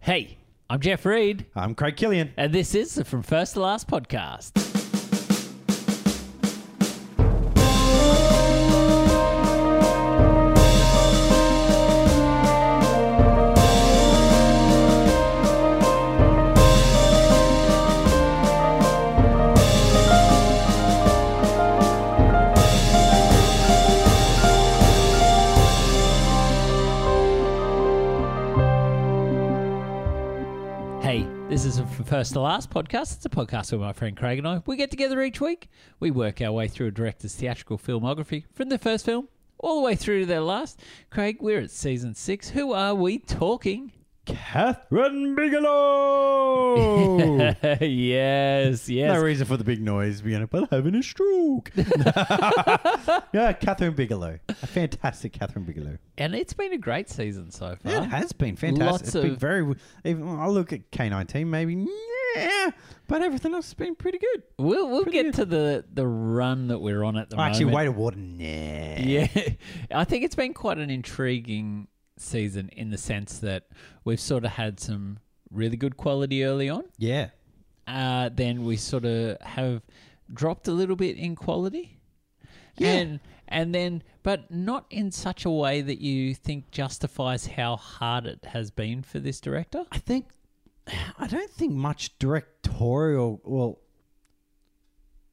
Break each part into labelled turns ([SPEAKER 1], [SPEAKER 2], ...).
[SPEAKER 1] Hey, I'm Jeff Reed,
[SPEAKER 2] I'm Craig Killian.
[SPEAKER 1] and this is the From First to Last podcast. Hey, this is from First to Last podcast. It's a podcast where my friend Craig and I we get together each week. We work our way through a director's theatrical filmography from their first film all the way through to their last. Craig, we're at season six. Who are we talking?
[SPEAKER 2] Catherine Bigelow!
[SPEAKER 1] yes, yes.
[SPEAKER 2] No reason for the big noise, you know, but having a stroke. yeah, Catherine Bigelow. A fantastic Catherine Bigelow.
[SPEAKER 1] and it's been a great season so far.
[SPEAKER 2] Yeah, it has been fantastic.
[SPEAKER 1] Lots
[SPEAKER 2] it's been
[SPEAKER 1] of-
[SPEAKER 2] very. Even, I look at K19, maybe, yeah, but everything else has been pretty good.
[SPEAKER 1] We'll we'll
[SPEAKER 2] Pretty
[SPEAKER 1] get to the the run that we're on at the
[SPEAKER 2] Actually,
[SPEAKER 1] moment.
[SPEAKER 2] Wade Award, nah.
[SPEAKER 1] Yeah, I think it's been quite an intriguing season in the sense that we've sort of had some really good quality early on.
[SPEAKER 2] Yeah.
[SPEAKER 1] uh, then we sort of have dropped a little bit in quality.
[SPEAKER 2] Yeah.
[SPEAKER 1] And and then but not in such a way that you think justifies how hard it has been for this director.
[SPEAKER 2] I think I don't think much directorial. Well,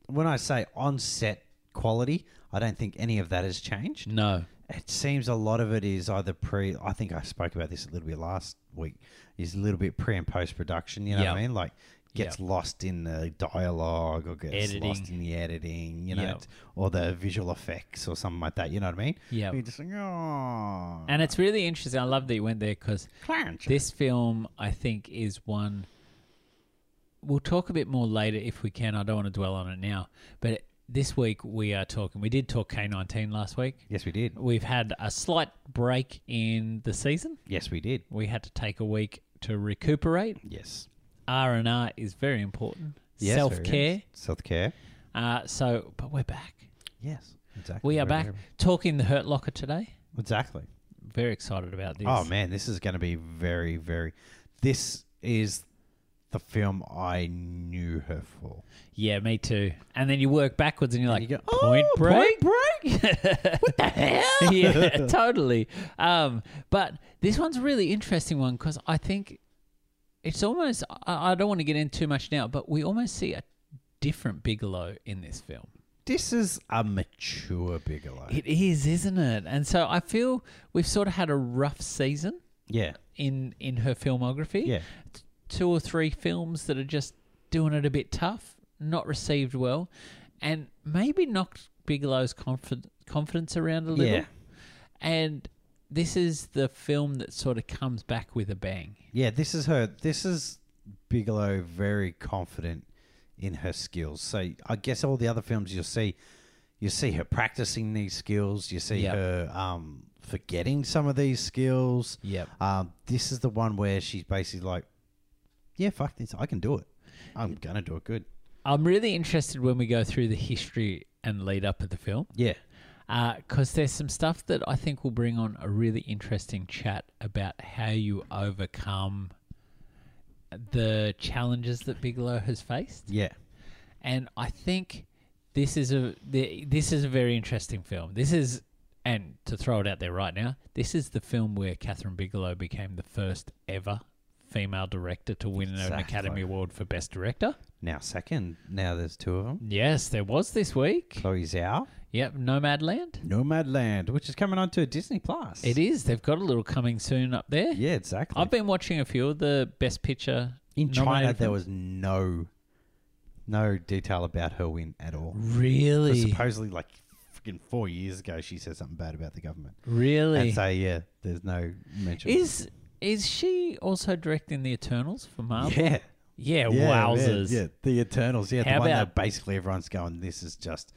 [SPEAKER 2] when I say on set quality, I don't think any of that has changed.
[SPEAKER 1] No.
[SPEAKER 2] It seems a lot of it is either pre. I think I spoke about this a little bit last week. Is a little bit pre and post production. You know what I
[SPEAKER 1] Yep.
[SPEAKER 2] mean? Like gets lost in the dialogue or gets lost
[SPEAKER 1] Editing.
[SPEAKER 2] in the editing. You know,
[SPEAKER 1] Yep.
[SPEAKER 2] it's- or the visual effects or something like that. You know what I mean?
[SPEAKER 1] Yep.
[SPEAKER 2] You're just like, oh,
[SPEAKER 1] And it's really interesting. I love that you went there because
[SPEAKER 2] Clarence.
[SPEAKER 1] this film, I think, is one. We'll talk a bit more later if we can. I don't want to dwell on it now. But this week we are talking. We did talk K nineteen last week.
[SPEAKER 2] Yes, we did.
[SPEAKER 1] We've had a slight break in the season.
[SPEAKER 2] Yes, we did.
[SPEAKER 1] we had to take a week to recuperate.
[SPEAKER 2] Yes.
[SPEAKER 1] R and R is very important.
[SPEAKER 2] Yes, very
[SPEAKER 1] Self care.
[SPEAKER 2] Self care.
[SPEAKER 1] Uh, so, but we're back.
[SPEAKER 2] Yes, exactly.
[SPEAKER 1] We are
[SPEAKER 2] Very,
[SPEAKER 1] back
[SPEAKER 2] very-
[SPEAKER 1] talking the Hurt Locker today.
[SPEAKER 2] Exactly.
[SPEAKER 1] Very excited about this.
[SPEAKER 2] Oh man, this is going to be very, very. This is the film I knew her for.
[SPEAKER 1] Yeah, me too. And then you work backwards, and you're like,
[SPEAKER 2] you go,
[SPEAKER 1] Point
[SPEAKER 2] "Oh,
[SPEAKER 1] Break.
[SPEAKER 2] Point
[SPEAKER 1] what the hell? yeah, totally. Um, but this one's a really interesting one because I think it's almost. I, I don't want to get in too much now, but we almost see a different Bigelow in this film.
[SPEAKER 2] This is a mature Bigelow.
[SPEAKER 1] It is, isn't it? And so I feel we've sort of had a rough season
[SPEAKER 2] yeah,
[SPEAKER 1] in in her filmography.
[SPEAKER 2] yeah,
[SPEAKER 1] Two or three films that are just doing it a bit tough, not received well, and maybe knocked Bigelow's confid- confidence around a little.
[SPEAKER 2] yeah,
[SPEAKER 1] And this is the film that sort of comes back with a bang.
[SPEAKER 2] yeah. This is her. This is Bigelow very confident in her skills. So I guess all the other films you'll see, you see her practicing these skills. You see
[SPEAKER 1] Yep.
[SPEAKER 2] her um, forgetting some of these skills.
[SPEAKER 1] Yep.
[SPEAKER 2] Um, this is the one where she's basically like, "Yeah, fuck this, I can do it. I'm gonna do it good."
[SPEAKER 1] I'm really interested when we go through the history and lead up of the film.
[SPEAKER 2] Yeah,
[SPEAKER 1] because there's some stuff that I think will bring on a really interesting chat about how you overcome the challenges that Bigelow has faced,
[SPEAKER 2] yeah,
[SPEAKER 1] and I think this is a the- this is a very interesting film. This is and to throw it out there right now, this is the film where Catherine Bigelow became the first ever female director to win an
[SPEAKER 2] Exactly.
[SPEAKER 1] Academy Award for Best Director.
[SPEAKER 2] now second. Now there's two of them.
[SPEAKER 1] Yes, there was this week.
[SPEAKER 2] Chloe Zhao,
[SPEAKER 1] Yep, Nomadland.
[SPEAKER 2] Nomadland, which is coming onto Disney Plus.
[SPEAKER 1] It is. They've got a little coming soon up there.
[SPEAKER 2] Yeah, exactly.
[SPEAKER 1] I've been watching a few of the Best Picture
[SPEAKER 2] In China,
[SPEAKER 1] nominated
[SPEAKER 2] there
[SPEAKER 1] films.
[SPEAKER 2] was no, no detail about her win at all. But
[SPEAKER 1] really,
[SPEAKER 2] supposedly, like freaking four years ago, she said something bad about the government.
[SPEAKER 1] really
[SPEAKER 2] And so yeah, there's no mention.
[SPEAKER 1] is is she also directing the Eternals for Marvel?
[SPEAKER 2] yeah.
[SPEAKER 1] Yeah,
[SPEAKER 2] yeah,
[SPEAKER 1] wowzers.
[SPEAKER 2] Yeah, yeah, the Eternals. Yeah,
[SPEAKER 1] How
[SPEAKER 2] the one
[SPEAKER 1] about-
[SPEAKER 2] that basically everyone's going, this is just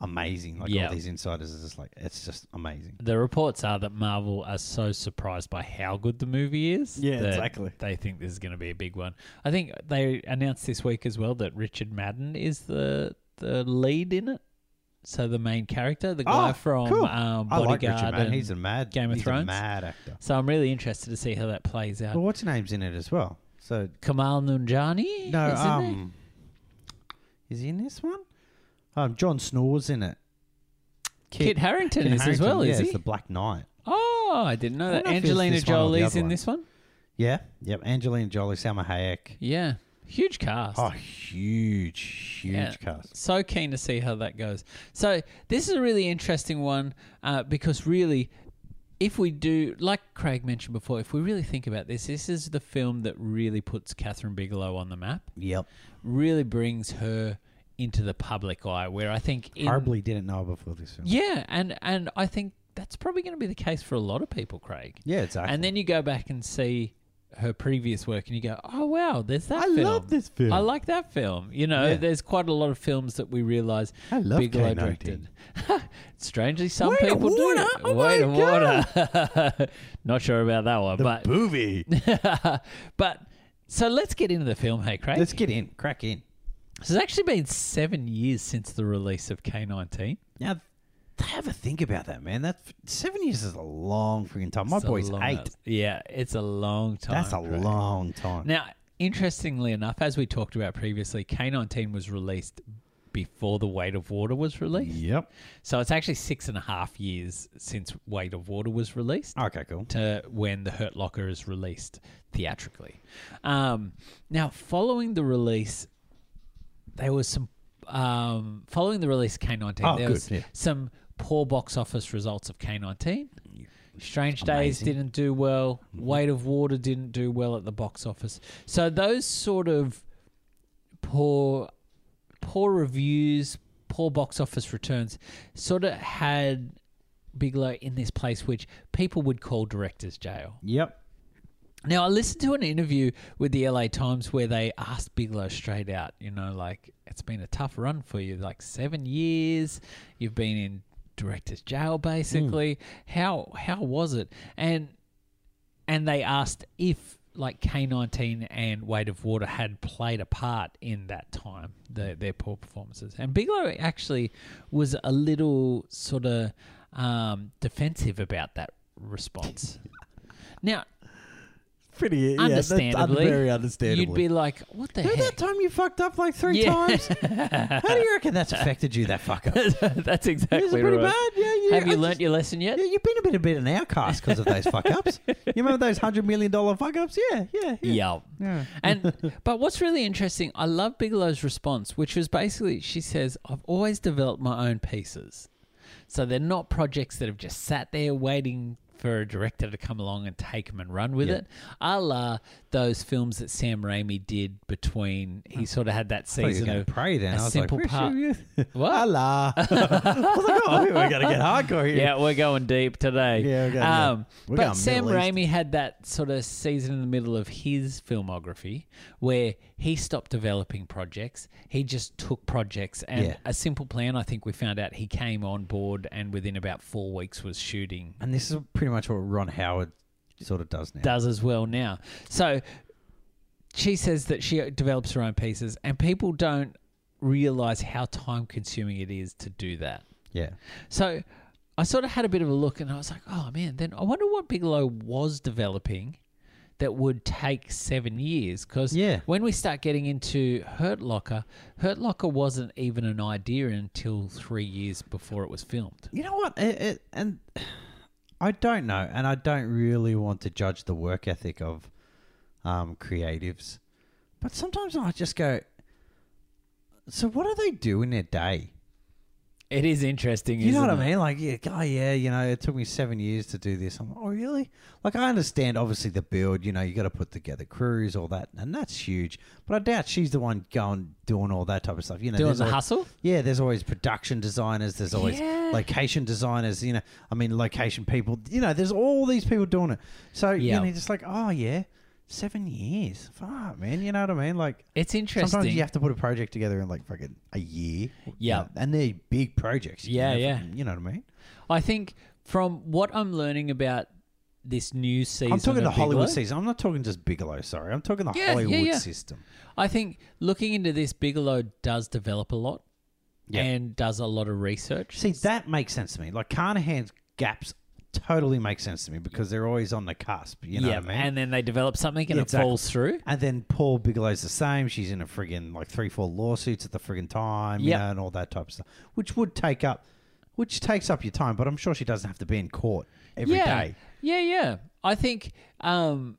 [SPEAKER 2] amazing. Like
[SPEAKER 1] Yeah.
[SPEAKER 2] all these insiders are just like, it's just amazing.
[SPEAKER 1] The reports are that Marvel are so surprised by how good the movie is.
[SPEAKER 2] Yeah,
[SPEAKER 1] that
[SPEAKER 2] exactly.
[SPEAKER 1] They think this is going to be a big one. I think they announced this week as well that Richard Madden is the the lead in it. So the main character, the guy
[SPEAKER 2] Oh,
[SPEAKER 1] from
[SPEAKER 2] cool.
[SPEAKER 1] um,
[SPEAKER 2] I like
[SPEAKER 1] Bodyguard.
[SPEAKER 2] Richard, man.
[SPEAKER 1] and-
[SPEAKER 2] He's a mad
[SPEAKER 1] Game of
[SPEAKER 2] he's
[SPEAKER 1] Thrones. Uh,
[SPEAKER 2] A mad actor.
[SPEAKER 1] so I'm really interested to see how that plays out.
[SPEAKER 2] Well, what's your name's in it as well? So
[SPEAKER 1] Kamal Nunjani?
[SPEAKER 2] no,
[SPEAKER 1] is in there?
[SPEAKER 2] um, is he in this one? Um, John Snor's in it.
[SPEAKER 1] Kit, Harrington
[SPEAKER 2] Kit
[SPEAKER 1] is as
[SPEAKER 2] Harington,
[SPEAKER 1] well,
[SPEAKER 2] yeah,
[SPEAKER 1] is
[SPEAKER 2] it's
[SPEAKER 1] he?
[SPEAKER 2] the Black Knight.
[SPEAKER 1] oh, I didn't know
[SPEAKER 2] I
[SPEAKER 1] that.
[SPEAKER 2] don't know if it's
[SPEAKER 1] Angelina
[SPEAKER 2] this one or the
[SPEAKER 1] Jolie's
[SPEAKER 2] other
[SPEAKER 1] in
[SPEAKER 2] one.
[SPEAKER 1] this one.
[SPEAKER 2] Yeah, yep. Angelina Jolie, Salma Hayek.
[SPEAKER 1] Yeah, huge cast.
[SPEAKER 2] Oh, huge, huge
[SPEAKER 1] Yeah.
[SPEAKER 2] cast.
[SPEAKER 1] So keen to see how that goes. So this is a really interesting one uh, because really, if we do, like Craig mentioned before, if we really think about this, this is the film that really puts Catherine Bigelow on the map.
[SPEAKER 2] Yep.
[SPEAKER 1] Really brings her into the public eye, where I think in,
[SPEAKER 2] Horribly didn't know before this film.
[SPEAKER 1] yeah, and and I think that's probably going to be the case for a lot of people, Craig.
[SPEAKER 2] Yeah, exactly.
[SPEAKER 1] And then you go back and see her previous work, and you go, "Oh wow, there's that."
[SPEAKER 2] I
[SPEAKER 1] film.
[SPEAKER 2] love this film.
[SPEAKER 1] I like that film. You know,
[SPEAKER 2] Yeah.
[SPEAKER 1] there's quite a lot of films that we realise
[SPEAKER 2] I love
[SPEAKER 1] Bigelow
[SPEAKER 2] K19.
[SPEAKER 1] directed. Strangely, some
[SPEAKER 2] Wait a
[SPEAKER 1] people
[SPEAKER 2] water?
[SPEAKER 1] do.
[SPEAKER 2] Oh
[SPEAKER 1] Wait
[SPEAKER 2] my
[SPEAKER 1] a water. Not sure about that one,
[SPEAKER 2] the movie.
[SPEAKER 1] but but so let's get into the film, hey Craig.
[SPEAKER 2] Let's get in, crack in.
[SPEAKER 1] So it's actually been seven years since the release of K nineteen.
[SPEAKER 2] Now, have a think about that, man. That seven years is a long freaking time. My
[SPEAKER 1] It's a
[SPEAKER 2] boy's
[SPEAKER 1] long-
[SPEAKER 2] eight.
[SPEAKER 1] Yeah, it's a long time.
[SPEAKER 2] That's a
[SPEAKER 1] Craig.
[SPEAKER 2] long time.
[SPEAKER 1] Now, interestingly enough, as we talked about previously, K19 was released before The Weight of Water was released.
[SPEAKER 2] yep.
[SPEAKER 1] So it's actually six and a half years since Weight of Water was released
[SPEAKER 2] Okay, cool.
[SPEAKER 1] to when The Hurt Locker is released theatrically. Um, now, following the release, there was some. Um, following the release of K19,
[SPEAKER 2] Oh,
[SPEAKER 1] there
[SPEAKER 2] good,
[SPEAKER 1] was
[SPEAKER 2] yeah.
[SPEAKER 1] some poor box office results of K19. Strange Days
[SPEAKER 2] Amazing. Mm-hmm.
[SPEAKER 1] didn't do well. Weight of Water didn't do well at the box office. So those sort of poor, poor reviews, poor box office returns, sort of had Bigelow in this place which people would call director's jail.
[SPEAKER 2] Yep.
[SPEAKER 1] Now I listened to an interview with the LA Times where they asked Bigelow straight out, you know, like it's been a tough run for you, like seven years, you've been in director's jail basically. How how was it? And and they asked if like K nineteen and Weight of Water had played a part in that time, their their poor performances. And Bigelow actually was a little sort of um, defensive about that response. now
[SPEAKER 2] Pretty. Yeah,
[SPEAKER 1] Understandably.
[SPEAKER 2] very understandable.
[SPEAKER 1] You'd be like, what the
[SPEAKER 2] Remember that
[SPEAKER 1] heck?
[SPEAKER 2] time you fucked up like three
[SPEAKER 1] Yeah.
[SPEAKER 2] times? How do you reckon that's affected you, that fucker?
[SPEAKER 1] That's
[SPEAKER 2] Is
[SPEAKER 1] exactly
[SPEAKER 2] it pretty
[SPEAKER 1] right.
[SPEAKER 2] bad? Yeah, yeah.
[SPEAKER 1] Have you
[SPEAKER 2] I
[SPEAKER 1] learnt your lesson yet?
[SPEAKER 2] just- Yeah, you've been a bit, a bit an outcast because of those fuck ups. You remember those $100 million fuck ups? Yeah, yeah, yeah.
[SPEAKER 1] Yeah.
[SPEAKER 2] Yeah.
[SPEAKER 1] And but what's really interesting, I love Bigelow's response, which was basically she says, I've always developed my own pieces. So they're not projects that have just sat there waiting for a director to come along and take them and run with
[SPEAKER 2] Yeah.
[SPEAKER 1] it. A la those films that Sam Raimi did between he sort of had that
[SPEAKER 2] I thought you were
[SPEAKER 1] season
[SPEAKER 2] gonna
[SPEAKER 1] of
[SPEAKER 2] pray then.
[SPEAKER 1] a
[SPEAKER 2] I was
[SPEAKER 1] simple
[SPEAKER 2] like,
[SPEAKER 1] part-
[SPEAKER 2] What? Allah. I was like, oh, we're going to get hardcore here.
[SPEAKER 1] Yeah, we're going deep today.
[SPEAKER 2] Yeah, we're going, yeah.
[SPEAKER 1] um,
[SPEAKER 2] We're
[SPEAKER 1] but
[SPEAKER 2] going
[SPEAKER 1] Sam
[SPEAKER 2] Middle
[SPEAKER 1] Raimi had that sort of season in the middle of his filmography where he stopped developing projects. He just took projects and
[SPEAKER 2] Yeah.
[SPEAKER 1] a simple plan. I think we found out he came on board and within about four weeks was shooting.
[SPEAKER 2] And this is pretty much what Ron Howard sort of does now.
[SPEAKER 1] Does as well now. So she says that she develops her own pieces, and people don't realize how time consuming it is to do that.
[SPEAKER 2] yeah.
[SPEAKER 1] So I sort of had a bit of a look and I was like, oh man, then I wonder what Bigelow was developing that would take seven years. Because
[SPEAKER 2] Yeah.
[SPEAKER 1] when we start getting into Hurt Locker, Hurt Locker wasn't even an idea until three years before it was filmed.
[SPEAKER 2] You know what? It, it, and I don't know, and I don't really want to judge the work ethic of um, creatives, but sometimes I just go, so what do they do in their day?
[SPEAKER 1] It is interesting.
[SPEAKER 2] You know
[SPEAKER 1] isn't
[SPEAKER 2] what I
[SPEAKER 1] it?
[SPEAKER 2] mean? Like, yeah, oh yeah, you know, it took me seven years to do this. I'm like, oh really? Like, I understand obviously the build. You know, you got to put together crews, all that, and that's huge. But I doubt she's the one going doing all that type of stuff. You know,
[SPEAKER 1] Doing
[SPEAKER 2] there's
[SPEAKER 1] the
[SPEAKER 2] al-
[SPEAKER 1] hustle?
[SPEAKER 2] Yeah, there's always production designers. There's always
[SPEAKER 1] Yeah.
[SPEAKER 2] location designers. You know, I mean, location people. You know, there's all these people doing it. So
[SPEAKER 1] Yeah.
[SPEAKER 2] you know, just like, oh yeah, seven years. Fuck, man. You know what I mean? Like.
[SPEAKER 1] It's interesting.
[SPEAKER 2] Sometimes you have to put a project together in like fucking a year.
[SPEAKER 1] Yeah.
[SPEAKER 2] And they're big projects. you
[SPEAKER 1] Yeah,
[SPEAKER 2] know,
[SPEAKER 1] yeah.
[SPEAKER 2] fucking- You know what I mean?
[SPEAKER 1] I think from what I'm learning about this new season,
[SPEAKER 2] I'm talking
[SPEAKER 1] of
[SPEAKER 2] the Hollywood
[SPEAKER 1] Bigelow-
[SPEAKER 2] season. I'm not talking just Bigelow, sorry. I'm talking the
[SPEAKER 1] Yeah, yeah,
[SPEAKER 2] Hollywood
[SPEAKER 1] yeah.
[SPEAKER 2] system.
[SPEAKER 1] I think looking into this, Bigelow does develop a lot.
[SPEAKER 2] Yeah.
[SPEAKER 1] and does a lot of research.
[SPEAKER 2] See, that makes sense to me. Like Carnahan's gaps totally make sense to me because they're always on the cusp. You know
[SPEAKER 1] yeah,
[SPEAKER 2] what I mean?
[SPEAKER 1] and then they develop something and
[SPEAKER 2] Exactly.
[SPEAKER 1] it falls through.
[SPEAKER 2] And then Paul Bigelow's the same. She's in a friggin' like three, four lawsuits at the friggin' time, you
[SPEAKER 1] Yep.
[SPEAKER 2] know, and all that type of stuff, which would take up, which takes up your time. But I'm sure she doesn't have to be in court every day.
[SPEAKER 1] yeah. Yeah, yeah. I think, um,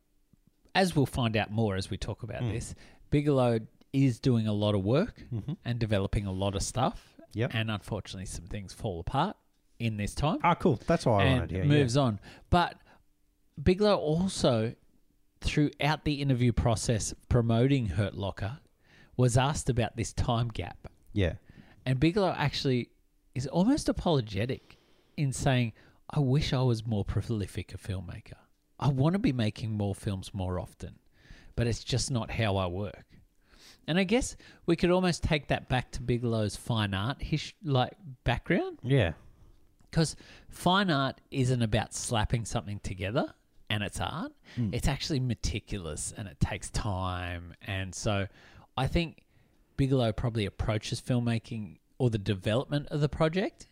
[SPEAKER 1] as we'll find out more as we talk about
[SPEAKER 2] Mm.
[SPEAKER 1] this, Bigelow is doing a lot of work and developing a lot of stuff.
[SPEAKER 2] Mm-hmm. Yep.
[SPEAKER 1] And unfortunately, some things fall apart in this time
[SPEAKER 2] Ah, cool. That's what I
[SPEAKER 1] and
[SPEAKER 2] wanted. Yeah, yeah.
[SPEAKER 1] moves on. But Bigelow also, throughout the interview process promoting Hurt Locker, was asked about this time gap.
[SPEAKER 2] yeah.
[SPEAKER 1] And Bigelow actually is almost apologetic in saying, I wish I was more prolific a filmmaker. I want to be making more films more often, but it's just not how I work. And I guess we could almost take that back to Bigelow's fine art his, like background
[SPEAKER 2] Yeah.
[SPEAKER 1] because fine art isn't about slapping something together and it's art. It's actually meticulous and it takes time. And so I think Bigelow probably approaches filmmaking or the development of the project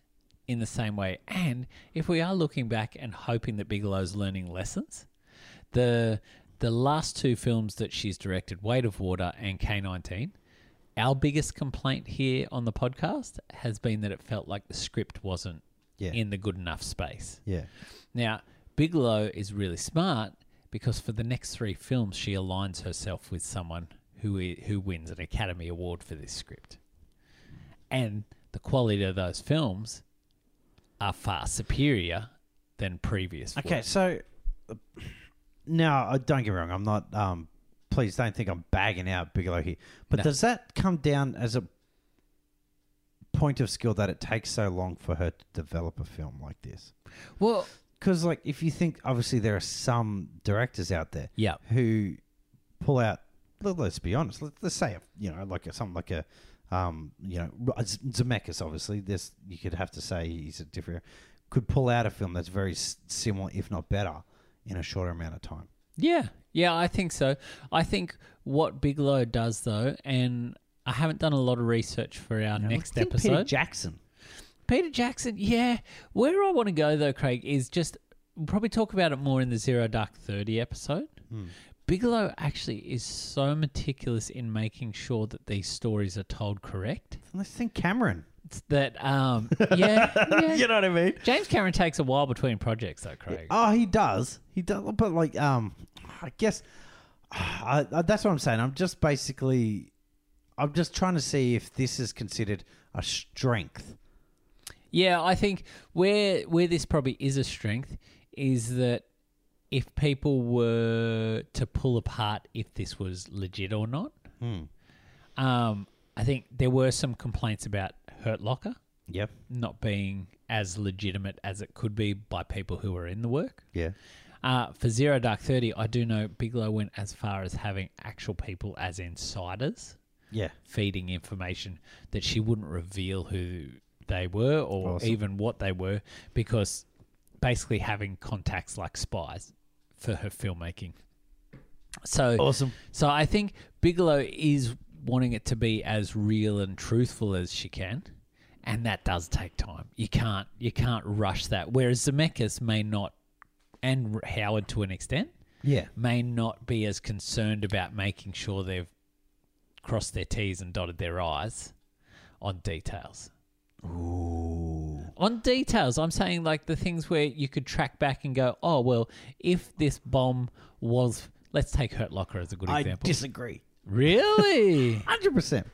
[SPEAKER 1] in the same way. And if we are looking back and hoping that Bigelow's learning lessons, the the last two films that she's directed, Weight of Water and K19, our biggest complaint here on the podcast has been that it felt like the script wasn't
[SPEAKER 2] Yeah.
[SPEAKER 1] in the good enough space.
[SPEAKER 2] yeah.
[SPEAKER 1] Now, Bigelow is really smart because for the next three films, she aligns herself with someone who i- who wins an Academy Award for this script, and the quality of those films are far superior than previous.
[SPEAKER 2] Okay,
[SPEAKER 1] work.
[SPEAKER 2] so uh, now uh, don't get me wrong, I'm not. Um, please don't think I'm bagging out Bigelow here. But
[SPEAKER 1] No.
[SPEAKER 2] does that come down as a point of skill that it takes so long for her to develop a film like this?
[SPEAKER 1] Well,
[SPEAKER 2] Because like, if you think, obviously there are some directors out there
[SPEAKER 1] yeah,
[SPEAKER 2] who pull out. let- Let's be honest. Let, let's say you know, like a, something like a, um, you know, R- Z- Zemeckis. Obviously, this you could have to say he's a different. Could pull out a film that's very s- similar, if not better, in a shorter amount of time.
[SPEAKER 1] Yeah, yeah, I think so. I think what Bigelow does though, and I haven't done a lot of research for our
[SPEAKER 2] You know,
[SPEAKER 1] next
[SPEAKER 2] like, think
[SPEAKER 1] episode.
[SPEAKER 2] Peter Jackson.
[SPEAKER 1] Peter Jackson, yeah. Where I want to go though, Craig, is just we'll probably talk about it more in the Zero Dark Thirty episode. Bigelow actually is so meticulous in making sure that these stories are told correct
[SPEAKER 2] Let's think Cameron.
[SPEAKER 1] that, um, yeah, yeah.
[SPEAKER 2] You know what I mean?
[SPEAKER 1] James Cameron takes a while between projects though, Craig.
[SPEAKER 2] Oh, he does. He does. But like, um, I guess I, I, that's what I'm saying. I'm just basically, I'm just trying to see if this is considered a strength.
[SPEAKER 1] Yeah, I think where where this probably is a strength is that if people were to pull apart if this was legit or not, um, I think there were some complaints about Hurt Locker
[SPEAKER 2] Yep.
[SPEAKER 1] not being as legitimate as it could be by people who were in the work.
[SPEAKER 2] Yeah.
[SPEAKER 1] Uh, for Zero Dark Thirty, I do know Bigelow went as far as having actual people as insiders
[SPEAKER 2] Yeah.
[SPEAKER 1] feeding information that she wouldn't reveal who they were or
[SPEAKER 2] Awesome.
[SPEAKER 1] even what they were because basically having contacts like spies for her filmmaking. So
[SPEAKER 2] Awesome.
[SPEAKER 1] so I think Bigelow is wanting it to be as real and truthful as she can. And that does take time. You can't you can't rush that. Whereas Zemeckis may not and Howard to an extent
[SPEAKER 2] Yeah.
[SPEAKER 1] may not be as concerned about making sure they've crossed their T's and dotted their I's on details.
[SPEAKER 2] Ooh.
[SPEAKER 1] On details, I'm saying like the things where you could track back and go, oh, well, if this bomb was, let's take Hurt Locker as a good
[SPEAKER 2] I
[SPEAKER 1] example.
[SPEAKER 2] disagree.
[SPEAKER 1] really?
[SPEAKER 2] Hundred percent.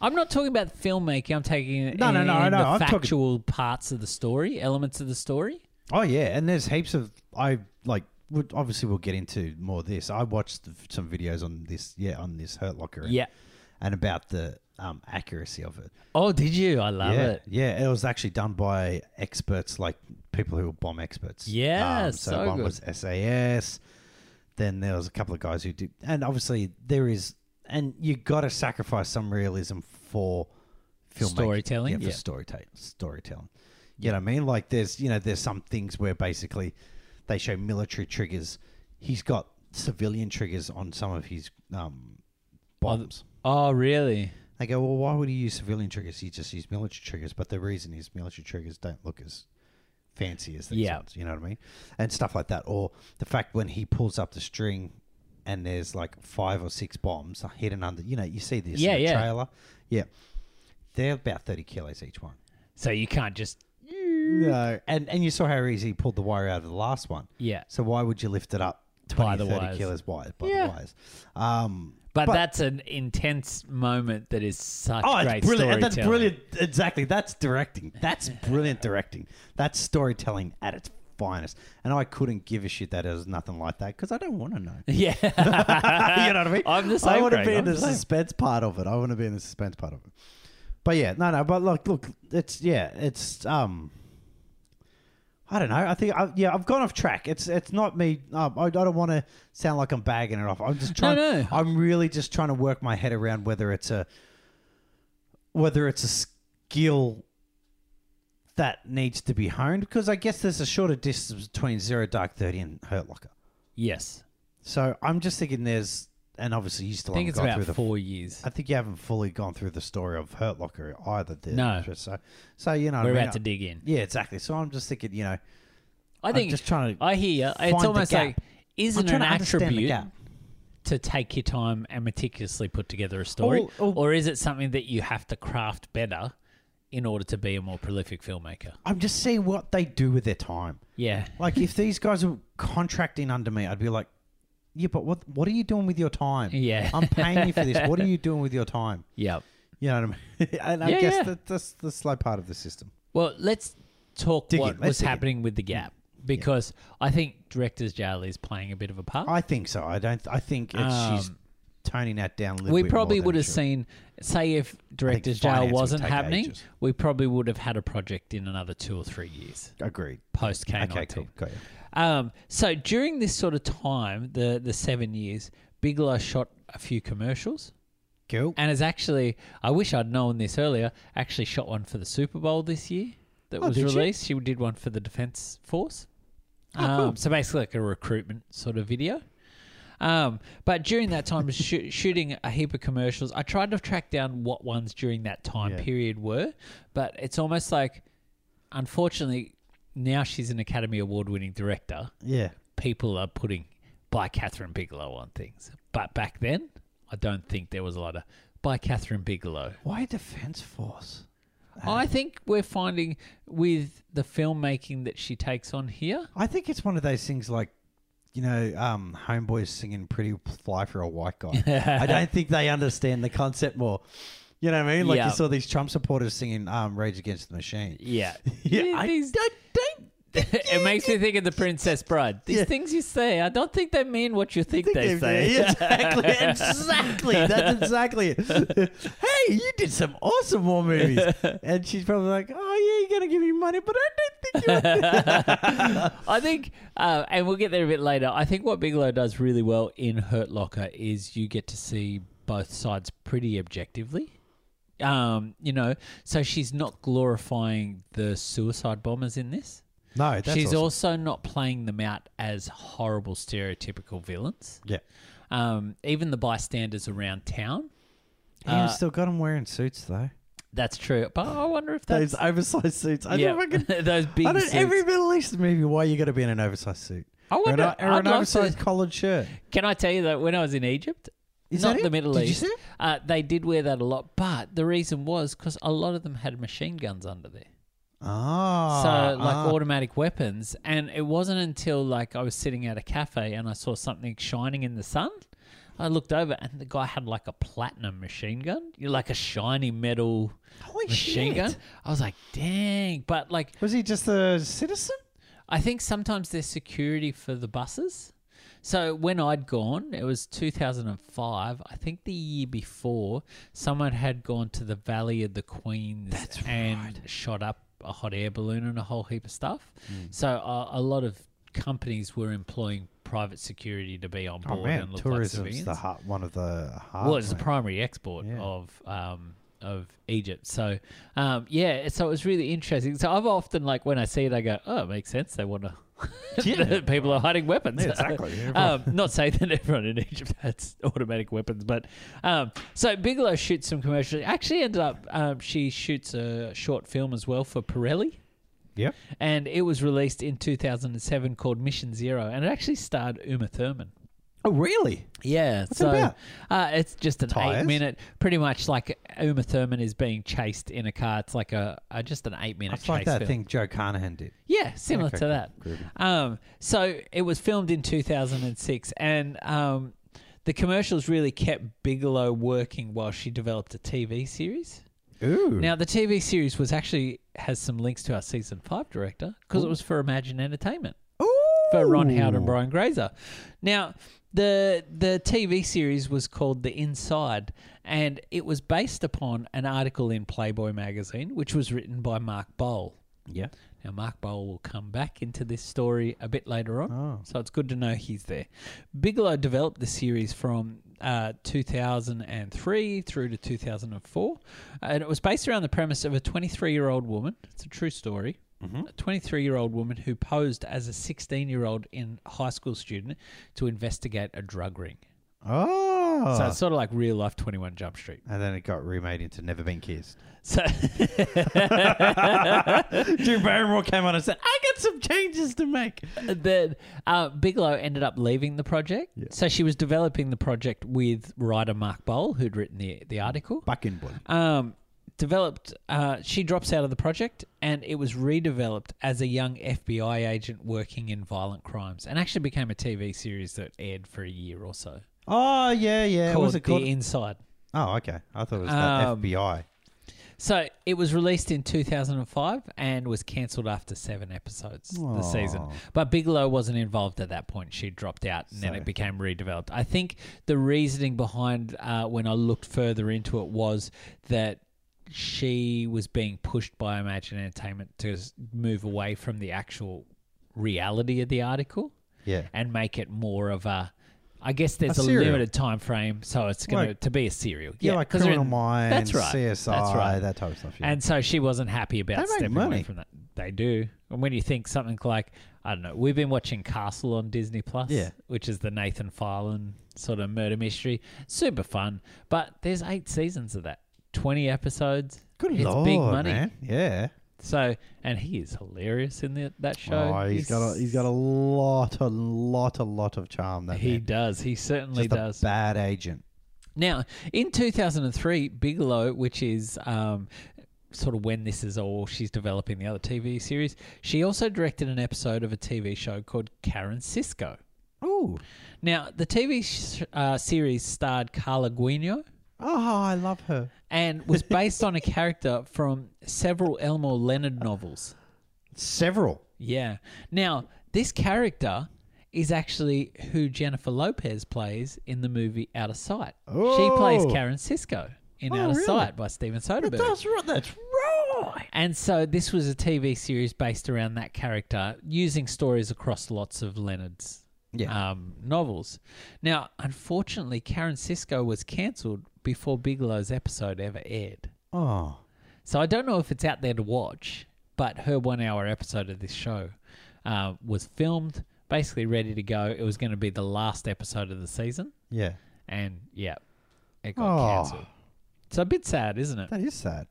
[SPEAKER 1] I'm not talking about filmmaking. I'm taking it
[SPEAKER 2] No, no, no,
[SPEAKER 1] in the
[SPEAKER 2] no, I'm talking-
[SPEAKER 1] factual parts of the story, elements of the story.
[SPEAKER 2] Oh yeah, and there's heaps of I like. would- Obviously, we'll get into more of this. I watched some videos on this. Yeah, on this Hurt Locker. and-
[SPEAKER 1] Yeah.
[SPEAKER 2] And about the um, accuracy of it.
[SPEAKER 1] Oh, did you? I love
[SPEAKER 2] yeah,
[SPEAKER 1] it.
[SPEAKER 2] yeah, it was actually done by experts, like people who were bomb experts. Um,
[SPEAKER 1] Yeah, so
[SPEAKER 2] one
[SPEAKER 1] good.
[SPEAKER 2] was SAS. Then there was a couple of guys who did, and obviously there is, and you got to sacrifice some realism for filmmaking.
[SPEAKER 1] Storytelling,
[SPEAKER 2] yeah, for
[SPEAKER 1] yeah.
[SPEAKER 2] storytelling. Storytelling, you know what I mean? Like there's, you know, there's some things where basically they show military triggers. He's got civilian triggers on some of his um,
[SPEAKER 1] Oh, th-
[SPEAKER 2] bombs.
[SPEAKER 1] Oh, really?
[SPEAKER 2] They go, well, why would he use civilian triggers? He just used military triggers. But the reason is military triggers don't look as fancy as these
[SPEAKER 1] Yeah.
[SPEAKER 2] ones. You know what I mean? And stuff like that. Or the fact when he pulls up the string and there's like five or six bombs hidden under. You know, you see this
[SPEAKER 1] Yeah,
[SPEAKER 2] in the
[SPEAKER 1] yeah.
[SPEAKER 2] trailer. Yeah. They're about 30 kilos each one.
[SPEAKER 1] So you can't just
[SPEAKER 2] No. And, and you saw how easy he pulled the wire out of the last one.
[SPEAKER 1] yeah.
[SPEAKER 2] So why would you lift it up 20,
[SPEAKER 1] By the
[SPEAKER 2] 30
[SPEAKER 1] wires.
[SPEAKER 2] kilos wide by
[SPEAKER 1] Yeah.
[SPEAKER 2] the wires? Um,
[SPEAKER 1] But,
[SPEAKER 2] But-
[SPEAKER 1] that's an intense moment that is such
[SPEAKER 2] oh,
[SPEAKER 1] great
[SPEAKER 2] it's brilliant. And that's
[SPEAKER 1] storytelling.
[SPEAKER 2] brilliant. Exactly. That's directing. That's brilliant directing. That's storytelling at its finest. And I couldn't give a shit that it was nothing like that because I don't want to know.
[SPEAKER 1] Yeah. you know what
[SPEAKER 2] you know what I mean?
[SPEAKER 1] I'm the same.
[SPEAKER 2] I want to
[SPEAKER 1] Craig,
[SPEAKER 2] be in
[SPEAKER 1] I'm
[SPEAKER 2] the,
[SPEAKER 1] same.
[SPEAKER 2] suspense part of it. I want to be in the suspense part of it. But yeah, no, no. But look, look, it's yeah, it's um, I don't know. I think I, yeah, I've gone off track. It's it's not me. Um, I, I don't want to sound like I'm bagging it off. I'm just trying.
[SPEAKER 1] no.
[SPEAKER 2] I'm really just trying to work my head around whether it's a whether it's a skill that needs to be honed because I guess there's a shorter distance between Zero Dark Thirty and Hurt Locker.
[SPEAKER 1] Yes.
[SPEAKER 2] So I'm just thinking there's, and obviously you still
[SPEAKER 1] I think
[SPEAKER 2] haven't
[SPEAKER 1] it's
[SPEAKER 2] gone
[SPEAKER 1] about
[SPEAKER 2] through the.
[SPEAKER 1] four years.
[SPEAKER 2] I think you haven't fully gone through the story of Hurt Locker either. There,
[SPEAKER 1] No.
[SPEAKER 2] So, so you know, what
[SPEAKER 1] We're
[SPEAKER 2] I mean?
[SPEAKER 1] about to dig in.
[SPEAKER 2] Yeah, exactly. So I'm just thinking, you know,
[SPEAKER 1] I think
[SPEAKER 2] am just trying to.
[SPEAKER 1] I hear you.
[SPEAKER 2] find
[SPEAKER 1] It's
[SPEAKER 2] the
[SPEAKER 1] almost
[SPEAKER 2] gap.
[SPEAKER 1] like
[SPEAKER 2] I'm
[SPEAKER 1] isn't
[SPEAKER 2] trying
[SPEAKER 1] an
[SPEAKER 2] to understand the
[SPEAKER 1] attribute
[SPEAKER 2] gap.
[SPEAKER 1] to take your time and meticulously put together a story,
[SPEAKER 2] Or- or-
[SPEAKER 1] or is it something that you have to craft better in order to be a more prolific filmmaker?
[SPEAKER 2] I'm just seeing what they do with their time.
[SPEAKER 1] Yeah.
[SPEAKER 2] Like if these guys were contracting under me, I'd be like, yeah, but what what are you doing with your time?
[SPEAKER 1] Yeah.
[SPEAKER 2] I'm paying you for this. What are you doing with your time?
[SPEAKER 1] Yep.
[SPEAKER 2] You know what I mean? and I
[SPEAKER 1] Yeah,
[SPEAKER 2] guess
[SPEAKER 1] yeah.
[SPEAKER 2] That, that's the slow part of the system.
[SPEAKER 1] Well, let's talk
[SPEAKER 2] Dig
[SPEAKER 1] what
[SPEAKER 2] in. Let's
[SPEAKER 1] was
[SPEAKER 2] dig in. Mm.
[SPEAKER 1] happening with the gap because I think director's jail is playing a bit of a part.
[SPEAKER 2] I think so. I don't. I think it's, she's
[SPEAKER 1] Um,
[SPEAKER 2] toning that down a little
[SPEAKER 1] we
[SPEAKER 2] bit.
[SPEAKER 1] probably
[SPEAKER 2] more
[SPEAKER 1] would
[SPEAKER 2] than
[SPEAKER 1] have
[SPEAKER 2] she-
[SPEAKER 1] seen, say, if director's jail
[SPEAKER 2] finance would
[SPEAKER 1] wasn't
[SPEAKER 2] take
[SPEAKER 1] happening,
[SPEAKER 2] ages.
[SPEAKER 1] we probably would have had a project in another two or three years
[SPEAKER 2] Agreed.
[SPEAKER 1] post K nineteen.
[SPEAKER 2] Okay, cool. Got you.
[SPEAKER 1] Um, so during this sort of time, the the seven years, Bigelow shot a few commercials,
[SPEAKER 2] Cool.
[SPEAKER 1] and is actually I wish I'd known this earlier. Actually, shot one for the Super Bowl this year that
[SPEAKER 2] Oh,
[SPEAKER 1] was
[SPEAKER 2] did she?
[SPEAKER 1] released. She? did one for the Defence Force.
[SPEAKER 2] Oh,
[SPEAKER 1] um,
[SPEAKER 2] cool.
[SPEAKER 1] So basically, like a recruitment sort of video. Um, but during that time, shoo- shooting a heap of commercials, I tried to track down what ones during that time
[SPEAKER 2] Yeah.
[SPEAKER 1] period were, but it's almost like, unfortunately, now she's an Academy Award winning director
[SPEAKER 2] Yeah.
[SPEAKER 1] people are putting by Catherine Bigelow on things. But back then, I don't think there was a lot of by Catherine Bigelow.
[SPEAKER 2] Why Defense Force? Uh,
[SPEAKER 1] I think we're finding with the filmmaking that she takes on here.
[SPEAKER 2] I think it's one of those things like, you know, um, homeboys singing "Pretty Fly for a White Guy." I don't think they understand the concept more. You know what I mean? Like
[SPEAKER 1] Yeah.
[SPEAKER 2] you saw these Trump supporters singing um, "Rage Against the Machine."
[SPEAKER 1] Yeah.
[SPEAKER 2] Yeah, I
[SPEAKER 1] these-
[SPEAKER 2] don't think
[SPEAKER 1] it makes me think of the Princess Bride. These
[SPEAKER 2] Yeah.
[SPEAKER 1] things you say, I don't think they mean what you think, they,
[SPEAKER 2] they've-
[SPEAKER 1] say.
[SPEAKER 2] yeah, exactly, exactly. That's exactly it. hey, you did some awesome war movies, and she's probably like, "Oh yeah, you're gonna give me money, but I don't think you."
[SPEAKER 1] I think, uh, and we'll get there a bit later. I think what Bigelow does really well in Hurt Locker is you get to see both sides pretty objectively. Um, you know, so she's not glorifying the suicide bombers in this.
[SPEAKER 2] No, that's
[SPEAKER 1] she's
[SPEAKER 2] awesome.
[SPEAKER 1] also not playing them out as horrible, stereotypical villains.
[SPEAKER 2] yeah.
[SPEAKER 1] Um, even the bystanders around town.
[SPEAKER 2] Yeah,
[SPEAKER 1] Uh,
[SPEAKER 2] still got them wearing suits though.
[SPEAKER 1] That's true. But I wonder if that's
[SPEAKER 2] Those oversized suits. I
[SPEAKER 1] yeah,
[SPEAKER 2] don't fucking.
[SPEAKER 1] those big.
[SPEAKER 2] I don't,
[SPEAKER 1] suits.
[SPEAKER 2] every Middle Eastern movie, why you got to be in an oversized suit
[SPEAKER 1] I
[SPEAKER 2] or an,
[SPEAKER 1] wonder.
[SPEAKER 2] or
[SPEAKER 1] I'd
[SPEAKER 2] an
[SPEAKER 1] love to-
[SPEAKER 2] oversized collared shirt?
[SPEAKER 1] Can I tell you that when I was in Egypt,
[SPEAKER 2] Is
[SPEAKER 1] not
[SPEAKER 2] that it?
[SPEAKER 1] the Middle
[SPEAKER 2] Did you
[SPEAKER 1] East,
[SPEAKER 2] see it?
[SPEAKER 1] Uh, they did wear that a lot, but the reason was because a lot of them had machine guns under there,
[SPEAKER 2] Ah,
[SPEAKER 1] so like
[SPEAKER 2] ah.
[SPEAKER 1] automatic weapons. And it wasn't until like I was sitting at a cafe and I saw something shining in the sun. I looked over and the guy had like a platinum machine gun, you know, like a shiny metal
[SPEAKER 2] Holy
[SPEAKER 1] machine
[SPEAKER 2] shit.
[SPEAKER 1] gun. I was like, dang! But like,
[SPEAKER 2] Was he just a citizen?
[SPEAKER 1] I think sometimes there's security for the buses. So when I'd gone, it was 2005. I think the year before, someone had gone to the Valley of the Queens and shot up a hot air balloon and a whole heap of stuff.
[SPEAKER 2] Mm.
[SPEAKER 1] So uh, a lot of companies were employing private security to be on board
[SPEAKER 2] Oh man,
[SPEAKER 1] and look like
[SPEAKER 2] tourism's
[SPEAKER 1] civilians.
[SPEAKER 2] the heart, one of the heart.
[SPEAKER 1] Well, it's the primary export
[SPEAKER 2] Yeah.
[SPEAKER 1] of um, of Egypt. So um, yeah, so it was really interesting. So I've often like when I see it, I go, oh, it makes sense. They want to
[SPEAKER 2] Yeah.
[SPEAKER 1] People are hiding weapons.
[SPEAKER 2] Yeah, exactly.
[SPEAKER 1] um, not saying that everyone in Egypt has automatic weapons, but um, so Bigelow shoots some commercials. Actually, ended up um, she shoots a short film as well for Pirelli,
[SPEAKER 2] yep.
[SPEAKER 1] and it was released in 2007 called Mission Zero, and it actually starred Uma Thurman.
[SPEAKER 2] Oh, really?
[SPEAKER 1] Yeah,
[SPEAKER 2] What's it
[SPEAKER 1] so
[SPEAKER 2] about?
[SPEAKER 1] Uh, it's just an
[SPEAKER 2] Tires?
[SPEAKER 1] eight-minute, pretty much like Uma Thurman is being chased in a car. It's like a, a just an eight-minute.
[SPEAKER 2] It's like
[SPEAKER 1] chase
[SPEAKER 2] that
[SPEAKER 1] film.
[SPEAKER 2] thing Joe Carnahan did.
[SPEAKER 1] Yeah, similar
[SPEAKER 2] Okay,
[SPEAKER 1] to
[SPEAKER 2] cool.
[SPEAKER 1] that.
[SPEAKER 2] Groovy.
[SPEAKER 1] Um, so it was filmed in 2006, and um, the commercials really kept Bigelow working while she developed a TV series.
[SPEAKER 2] Ooh.
[SPEAKER 1] Now, the TV series was actually has some links to our season five director because it was for Imagine Entertainment for Ron Howard and Brian Grazer. Now, the the TV series was called The Inside, and it was based upon an article in Playboy magazine, which was written by Mark Bowl.
[SPEAKER 2] Yeah.
[SPEAKER 1] Now, Mark Bowl will come back into this story a bit later on,
[SPEAKER 2] Oh.
[SPEAKER 1] so it's good to know he's there. Bigelow developed the series from uh, 2003 through to 2004, uh, and it was based around the premise of a 23 year old woman. It's a true story. A 23 year old woman who posed as a 16 year old in high school student to investigate a drug ring.
[SPEAKER 2] Oh.
[SPEAKER 1] So it's sort of like real life 21 Jump Street.
[SPEAKER 2] and then it got remade into Never Been Kissed.
[SPEAKER 1] So
[SPEAKER 2] Drew Barrymore came on and said, I got some changes to make.
[SPEAKER 1] then uh, Bigelow ended up leaving the project.
[SPEAKER 2] Yeah.
[SPEAKER 1] So she was developing the project with writer Mark Bowl, who'd written the the article.
[SPEAKER 2] Bucking blood.
[SPEAKER 1] Um, developed. Uh, she drops out of the project, and it was redeveloped as a young FBI agent working in violent crimes, and actually became a TV series that aired for a year or so.
[SPEAKER 2] Oh, yeah, yeah. What was it called?
[SPEAKER 1] The Inside.
[SPEAKER 2] oh, okay. I thought it was
[SPEAKER 1] Um,
[SPEAKER 2] that FBI.
[SPEAKER 1] So it was released in 2005 and was cancelled after seven episodes the
[SPEAKER 2] Aw.
[SPEAKER 1] season. But Bigelow wasn't involved at that point. She dropped out and then
[SPEAKER 2] So-
[SPEAKER 1] it became redeveloped. I think the reasoning behind uh, when I looked further into it was that she was being pushed by Imagine Entertainment to s- move away from the actual reality of the article
[SPEAKER 2] Yeah.
[SPEAKER 1] and make it more of a. I guess there's
[SPEAKER 2] A
[SPEAKER 1] a,
[SPEAKER 2] serial.
[SPEAKER 1] limited time frame, so it's going
[SPEAKER 2] Like-
[SPEAKER 1] to be a serial.
[SPEAKER 2] Yeah, like
[SPEAKER 1] 'cause they're
[SPEAKER 2] Criminal
[SPEAKER 1] in-
[SPEAKER 2] Minds,
[SPEAKER 1] That's right.
[SPEAKER 2] CSI,
[SPEAKER 1] That's right.
[SPEAKER 2] that type of stuff. Yeah.
[SPEAKER 1] And so she wasn't happy
[SPEAKER 2] They
[SPEAKER 1] about
[SPEAKER 2] make
[SPEAKER 1] stepping
[SPEAKER 2] money.
[SPEAKER 1] away from that. They do. And when you think something like, I don't know, we've been watching Castle on Disney Plus,
[SPEAKER 2] Yeah.
[SPEAKER 1] which is the Nathan Farland sort of murder mystery. Super fun. But there's eight seasons of that, 20 episodes.
[SPEAKER 2] Good
[SPEAKER 1] it's
[SPEAKER 2] lord,
[SPEAKER 1] big money.
[SPEAKER 2] man. Yeah.
[SPEAKER 1] So, and he is hilarious in the, that show.
[SPEAKER 2] Oh, he's got a, he's got a lot, a lot, a lot of charm. That
[SPEAKER 1] He
[SPEAKER 2] man.
[SPEAKER 1] does. He certainly
[SPEAKER 2] Just a
[SPEAKER 1] does.
[SPEAKER 2] bad agent.
[SPEAKER 1] Now, in 2003, Bigelow, which is um, sort of when this is all she's developing the other TV series, she also directed an episode of a TV show called Karen Cisco.
[SPEAKER 2] Ooh.
[SPEAKER 1] Now, the TV sh- uh, series starred Carla Guino
[SPEAKER 2] Oh, I love her.
[SPEAKER 1] and was based on a character from several Elmore Leonard novels.
[SPEAKER 2] Several.
[SPEAKER 1] Yeah. Now, this character is actually who Jennifer Lopez plays in the movie Out of Sight. She plays
[SPEAKER 2] Oh.
[SPEAKER 1] Karen Cisco in
[SPEAKER 2] Oh,
[SPEAKER 1] Out of
[SPEAKER 2] really?
[SPEAKER 1] Sight by Steven Soderbergh.
[SPEAKER 2] right. That's right.
[SPEAKER 1] And so this was a TV series based around that character, using stories across lots of Leonard's
[SPEAKER 2] Yeah.
[SPEAKER 1] um, novels. Now, unfortunately, Karen Cisco was cancelled before Bigelow's episode ever aired.
[SPEAKER 2] oh.
[SPEAKER 1] So I don't know if it's out there to watch, but her one hour episode of this show uh, was filmed, basically ready to go. It was going to be the last episode of the season.
[SPEAKER 2] Yeah.
[SPEAKER 1] And yeah, it got
[SPEAKER 2] Oh.
[SPEAKER 1] cancelled. It's a bit sad, isn't it?
[SPEAKER 2] That is sad.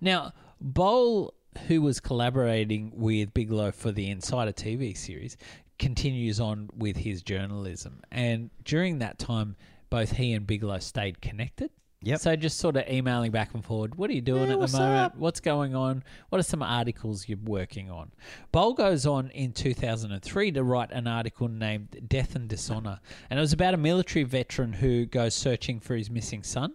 [SPEAKER 1] Now, Bowl, who was collaborating with Bigelow for the Insider TV series, continues on with his journalism. And during that time, both he and Bigelow stayed connected.
[SPEAKER 2] Yep.
[SPEAKER 1] So just sort of emailing back and forward. What are you doing
[SPEAKER 2] Yeah,
[SPEAKER 1] at
[SPEAKER 2] what's
[SPEAKER 1] the moment?
[SPEAKER 2] up?
[SPEAKER 1] What's going on? What are some articles you're working on? Bowl goes on in 2003 to write an article named Death and Dishonor. And it was about a military veteran who goes searching for his missing son.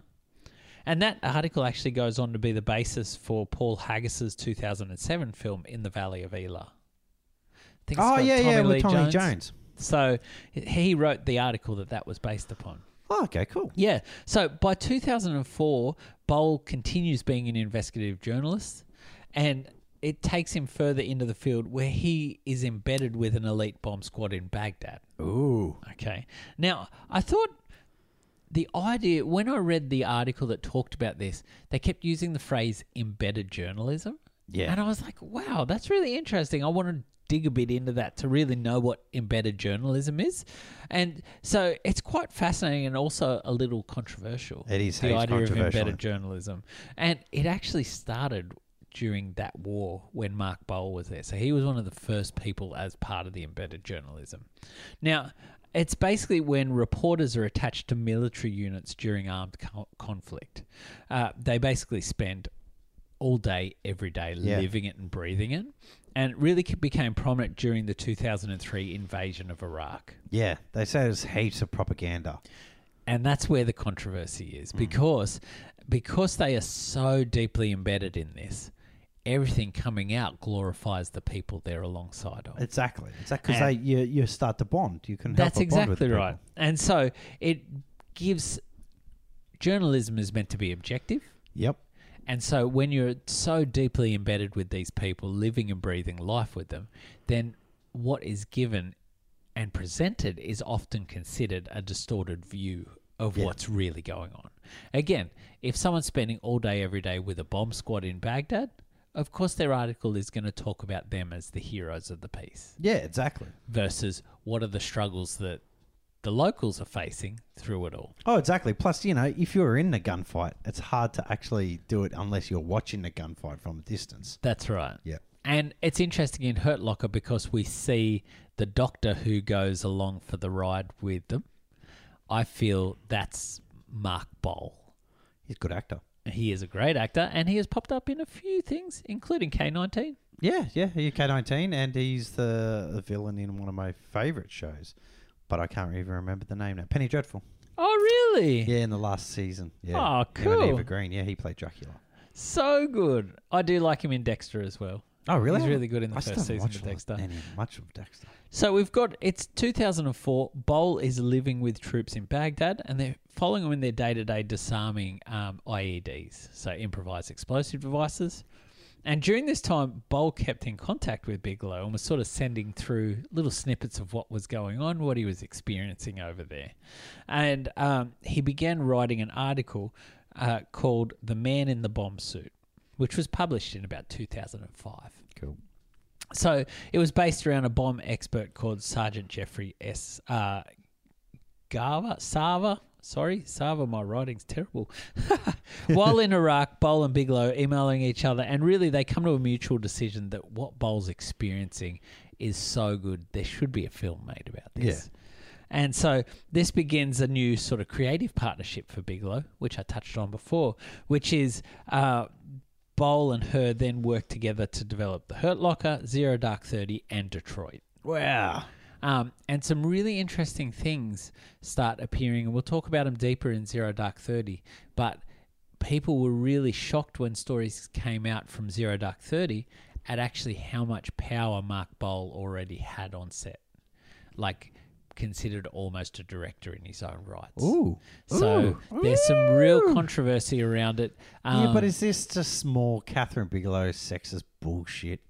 [SPEAKER 1] And that article actually goes on to be the basis for Paul Haggis's 2007 film In the Valley of Elah. I think it's
[SPEAKER 2] Oh
[SPEAKER 1] got
[SPEAKER 2] yeah, yeah,
[SPEAKER 1] Lee
[SPEAKER 2] with Tommy Jones.
[SPEAKER 1] So he wrote the article that that was based upon.
[SPEAKER 2] Oh, okay, cool.
[SPEAKER 1] Yeah. So by 2004, Bowl continues being an investigative journalist, and it takes him further into the field where he is embedded with an elite bomb squad in Baghdad.
[SPEAKER 2] Ooh.
[SPEAKER 1] Okay. Now, I thought the idea, when I read the article that talked about this, they kept using the phrase embedded journalism.
[SPEAKER 2] Yeah.
[SPEAKER 1] And I was like, wow, that's really interesting. I want to dig a bit into that to really know what embedded journalism is. And so it's quite fascinating and also a little controversial.
[SPEAKER 2] It is
[SPEAKER 1] the
[SPEAKER 2] heaps
[SPEAKER 1] idea of
[SPEAKER 2] controversial.
[SPEAKER 1] embedded journalism. And it actually started during that war when Mark Bowl was there. So he was one of the first people as part of the embedded journalism. Now, it's basically when reporters are attached to military units during armed co- conflict. Uh, they basically spend all day, every day,
[SPEAKER 2] Yeah.
[SPEAKER 1] living it and breathing it. And it really c- became prominent during the 2003 invasion of Iraq.
[SPEAKER 2] Yeah, they say there's heaps of propaganda.
[SPEAKER 1] And that's where the controversy is
[SPEAKER 2] Mm.
[SPEAKER 1] because because they are so deeply embedded in this, everything coming out glorifies the people they're alongside of.
[SPEAKER 2] Exactly. Exactly.
[SPEAKER 1] And-
[SPEAKER 2] Because you, you start to bond. You can help
[SPEAKER 1] That's
[SPEAKER 2] but bond with
[SPEAKER 1] exactly
[SPEAKER 2] people.
[SPEAKER 1] right. And so it gives journalism is meant to be objective.
[SPEAKER 2] Yep.
[SPEAKER 1] And so when you're so deeply embedded with these people, living and breathing life with them, then what is given and presented is often considered a distorted view of
[SPEAKER 2] Yeah.
[SPEAKER 1] what's really going on. Again, if someone's spending all day every day with a bomb squad in Baghdad, of course their article is going to talk about them as the heroes of the piece
[SPEAKER 2] Yeah, exactly.
[SPEAKER 1] versus what are the struggles that the locals are facing through it all.
[SPEAKER 2] Oh, exactly. Plus, you know, if you're in the gunfight, it's hard to actually do it unless you're watching the gunfight from a distance.
[SPEAKER 1] That's right.
[SPEAKER 2] Yeah.
[SPEAKER 1] And it's interesting in Hurt Locker because we see the doctor who goes along for the ride with them. I feel that's Mark Bowl.
[SPEAKER 2] He's a good actor.
[SPEAKER 1] He is a great actor and he has popped up in a few things, including K19.
[SPEAKER 2] Yeah, yeah, UK 19, and he's the, the villain in one of my favourite shows, but I can't even remember the name now. Penny Dreadful.
[SPEAKER 1] Oh, really?
[SPEAKER 2] Yeah, in the last season. Yeah.
[SPEAKER 1] Aw,
[SPEAKER 2] Him and
[SPEAKER 1] Ah, cool.
[SPEAKER 2] Eva Green. Yeah, he played Dracula.
[SPEAKER 1] So good. I do like him in Dexter as well.
[SPEAKER 2] Oh, really?
[SPEAKER 1] He's really good in the
[SPEAKER 2] I still
[SPEAKER 1] first season
[SPEAKER 2] haven't
[SPEAKER 1] of
[SPEAKER 2] watched
[SPEAKER 1] Dexter.
[SPEAKER 2] Any, much of Dexter.
[SPEAKER 1] So we've got it's 2004. Bowl is living with troops in Baghdad, and they're following them in their day-to-day disarming um, IEDs, so improvised explosive devices. And during this time, Bowl kept in contact with Bigelow and was sort of sending through little snippets of what was going on, what he was experiencing over there. And um, he began writing an article uh, called "The Man in the Bomb Suit," which was published in about 2005.
[SPEAKER 2] Cool.
[SPEAKER 1] So it was based around a bomb expert called Sergeant Jeffrey S. Uh, Gava Sava. Sorry, Sava, my writing's terrible. While in Iraq, Bowl and Bigelow emailing each other, and really they come to a mutual decision that what Bowl's experiencing is so good, there should be a film made about this. And so this begins a new sort of creative partnership for Bigelow, which I touched on before, which is uh, Bowl and her then work together to develop The Hurt Locker, Zero Dark Thirty, and Detroit.
[SPEAKER 2] Wow.
[SPEAKER 1] Um, and some really interesting things start appearing, and we'll talk about them deeper in Zero Dark 30. But people were really shocked when stories came out from Zero Dark 30 at actually how much power Mark Bowl already had on set. Like, considered almost a director in his own rights.
[SPEAKER 2] Ooh.
[SPEAKER 1] So
[SPEAKER 2] Ooh.
[SPEAKER 1] there's some real
[SPEAKER 2] Ooh.
[SPEAKER 1] controversy around it.
[SPEAKER 2] yeah, but
[SPEAKER 1] Um,
[SPEAKER 2] is this just more Catherine Bigelow sexist bullshit?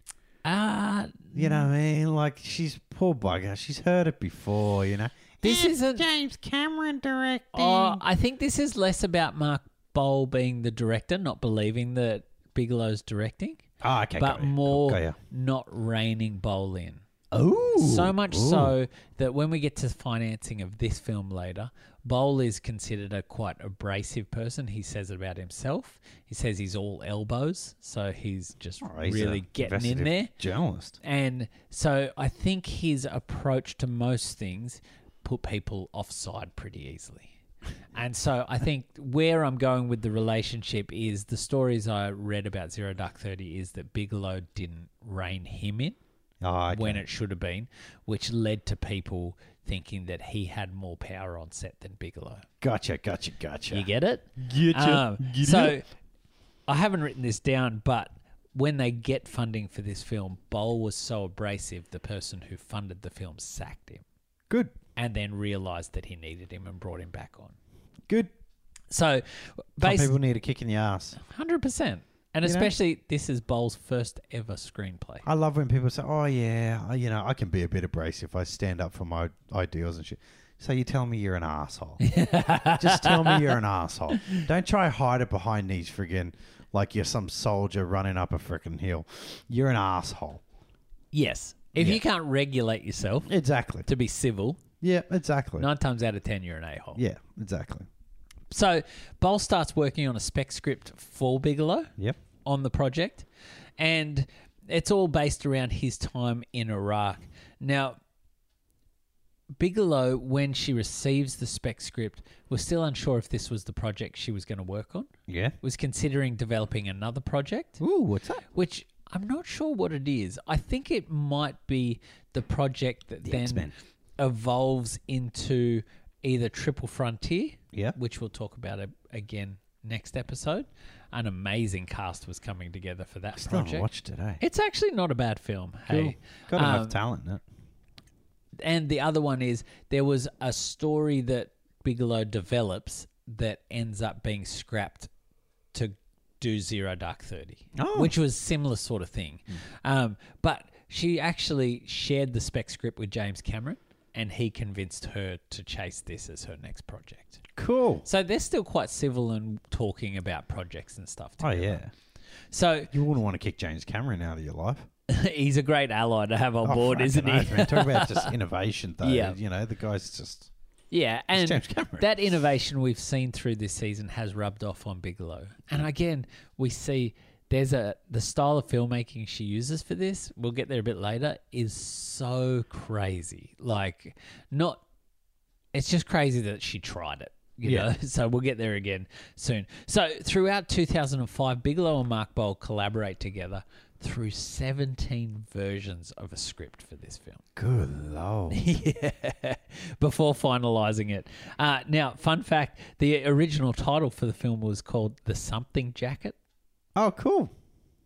[SPEAKER 1] ah,
[SPEAKER 2] You know what I mean? Like, she's poor bugger. She's heard it before, you know?
[SPEAKER 1] This isn't-
[SPEAKER 2] James Cameron directing.
[SPEAKER 1] Oh, I think this is less about Mark Bowl being the director, not believing that Bigelow's directing,
[SPEAKER 2] Ah, okay.
[SPEAKER 1] but
[SPEAKER 2] got ya,
[SPEAKER 1] more
[SPEAKER 2] Got ya.
[SPEAKER 1] not reining Bowl in.
[SPEAKER 2] Ooh.
[SPEAKER 1] so much
[SPEAKER 2] ooh.
[SPEAKER 1] so that when we get to financing of this film later, Bowl is considered a quite abrasive person. He says it about himself. He says he's all elbows, so he's just
[SPEAKER 2] Oh, he's a
[SPEAKER 1] really getting in
[SPEAKER 2] investigative
[SPEAKER 1] there.
[SPEAKER 2] Journalist.
[SPEAKER 1] And so I think his approach to most things put people offside pretty easily. And so I think where I'm going with the relationship is the stories I read about Zero Dark Thirty is that Bigelow didn't rein him in
[SPEAKER 2] Oh, okay.
[SPEAKER 1] when it should have been, which led to people thinking that he had more power on set than Bigelow.
[SPEAKER 2] Gotcha, gotcha, gotcha.
[SPEAKER 1] You get it?
[SPEAKER 2] Getcha,
[SPEAKER 1] Um,
[SPEAKER 2] get
[SPEAKER 1] so
[SPEAKER 2] it?
[SPEAKER 1] I haven't written this down, but when they get funding for this film, Bowl was so abrasive, the person who funded the film sacked him
[SPEAKER 2] good,
[SPEAKER 1] and then realized that he needed him and brought him back on.
[SPEAKER 2] good.
[SPEAKER 1] So
[SPEAKER 2] Some
[SPEAKER 1] basically,
[SPEAKER 2] people need a kick in the ass.
[SPEAKER 1] 100%. And
[SPEAKER 2] You know?
[SPEAKER 1] especially, this is Bowl's first ever screenplay.
[SPEAKER 2] I love when people say, "Oh yeah, I- you know, I can be a bit abrasive. I stand up for my ideals and shit." So you tell me you're an asshole. Just tell me you're an asshole. Don't try hide it behind these friggin' like you're some soldier running up a frickin' hill. You're an asshole.
[SPEAKER 1] Yes. If
[SPEAKER 2] Yeah.
[SPEAKER 1] you can't regulate yourself
[SPEAKER 2] Exactly.
[SPEAKER 1] to be civil,
[SPEAKER 2] Yeah, exactly.
[SPEAKER 1] nine times out of ten, you're an a hole.
[SPEAKER 2] Yeah, exactly.
[SPEAKER 1] So Bowl starts working on a spec script for Bigelow
[SPEAKER 2] Yep.
[SPEAKER 1] on the project, and it's all based around his time in Iraq. Now, Bigelow, when she receives the spec script, was still unsure if this was the project she was going to work on.
[SPEAKER 2] Yeah.
[SPEAKER 1] Was considering developing another project,
[SPEAKER 2] Ooh, what's that?
[SPEAKER 1] which I'm not sure what it is. I think it might be the project that then
[SPEAKER 2] X-Men.
[SPEAKER 1] evolves into either Triple Frontier,
[SPEAKER 2] Yeah.
[SPEAKER 1] which we'll talk about a, again next episode. An amazing cast was coming together for that
[SPEAKER 2] Still haven't
[SPEAKER 1] project.
[SPEAKER 2] watched it, eh?
[SPEAKER 1] It's actually not a bad film. Hey,
[SPEAKER 2] Got enough
[SPEAKER 1] Um,
[SPEAKER 2] talent in it.
[SPEAKER 1] and the other one is there was a story that Bigelow develops that ends up being scrapped to do Zero Dark Thirty,
[SPEAKER 2] Oh. Hmm.
[SPEAKER 1] which was similar sort of thing. Um, but she actually shared the spec script with James Cameron, and he convinced her to chase this as her next project.
[SPEAKER 2] Cool.
[SPEAKER 1] So they're still quite civil and talking about projects and stuff.
[SPEAKER 2] Oh,
[SPEAKER 1] Together.
[SPEAKER 2] yeah.
[SPEAKER 1] So
[SPEAKER 2] You wouldn't want to kick James Cameron out of your life.
[SPEAKER 1] he's a great ally to have on
[SPEAKER 2] Oh,
[SPEAKER 1] board,
[SPEAKER 2] fucking
[SPEAKER 1] isn't he?
[SPEAKER 2] oath, man. Talk about just innovation, though.
[SPEAKER 1] Yeah.
[SPEAKER 2] You know, the guy's just.
[SPEAKER 1] Yeah, and
[SPEAKER 2] James Cameron.
[SPEAKER 1] that innovation we've seen through this season has rubbed off on Bigelow. And again, we see there's a the style of filmmaking she uses for this. We'll get there a bit later. Is so crazy. Like, not. It's just crazy that she tried it. You
[SPEAKER 2] Yeah.
[SPEAKER 1] know, so we'll get there again soon. So throughout 2005, Bigelow and Mark Bowl collaborate together through 17 versions of a script for this film
[SPEAKER 2] Good lord.
[SPEAKER 1] yeah, before finalizing it. Uh, now, fun fact the original title for the film was called The Something Jacket.
[SPEAKER 2] Oh, cool.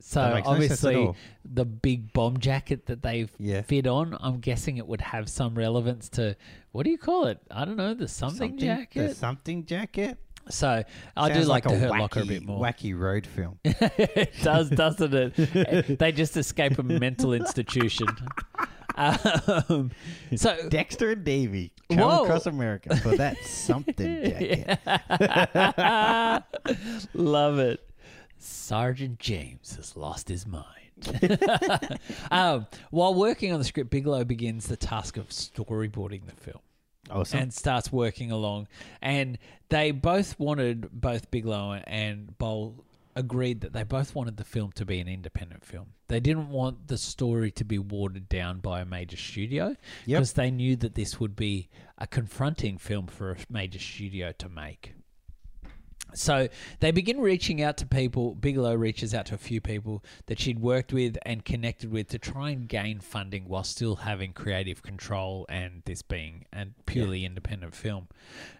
[SPEAKER 1] So,
[SPEAKER 2] That makes no sense at
[SPEAKER 1] obviously,
[SPEAKER 2] all.
[SPEAKER 1] the big bomb jacket that they've
[SPEAKER 2] Yeah.
[SPEAKER 1] fit on, I'm guessing it would have some relevance to what do you call it? I don't know, the something,
[SPEAKER 2] The
[SPEAKER 1] jacket.
[SPEAKER 2] something jacket.
[SPEAKER 1] so, I do
[SPEAKER 2] Sounds
[SPEAKER 1] like, the
[SPEAKER 2] a
[SPEAKER 1] Hurt
[SPEAKER 2] wacky,
[SPEAKER 1] Locker a bit more.
[SPEAKER 2] Wacky road film.
[SPEAKER 1] it does, doesn't it? they just escape a mental institution. um, so,
[SPEAKER 2] Dexter and Davy come
[SPEAKER 1] Whoa.
[SPEAKER 2] across America for that something jacket.
[SPEAKER 1] Love it. Sergeant James has lost his mind. um, while working on the script, Bigelow begins the task of storyboarding the film
[SPEAKER 2] Awesome.
[SPEAKER 1] and starts working along. And they both wanted, both Bigelow and Bowl agreed that they both wanted the film to be an independent film. They didn't want the story to be watered down by a major studio
[SPEAKER 2] Yep.
[SPEAKER 1] because they knew that this would be a confronting film for a major studio to make. So they begin reaching out to people. Bigelow reaches out to a few people that she'd worked with and connected with to try and gain funding while still having creative control and this being a purely independent film.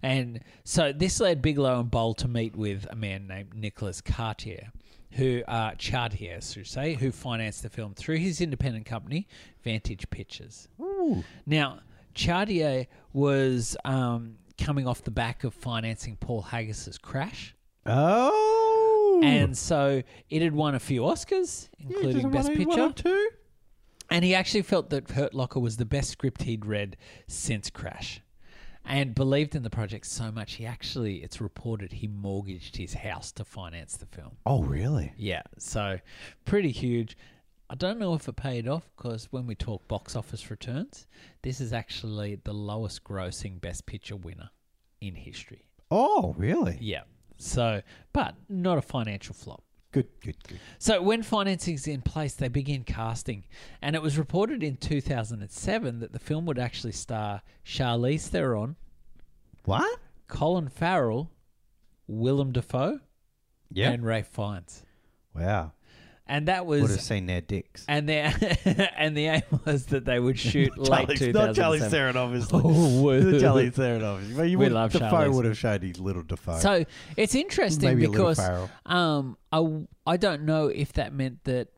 [SPEAKER 1] And so this led Bigelow and Bowl to meet with a man named Nicholas Cartier, who uh, Chartier, I should say, who financed the film through his independent company, Vantage Pictures.
[SPEAKER 2] Ooh.
[SPEAKER 1] Now, Chartier was um, coming off the back of financing Paul Haggis's Crash,
[SPEAKER 2] Oh.
[SPEAKER 1] and so it had won a few Oscars,
[SPEAKER 2] Yeah,
[SPEAKER 1] including
[SPEAKER 2] doesn't
[SPEAKER 1] Best
[SPEAKER 2] want any
[SPEAKER 1] Picture.
[SPEAKER 2] One or two?
[SPEAKER 1] And he actually felt that Hurt Locker was the best script he'd read since Crash, and believed in the project so much he actually, it's reported, he mortgaged his house to finance the film.
[SPEAKER 2] Oh, really?
[SPEAKER 1] Yeah, so pretty huge. I don't know if it paid off because when we talk box office returns, this is actually the lowest grossing Best Picture winner in history.
[SPEAKER 2] Oh, really?
[SPEAKER 1] Yeah. So, but not a financial flop.
[SPEAKER 2] Good, good, good.
[SPEAKER 1] So, when financing's in place, they begin casting. And it was reported in 2007 that the film would actually star Charlize Theron,
[SPEAKER 2] What?
[SPEAKER 1] Colin Farrell, Willem Dafoe,
[SPEAKER 2] Yeah.
[SPEAKER 1] and Ray Fiennes.
[SPEAKER 2] wow.
[SPEAKER 1] And that
[SPEAKER 2] Would
[SPEAKER 1] was
[SPEAKER 2] have seen their dicks.
[SPEAKER 1] And the and the aim was that they would shoot late
[SPEAKER 2] Charlie's-
[SPEAKER 1] two
[SPEAKER 2] not Charlie
[SPEAKER 1] thousand.
[SPEAKER 2] Theron, obviously.
[SPEAKER 1] Oh, whoa.
[SPEAKER 2] The Charlie Theron, obviously. Well, you
[SPEAKER 1] We
[SPEAKER 2] would-
[SPEAKER 1] love
[SPEAKER 2] Defoe
[SPEAKER 1] Charlies.
[SPEAKER 2] would have showed his little Defoe.
[SPEAKER 1] So it's interesting
[SPEAKER 2] Maybe a little
[SPEAKER 1] because
[SPEAKER 2] Farrell.
[SPEAKER 1] um I I don't know if that meant that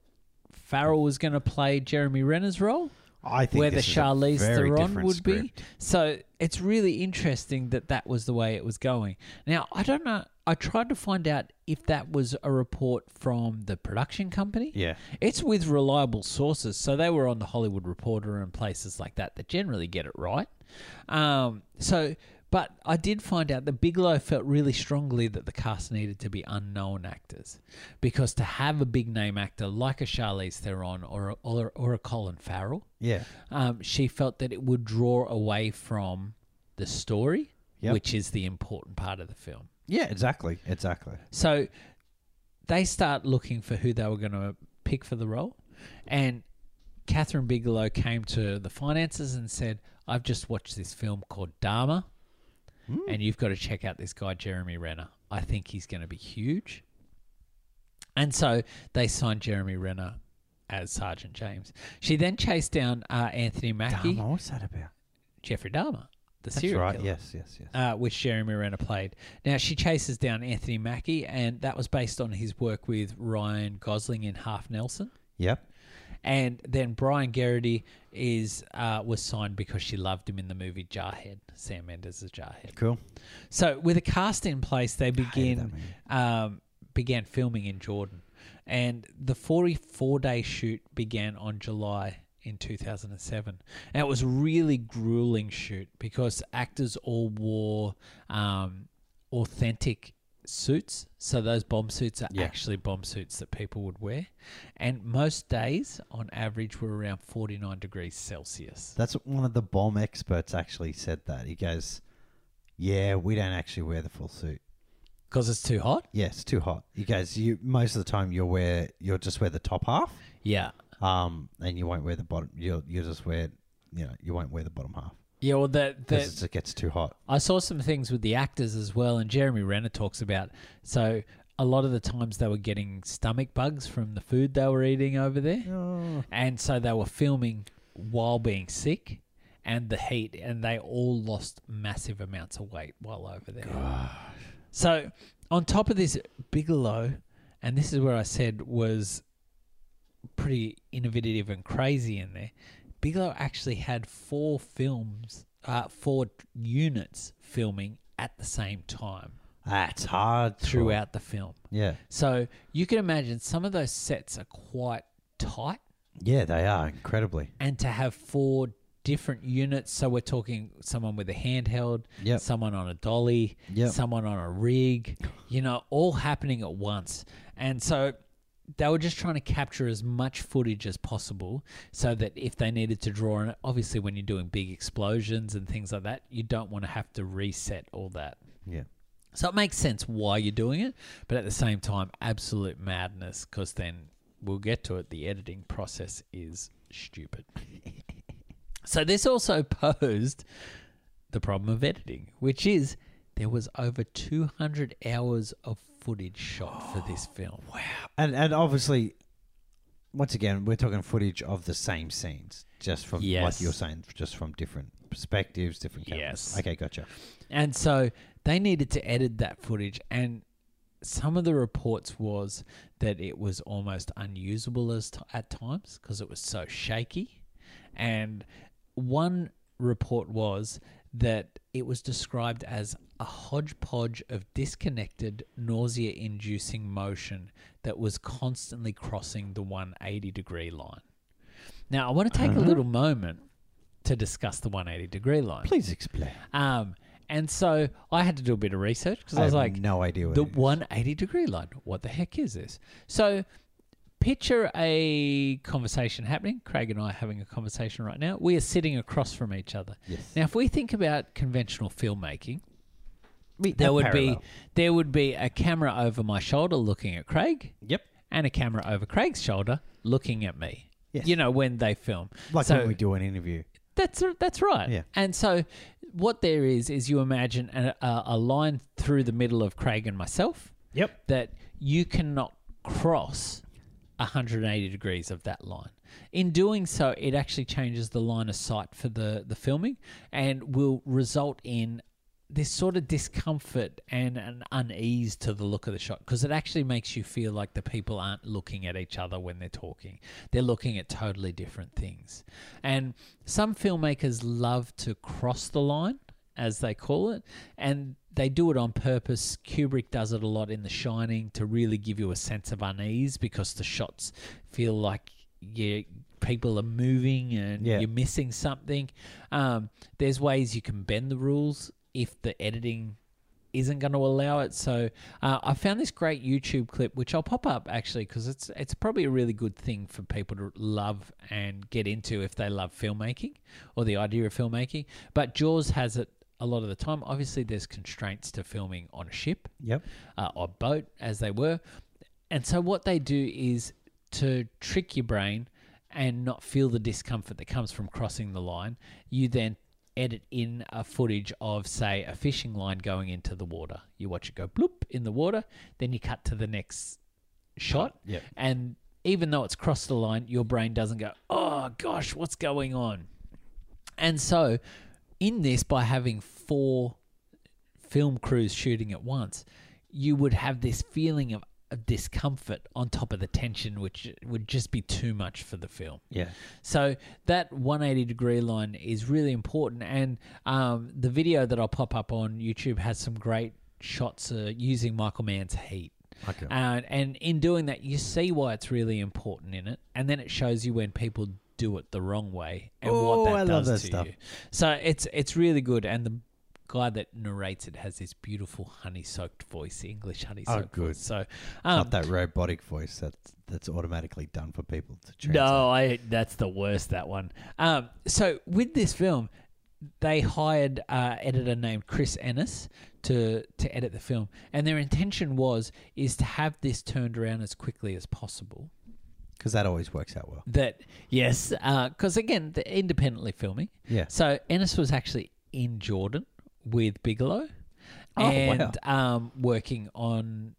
[SPEAKER 1] Farrell was going to play Jeremy Renner's role,
[SPEAKER 2] I think
[SPEAKER 1] where the
[SPEAKER 2] this is a
[SPEAKER 1] Charlize
[SPEAKER 2] very
[SPEAKER 1] Theron
[SPEAKER 2] different
[SPEAKER 1] would be.
[SPEAKER 2] script.
[SPEAKER 1] So it's really interesting that that was the way it was going. Now I don't know. I tried to find out if that was a report from the production company.
[SPEAKER 2] Yeah.
[SPEAKER 1] It's with reliable sources, so they were on the Hollywood Reporter and places like that that generally get it right. Um, so But I did find out that Bigelow felt really strongly that the cast needed to be unknown actors, because to have a big name actor like a Charlize Theron or or, or a Colin Farrell,
[SPEAKER 2] Yeah.
[SPEAKER 1] um, she felt that it would draw away from the story,
[SPEAKER 2] Yep.
[SPEAKER 1] which is the important part of the film.
[SPEAKER 2] Yeah, exactly. Exactly.
[SPEAKER 1] So they start looking for who they were going to pick for the role. And Catherine Bigelow came to the finances and said, I've just watched this film called Dharma, and you've got to check out this guy, Jeremy Renner. I think he's going to be huge. And so they signed Jeremy Renner as Sergeant James. She then chased down uh, Anthony Mackie,
[SPEAKER 2] Dharma, what's that about?
[SPEAKER 1] Jeffrey Dahmer, the
[SPEAKER 2] That's
[SPEAKER 1] serial
[SPEAKER 2] right.
[SPEAKER 1] killer
[SPEAKER 2] Yes, yes, yes.
[SPEAKER 1] uh, which Jeremy Renner played. Now she chases down Anthony Mackie, and that was based on his work with Ryan Gosling in Half Nelson.
[SPEAKER 2] yep.
[SPEAKER 1] And then Brian Garrity is uh, was signed because she loved him in the movie Jarhead. Sam Mendes is Jarhead.
[SPEAKER 2] Cool.
[SPEAKER 1] So with a cast in place, they begin
[SPEAKER 2] movie.
[SPEAKER 1] um, began filming in Jordan, and the forty four day shoot began on July in 2007 and it was a really grueling shoot because actors all wore um, authentic suits so those bomb suits are
[SPEAKER 2] Yeah.
[SPEAKER 1] actually bomb suits that people would wear and most days on average were around 49 degrees celsius
[SPEAKER 2] That's what one of the bomb experts actually said that. He goes, Yeah, we don't actually wear the full suit.
[SPEAKER 1] because it's too hot
[SPEAKER 2] Yeah, it's too hot. He goes, You most of the time you'll wear you'll just wear the top half.
[SPEAKER 1] yeah
[SPEAKER 2] Um and you won't wear the bottom you'll you'll just wear you know, you won't wear the bottom half.
[SPEAKER 1] yeah well the, the,
[SPEAKER 2] Because it gets too hot.
[SPEAKER 1] I saw some things with the actors as well, and Jeremy Renner talks about. So a lot of the times they were getting stomach bugs from the food they were eating over there, and so they were filming while being sick and the heat, and they all lost massive amounts of weight while over there. So on top of this, Bigelow, and this is where I said was pretty innovative and crazy in there. Bigelow actually had four films, uh, four units filming at the same time
[SPEAKER 2] That's hard
[SPEAKER 1] throughout the film.
[SPEAKER 2] Yeah.
[SPEAKER 1] So you can imagine some of those sets are quite tight,
[SPEAKER 2] Yeah, they are incredibly.
[SPEAKER 1] and to have four different units. So we're talking someone with a handheld,
[SPEAKER 2] Yep.
[SPEAKER 1] someone on a dolly,
[SPEAKER 2] Yep.
[SPEAKER 1] someone on a rig, you know, all happening at once. And so they were just trying to capture as much footage as possible so that if they needed to draw on it, obviously when you're doing big explosions and things like that, you don't want to have to reset all that.
[SPEAKER 2] Yeah.
[SPEAKER 1] So it makes sense why you're doing it, but at the same time, absolute madness because then we'll get to it. The editing process is stupid. so this also posed the problem of editing, which is there was over 200 hours of footage shot for this film. Wow.
[SPEAKER 2] And and obviously, once again, we're talking footage of the same scenes, just from
[SPEAKER 1] Yes.
[SPEAKER 2] like you're saying, just from different perspectives, different. Cameras.
[SPEAKER 1] Yes.
[SPEAKER 2] Okay, gotcha.
[SPEAKER 1] And so they needed to edit that footage and some of the reports was that it was almost unusable as t- at times because it was so shaky. And one report was that it was described as a hodgepodge of disconnected, nausea inducing motion that was constantly crossing the 180 degree line. Now, I want to take a little moment to discuss the 180 degree line.
[SPEAKER 2] Please explain.
[SPEAKER 1] Um, and so I had to do a bit of research because I,
[SPEAKER 2] I
[SPEAKER 1] was
[SPEAKER 2] have
[SPEAKER 1] like,
[SPEAKER 2] no idea what
[SPEAKER 1] the
[SPEAKER 2] it is.
[SPEAKER 1] 180 degree line. What the heck is this? So picture a conversation happening. Craig and I are having a conversation right now. We are sitting across from each other.
[SPEAKER 2] Yes.
[SPEAKER 1] Now, if we think about conventional filmmaking,
[SPEAKER 2] Meet
[SPEAKER 1] there
[SPEAKER 2] that
[SPEAKER 1] would
[SPEAKER 2] parallel.
[SPEAKER 1] be there would be a camera over my shoulder looking at Craig
[SPEAKER 2] Yep.
[SPEAKER 1] and a camera over Craig's shoulder looking at me.
[SPEAKER 2] Yes.
[SPEAKER 1] You know when they film.
[SPEAKER 2] Like
[SPEAKER 1] So-
[SPEAKER 2] when we do an interview.
[SPEAKER 1] that's that's right.
[SPEAKER 2] Yeah.
[SPEAKER 1] And so, what there is is you imagine a, a, a line through the middle of Craig and myself
[SPEAKER 2] Yep.
[SPEAKER 1] that you cannot cross 180 degrees of that line. In doing so, it actually changes the line of sight for the the filming and will result in this sort of discomfort and an unease to the look of the shot because it actually makes you feel like the people aren't looking at each other when they're talking. They're looking at totally different things. And some filmmakers love to cross the line as they call it, and they do it on purpose. Kubrick does it a lot in The Shining to really give you a sense of unease because the shots feel like you people are moving and
[SPEAKER 2] Yeah.
[SPEAKER 1] you're missing something. Um, there's ways you can bend the rules if the editing isn't going to allow it. So uh, I found this great YouTube clip, which I'll pop up actually because it's it's probably a really good thing for people to love and get into if they love filmmaking or the idea of filmmaking. But Jaws has it a lot of the time. Obviously, there's constraints to filming on a ship
[SPEAKER 2] Yep.
[SPEAKER 1] uh, or boat as they were. And so what they do is to trick your brain and not feel the discomfort that comes from crossing the line. You then edit in a footage of say a fishing line going into the water. You watch it go bloop in the water, then you cut to the next shot
[SPEAKER 2] Yep.
[SPEAKER 1] and even though it's crossed the line, your brain doesn't go, oh gosh, what's going on? And so, in this, by having four film crews shooting at once, you would have this feeling of, of discomfort on top of the tension, which would just be too much for the film.
[SPEAKER 2] Yeah.
[SPEAKER 1] So that 180 degree line is really important. And um, the video that I'll pop up on YouTube has some great shots uh, using Michael Mann's heat.
[SPEAKER 2] Okay.
[SPEAKER 1] And, Uh, and in doing that, you see why it's really important in it, and then it shows you when people do it the wrong way and
[SPEAKER 2] Oh,
[SPEAKER 1] what that
[SPEAKER 2] I
[SPEAKER 1] does
[SPEAKER 2] love that
[SPEAKER 1] to
[SPEAKER 2] stuff.
[SPEAKER 1] you. So it's it's really good, and the guy that narrates it has this beautiful honey-soaked voice, English honey-soaked
[SPEAKER 2] Oh, good.
[SPEAKER 1] voice. So
[SPEAKER 2] Not
[SPEAKER 1] um,
[SPEAKER 2] that robotic voice that's that's automatically done for people to translate.
[SPEAKER 1] no, I that's the worst that one. Um, so with this film, they hired uh, editor named Chris Ennis to to edit the film, and their intention was is to have this turned around as quickly as possible.
[SPEAKER 2] because that always works out well.
[SPEAKER 1] That yes, because again, they're independently filming.
[SPEAKER 2] Yeah.
[SPEAKER 1] So Ennis was actually in Jordan with Bigelow,
[SPEAKER 2] Oh, wow.
[SPEAKER 1] and um, working on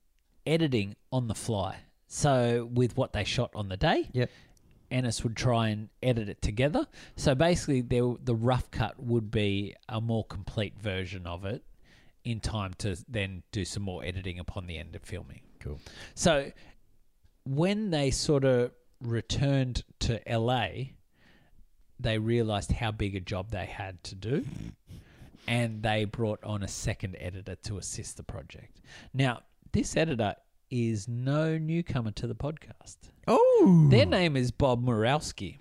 [SPEAKER 1] editing on the fly. So with what they shot on the day,
[SPEAKER 2] Yep.
[SPEAKER 1] Ennis would try and edit it together. So basically, there, the rough cut would be a more complete version of it in time to then do some more editing upon the end of filming.
[SPEAKER 2] Cool.
[SPEAKER 1] So when they sort of returned to LA, they realized how big a job they had to do. And they brought on a second editor to assist the project. Now, this editor is no newcomer to the podcast.
[SPEAKER 2] Oh.
[SPEAKER 1] Their name is Bob Murawski.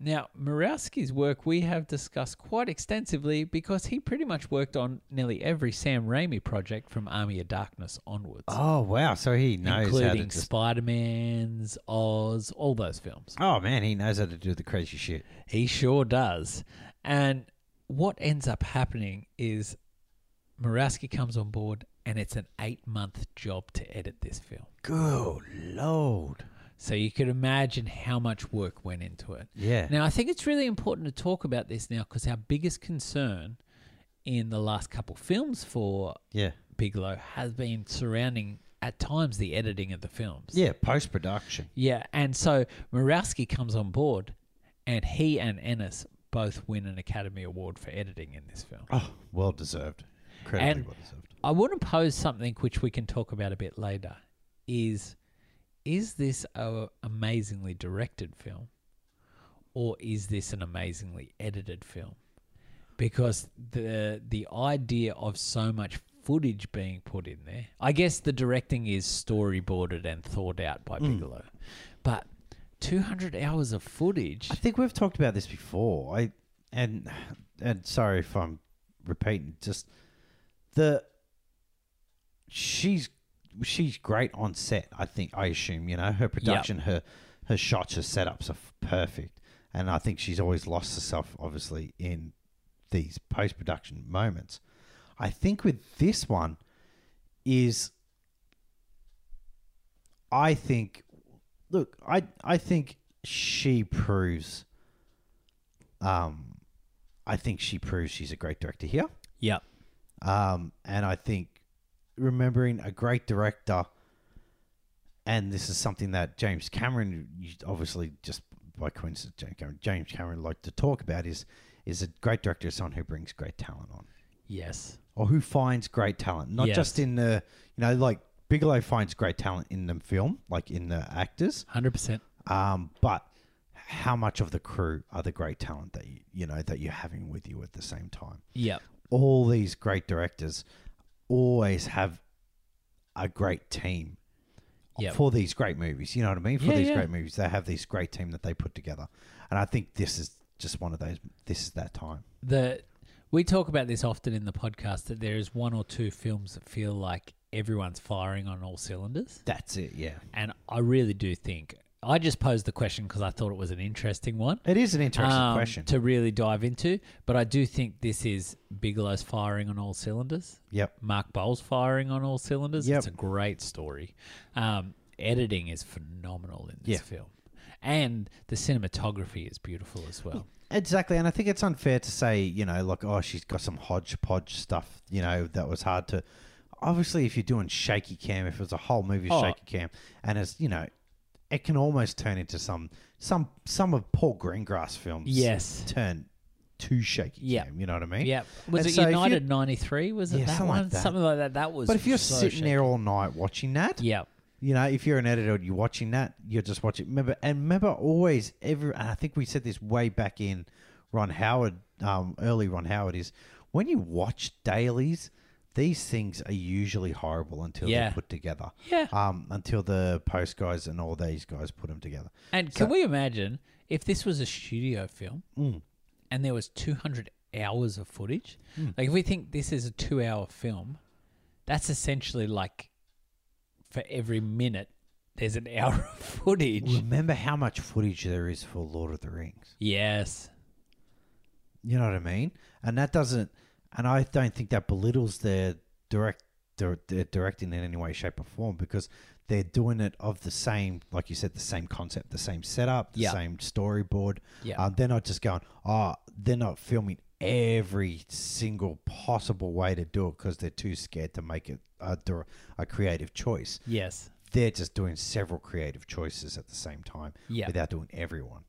[SPEAKER 1] Now, Murawski's work we have discussed quite extensively because he pretty much worked on nearly every Sam Raimi project from Army of Darkness onwards,
[SPEAKER 2] Oh wow! So he knows how to.
[SPEAKER 1] including
[SPEAKER 2] Just,
[SPEAKER 1] Spider Man's, Oz, all those films.
[SPEAKER 2] oh man, he knows how to do the crazy shit.
[SPEAKER 1] He sure does. And what ends up happening is Murawski comes on board, and it's an eight month job to edit this film.
[SPEAKER 2] Good lord.
[SPEAKER 1] So you could imagine how much work went into it.
[SPEAKER 2] Yeah.
[SPEAKER 1] Now, I think it's really important to talk about this now because our biggest concern in the last couple films for
[SPEAKER 2] yeah.
[SPEAKER 1] Bigelow has been surrounding, at times, the editing of the films.
[SPEAKER 2] Yeah. Post production.
[SPEAKER 1] Yeah. And so Murawski comes on board, and he and Ennis both win an Academy Award for editing in this film.
[SPEAKER 2] Oh, well deserved. Incredibly
[SPEAKER 1] And-
[SPEAKER 2] well deserved.
[SPEAKER 1] I want to pose something which we can talk about a bit later. Is is this a amazingly directed film, or is this an amazingly edited film? Because the the idea of so much footage being put in there, I guess the directing is storyboarded and thought out by Bigelow, but 200 hours of footage.
[SPEAKER 2] I think we've talked about this before. I and and sorry if I'm repeating. Just the she's she's great on set. I think I assume you know her production, her her shots, her setups are f- perfect, and I think she's always lost herself, obviously, in these post production moments. I think with this one is I think look, I I think she proves um I think she proves she's a great director here.
[SPEAKER 1] Yep.
[SPEAKER 2] Um and I think remembering a great director and this is something that James Cameron you- obviously just by coincidence James Cameron James Cameron liked to talk about is is a great director is someone who brings great talent on
[SPEAKER 1] Yes.
[SPEAKER 2] or who finds great talent, not
[SPEAKER 1] Yes.
[SPEAKER 2] just in the you know like Bigelow finds great talent in the film, like in the actors,
[SPEAKER 1] 100%.
[SPEAKER 2] um, but how much of the crew are the great talent that you, you know that you're having with you at the same time?
[SPEAKER 1] Yep.
[SPEAKER 2] All these great directors always have a great team
[SPEAKER 1] Yep.
[SPEAKER 2] for these great movies. You know what I mean? For
[SPEAKER 1] Yeah,
[SPEAKER 2] these
[SPEAKER 1] yeah.
[SPEAKER 2] great movies, they have this great team that they put together, and I think this is just one of those. This is that time.
[SPEAKER 1] the We talk about this often in the podcast that there is one or two films that feel like everyone's firing on all cylinders.
[SPEAKER 2] That's it, yeah.
[SPEAKER 1] And I really do think I just posed the question because I thought it was an interesting one.
[SPEAKER 2] It is an interesting
[SPEAKER 1] um,
[SPEAKER 2] question.
[SPEAKER 1] to really dive into, but I do think this is Bigelow's firing on all cylinders.
[SPEAKER 2] yep.
[SPEAKER 1] Mark Bowles firing on all cylinders.
[SPEAKER 2] Yep.
[SPEAKER 1] It's a great story. Um, editing is phenomenal in this
[SPEAKER 2] Yeah.
[SPEAKER 1] film, and the cinematography is beautiful as well.
[SPEAKER 2] Exactly, and I think it's unfair to say, you know, like, oh, she's got some hodgepodge stuff, you know, that was hard to. Obviously, if you're doing shaky cam, if it was a whole movie
[SPEAKER 1] Oh.
[SPEAKER 2] shaky cam, and it's you know, it can almost turn into some some some of Paul Greengrass films.
[SPEAKER 1] Yes.
[SPEAKER 2] turn too shaky
[SPEAKER 1] Yeah.
[SPEAKER 2] cam. You know what I mean?
[SPEAKER 1] Yeah. Was
[SPEAKER 2] And
[SPEAKER 1] it
[SPEAKER 2] so if you-
[SPEAKER 1] United '93? Was it
[SPEAKER 2] Yeah,
[SPEAKER 1] that
[SPEAKER 2] something
[SPEAKER 1] one?
[SPEAKER 2] like that.
[SPEAKER 1] Something like that. That was.
[SPEAKER 2] But if you're
[SPEAKER 1] so
[SPEAKER 2] sitting
[SPEAKER 1] shaky.
[SPEAKER 2] there all night watching that,
[SPEAKER 1] yeah.
[SPEAKER 2] you know, if you're an editor, and you're watching that, you're just watching. Remember, and remember always every. And I think we said this way back in Ron Howard, um, early Ron Howard is when you watch dailies, these things are usually horrible until
[SPEAKER 1] Yeah.
[SPEAKER 2] they're put together.
[SPEAKER 1] Yeah.
[SPEAKER 2] Um, until the post guys and all these guys put them together.
[SPEAKER 1] And can we imagine if this was a studio film
[SPEAKER 2] Mm.
[SPEAKER 1] and there was 200 hours of footage?
[SPEAKER 2] Mm.
[SPEAKER 1] Like if we think this is a 2-hour film, that's essentially like for every minute there's an hour of footage.
[SPEAKER 2] Remember how much footage there is for Lord of the Rings.
[SPEAKER 1] Yes.
[SPEAKER 2] You know what I mean? And that doesn't. And I don't think that belittles their direct their, their directing in any way, shape, or form because they're doing it of the same, like you said, the same concept, the same setup, the
[SPEAKER 1] Yeah.
[SPEAKER 2] same storyboard.
[SPEAKER 1] Yeah.
[SPEAKER 2] Um, they're not just going, oh, they're not filming every single possible way to do it because they're too scared to make it a, dir- a creative choice.
[SPEAKER 1] Yes.
[SPEAKER 2] They're just doing several creative choices at the same time
[SPEAKER 1] Yeah.
[SPEAKER 2] without doing everyone.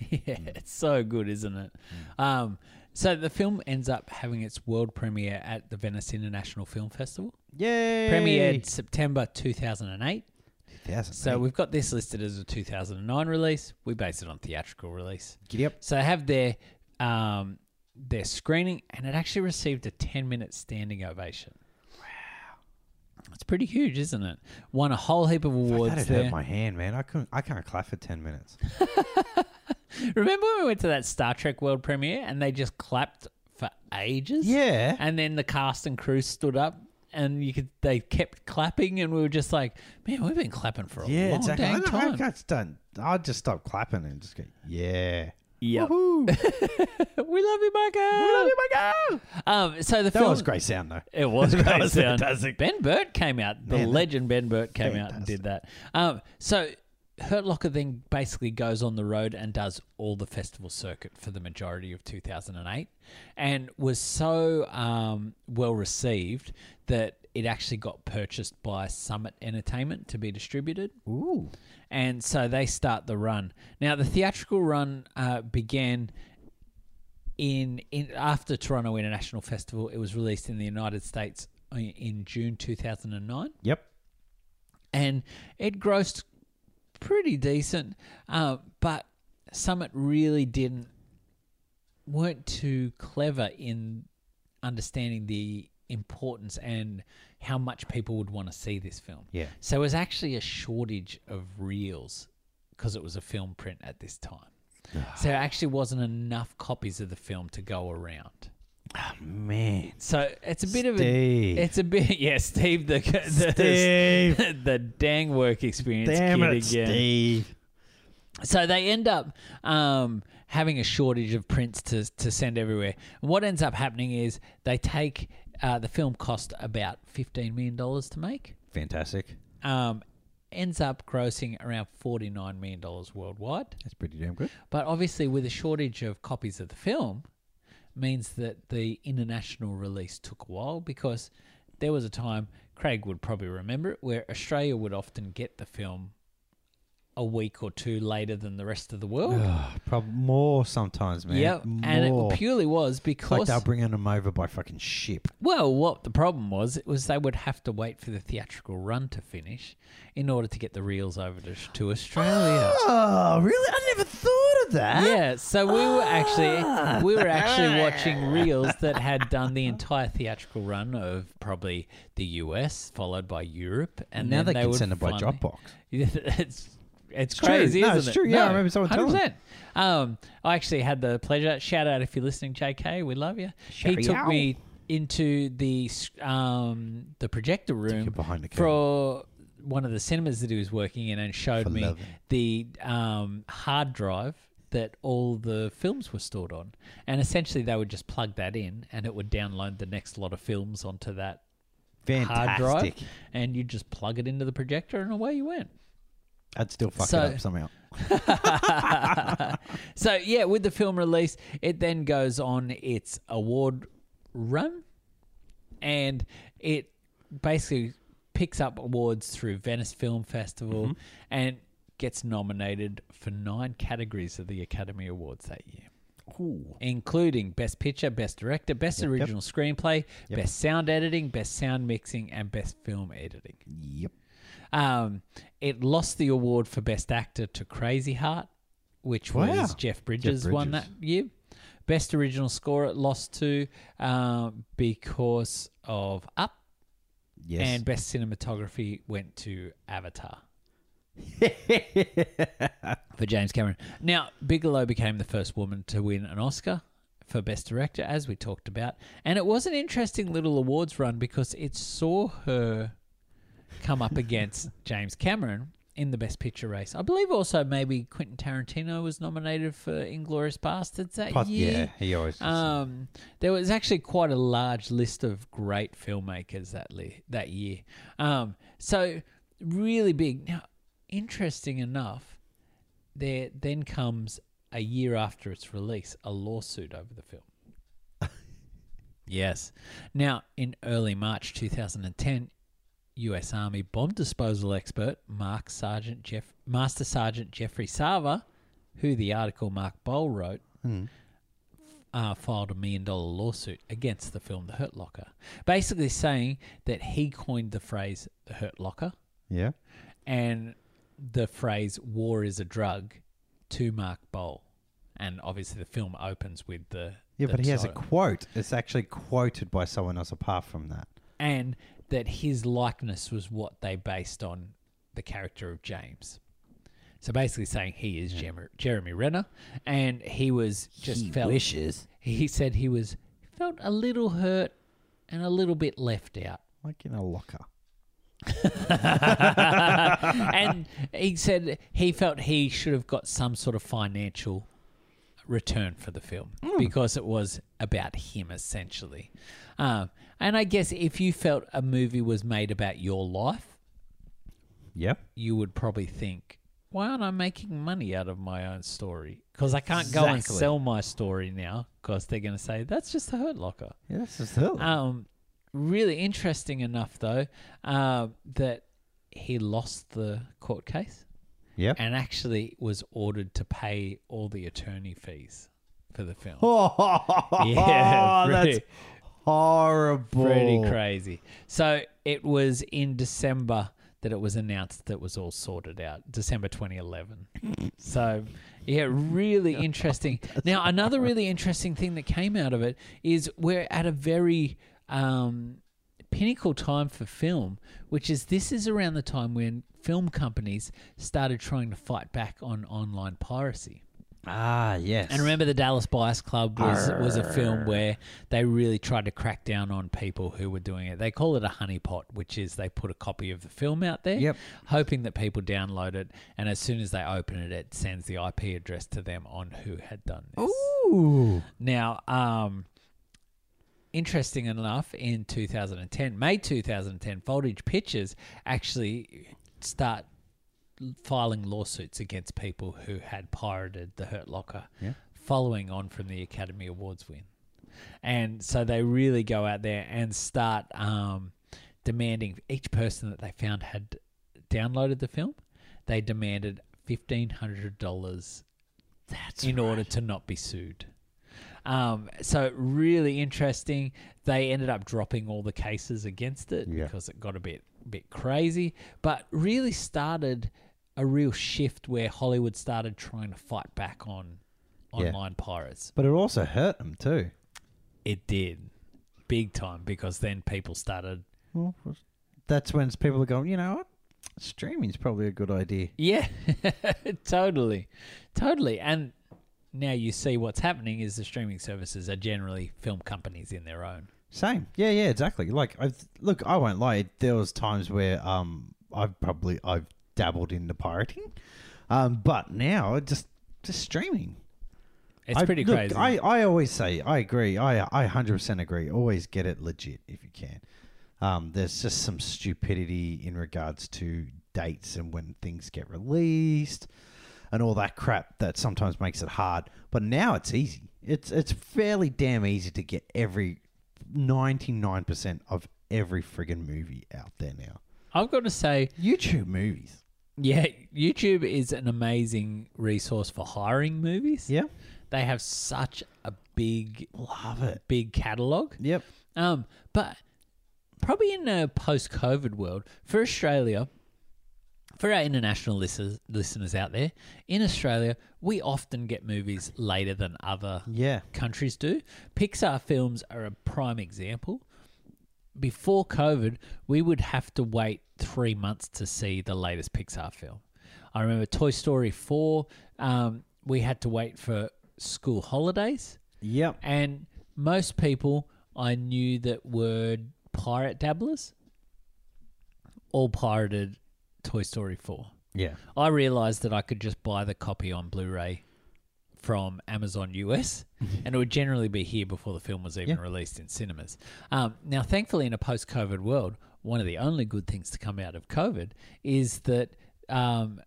[SPEAKER 1] yeah,
[SPEAKER 2] Mm.
[SPEAKER 1] it's so good, isn't it? Um so the film ends up having its world premiere at the Venice International Film Festival.
[SPEAKER 2] Yay!
[SPEAKER 1] Premiered September 2008.
[SPEAKER 2] 2008.
[SPEAKER 1] So we've got this listed as a 2009 release. We base it on theatrical release.
[SPEAKER 2] Giddy up.
[SPEAKER 1] So they have their um, their screening, and it actually received a 10 minute standing ovation. Wow, it's pretty huge, isn't it? Won a whole heap of
[SPEAKER 2] That
[SPEAKER 1] awards
[SPEAKER 2] had
[SPEAKER 1] there.
[SPEAKER 2] hurt my hand, man. I couldn't. I can't clap for ten minutes.
[SPEAKER 1] Remember when we went to that Star Trek world premiere and they just clapped for ages?
[SPEAKER 2] Yeah.
[SPEAKER 1] and then the cast and crew stood up. And you could, they kept clapping, and we were just like, "Man, we've been clapping for a
[SPEAKER 2] yeah,
[SPEAKER 1] long
[SPEAKER 2] exactly. I,
[SPEAKER 1] dang
[SPEAKER 2] don't- I,
[SPEAKER 1] time."
[SPEAKER 2] I just don't. I'll just stop clapping and just go. Yeah.
[SPEAKER 1] Yep.
[SPEAKER 2] Woohoo.
[SPEAKER 1] we love you, Michael.
[SPEAKER 2] Love you, Michael.
[SPEAKER 1] Um, so the
[SPEAKER 2] That
[SPEAKER 1] film
[SPEAKER 2] was great sound though.
[SPEAKER 1] It was great
[SPEAKER 2] That was
[SPEAKER 1] sound.
[SPEAKER 2] fantastic.
[SPEAKER 1] Ben Burt came out. The
[SPEAKER 2] Man, that-
[SPEAKER 1] legend Ben Burt came out and
[SPEAKER 2] Fantastic.
[SPEAKER 1] did that. Um, so Hurt Locker then basically goes on the road and does all the festival circuit for the majority of 2008, and was so um, well received that it actually got purchased by Summit Entertainment to be distributed
[SPEAKER 2] Ooh.
[SPEAKER 1] and so they start the run. Now the theatrical run uh, began in in after Toronto International Festival. It was released in the United States i- in June 2009,
[SPEAKER 2] Yep.
[SPEAKER 1] and it grossed pretty decent, uh, but Summit really didn't weren't too clever in understanding the importance and how much people would want to see this film.
[SPEAKER 2] Yeah.
[SPEAKER 1] So it was actually a shortage of reels because it was a film print at this time.
[SPEAKER 2] Ah.
[SPEAKER 1] so there actually wasn't enough copies of the film to go around.
[SPEAKER 2] Man.
[SPEAKER 1] So it's a Ah, bit of
[SPEAKER 2] Steve.
[SPEAKER 1] a it's a bit yeah Steve the the,
[SPEAKER 2] Steve.
[SPEAKER 1] the dang work experience
[SPEAKER 2] Damn
[SPEAKER 1] kid
[SPEAKER 2] it,
[SPEAKER 1] again.
[SPEAKER 2] Steve.
[SPEAKER 1] So they end up um, having a shortage of prints to, to send everywhere. And what ends up happening is they take uh, the film cost about fifteen million dollars to make
[SPEAKER 2] Fantastic.
[SPEAKER 1] um, ends up grossing around $49 million worldwide.
[SPEAKER 2] That's pretty damn good.
[SPEAKER 1] But obviously, with a shortage of copies of the film, means that the international release took a while because there was a time, Craig would probably remember it, where Australia would often get the film a week or two later than the rest of the world.
[SPEAKER 2] Probably more sometimes, man.
[SPEAKER 1] Yep,
[SPEAKER 2] More.
[SPEAKER 1] and it purely was
[SPEAKER 2] It's like
[SPEAKER 1] because
[SPEAKER 2] they're bringing them over by fucking ship.
[SPEAKER 1] Well, what the problem was, it was they would have to wait for the theatrical run to finish in order to get the reels over to, to Australia.
[SPEAKER 2] Oh, really? I never thought of that. Ah,
[SPEAKER 1] Yeah, so we were actually we were actually watching reels that had done the entire theatrical run of probably the US followed by Europe, and
[SPEAKER 2] now
[SPEAKER 1] then
[SPEAKER 2] they,
[SPEAKER 1] they
[SPEAKER 2] can
[SPEAKER 1] would
[SPEAKER 2] send them by
[SPEAKER 1] finally-
[SPEAKER 2] Dropbox.
[SPEAKER 1] Yeah, it's it's,
[SPEAKER 2] true.
[SPEAKER 1] crazy,
[SPEAKER 2] No,
[SPEAKER 1] isn't
[SPEAKER 2] it's
[SPEAKER 1] it?
[SPEAKER 2] true. Yeah, I remember someone telling me.
[SPEAKER 1] 100%. Um, I actually had the pleasure. Shout out if you're listening, JK. We love you. he took
[SPEAKER 2] out.
[SPEAKER 1] me into the s- um the projector room
[SPEAKER 2] behind the camera.
[SPEAKER 1] for one of the cinemas that he was working in and showed
[SPEAKER 2] For
[SPEAKER 1] me
[SPEAKER 2] loving.
[SPEAKER 1] the um, hard drive that all the films were stored on. And essentially, they would just plug that in and it would download the next lot of films onto that hard drive.
[SPEAKER 2] Fantastic.
[SPEAKER 1] And you just plug it into the projector and away you went.
[SPEAKER 2] I'd still fuck
[SPEAKER 1] So-
[SPEAKER 2] it up somehow.
[SPEAKER 1] So, yeah, with the film release, it then goes on its award run and it basically picks up awards through Venice Film Festival and gets nominated for nine categories of the Academy Awards that year. including Best Picture, Best Director, Best Original Screenplay,
[SPEAKER 2] Yep.
[SPEAKER 1] Best Sound Editing, Best Sound Mixing, and Best Film Editing.
[SPEAKER 2] Yep.
[SPEAKER 1] Um, it lost the award for Best Actor to Crazy Heart, which
[SPEAKER 2] Wow.
[SPEAKER 1] was Jeff Bridges, won that
[SPEAKER 2] Bridges.
[SPEAKER 1] year. Best Original Score it lost to um, because of Up,
[SPEAKER 2] Yes.
[SPEAKER 1] and Best Cinematography went to Avatar. for James Cameron. Now, Bigelow became the first woman to win an Oscar for Best Director, as we talked about. And it was an interesting little awards run because it saw her come up against James Cameron in the Best Picture race. I believe also maybe Quentin Tarantino was nominated for Inglorious Bastards that
[SPEAKER 2] Pot-
[SPEAKER 1] year.
[SPEAKER 2] yeah, he always.
[SPEAKER 1] Um, there was actually quite a large list of great filmmakers that li- that year. Um, so really big. Now, interesting enough, there then comes a year after its release a lawsuit over the film. yes. Now, in early March 2010, U.S. Army bomb disposal expert Mark Sergeant Jeff Master Sergeant Jeffrey Sava, who the article Mark Bowl wrote uh, filed a million dollar lawsuit against the film The Hurt Locker, basically saying that he coined the phrase The Hurt Locker
[SPEAKER 2] yeah.
[SPEAKER 1] and the phrase war is a drug to Mark Bowl. And obviously, the film opens with the.
[SPEAKER 2] Yeah, but
[SPEAKER 1] the
[SPEAKER 2] he has a
[SPEAKER 1] title.
[SPEAKER 2] quote. It's actually quoted by someone else apart from that.
[SPEAKER 1] and that his likeness was what they based on the character of James. So basically, saying he is Jem- Jeremy Renner, and he was just felt
[SPEAKER 2] wishes.
[SPEAKER 1] he said he was felt a little hurt and a little bit left out.
[SPEAKER 2] Like in a locker.
[SPEAKER 1] and he said he felt he should have got some sort of financial return for the film because it was about him essentially. Um, and I guess if you felt a movie was made about your life,
[SPEAKER 2] Yep.
[SPEAKER 1] you would probably think, why aren't I making money out of my own story? Because I can't go and
[SPEAKER 2] Exactly.
[SPEAKER 1] sell my story now because they're going to say, that's just a Hurt Locker.
[SPEAKER 2] Yeah, this is Hill.
[SPEAKER 1] Um, really interesting enough, though, uh, that he lost the court case
[SPEAKER 2] yep.
[SPEAKER 1] and actually was ordered to pay all the attorney fees for the film.
[SPEAKER 2] yeah,
[SPEAKER 1] pretty-
[SPEAKER 2] that's horrible.
[SPEAKER 1] Pretty crazy. So it was in December that it was announced that it was all sorted out, December 2011. so, yeah, really interesting. Now, another really interesting thing that came out of it is we're at a very um, pinnacle time for film, which is this is around the time when film companies started trying to fight back on online piracy.
[SPEAKER 2] Ah, yes.
[SPEAKER 1] And remember, the Dallas Buyers Club was was a film where they really tried to crack down on people who were doing it. They call it a honeypot, which is they put a copy of the film out there,
[SPEAKER 2] Yep.
[SPEAKER 1] hoping that people download it, and as soon as they open it, it sends the IP address to them on who had done this.
[SPEAKER 2] Ooh.
[SPEAKER 1] Now, um, interesting enough, in 2010, May 2010, Voltage Pictures actually start filing lawsuits against people who had pirated The Hurt Locker,
[SPEAKER 2] Yeah.
[SPEAKER 1] following on from the Academy Awards win. And so they really go out there and start um, demanding each person that they found had downloaded the film, they demanded $1,500
[SPEAKER 2] That's
[SPEAKER 1] in order to not be sued. Um, so really interesting. They ended up dropping all the cases against it
[SPEAKER 2] Yeah.
[SPEAKER 1] because it got a bit bit crazy, but really started a real shift where Hollywood started trying to fight back on
[SPEAKER 2] Yeah.
[SPEAKER 1] online pirates.
[SPEAKER 2] But it also hurt him too.
[SPEAKER 1] It did big time because then people started
[SPEAKER 2] Well, that's when people are going, you know what? Streaming's probably a good idea.
[SPEAKER 1] Yeah, totally, totally. And now you see what's happening is the streaming services are generally film companies in their own.
[SPEAKER 2] Same. Yeah, yeah, exactly. Like I look, I won't lie. There was times where um I've probably I've dabbled into pirating, um, but now it just just streaming.
[SPEAKER 1] It's
[SPEAKER 2] I-
[SPEAKER 1] pretty
[SPEAKER 2] look,
[SPEAKER 1] crazy.
[SPEAKER 2] I, I always say I agree. I I hundred percent agree. Always get it legit if you can. Um, there's just some stupidity in regards to dates and when things get released and all that crap that sometimes makes it hard. But now it's easy. It's it's fairly damn easy to get every ninety nine percent of every friggin' movie out there now.
[SPEAKER 1] I've got to say,
[SPEAKER 2] YouTube movies.
[SPEAKER 1] yeah, YouTube is an amazing resource for hiring movies.
[SPEAKER 2] Yeah.
[SPEAKER 1] They have such a big,
[SPEAKER 2] Love it.
[SPEAKER 1] big catalogue.
[SPEAKER 2] Yep.
[SPEAKER 1] Um, but probably in a post-COVID world for Australia, for our international listeners, listeners out there, in Australia, we often get movies later than other
[SPEAKER 2] Yeah.
[SPEAKER 1] countries do. Pixar films are a prime example. Before COVID, we would have to wait three months to see the latest Pixar film. I remember Toy Story 4, um, we had to wait for school holidays.
[SPEAKER 2] Yep.
[SPEAKER 1] And most people I knew that were pirate dabblers all pirated Toy Story 4.
[SPEAKER 2] Yeah.
[SPEAKER 1] I realized that I could just buy the copy on Blu ray from Amazon US, and it would generally be here before the film was even
[SPEAKER 2] Yeah.
[SPEAKER 1] released in cinemas. Um, now, thankfully, in a post COVID world, one of the only good things to come out of COVID is that um,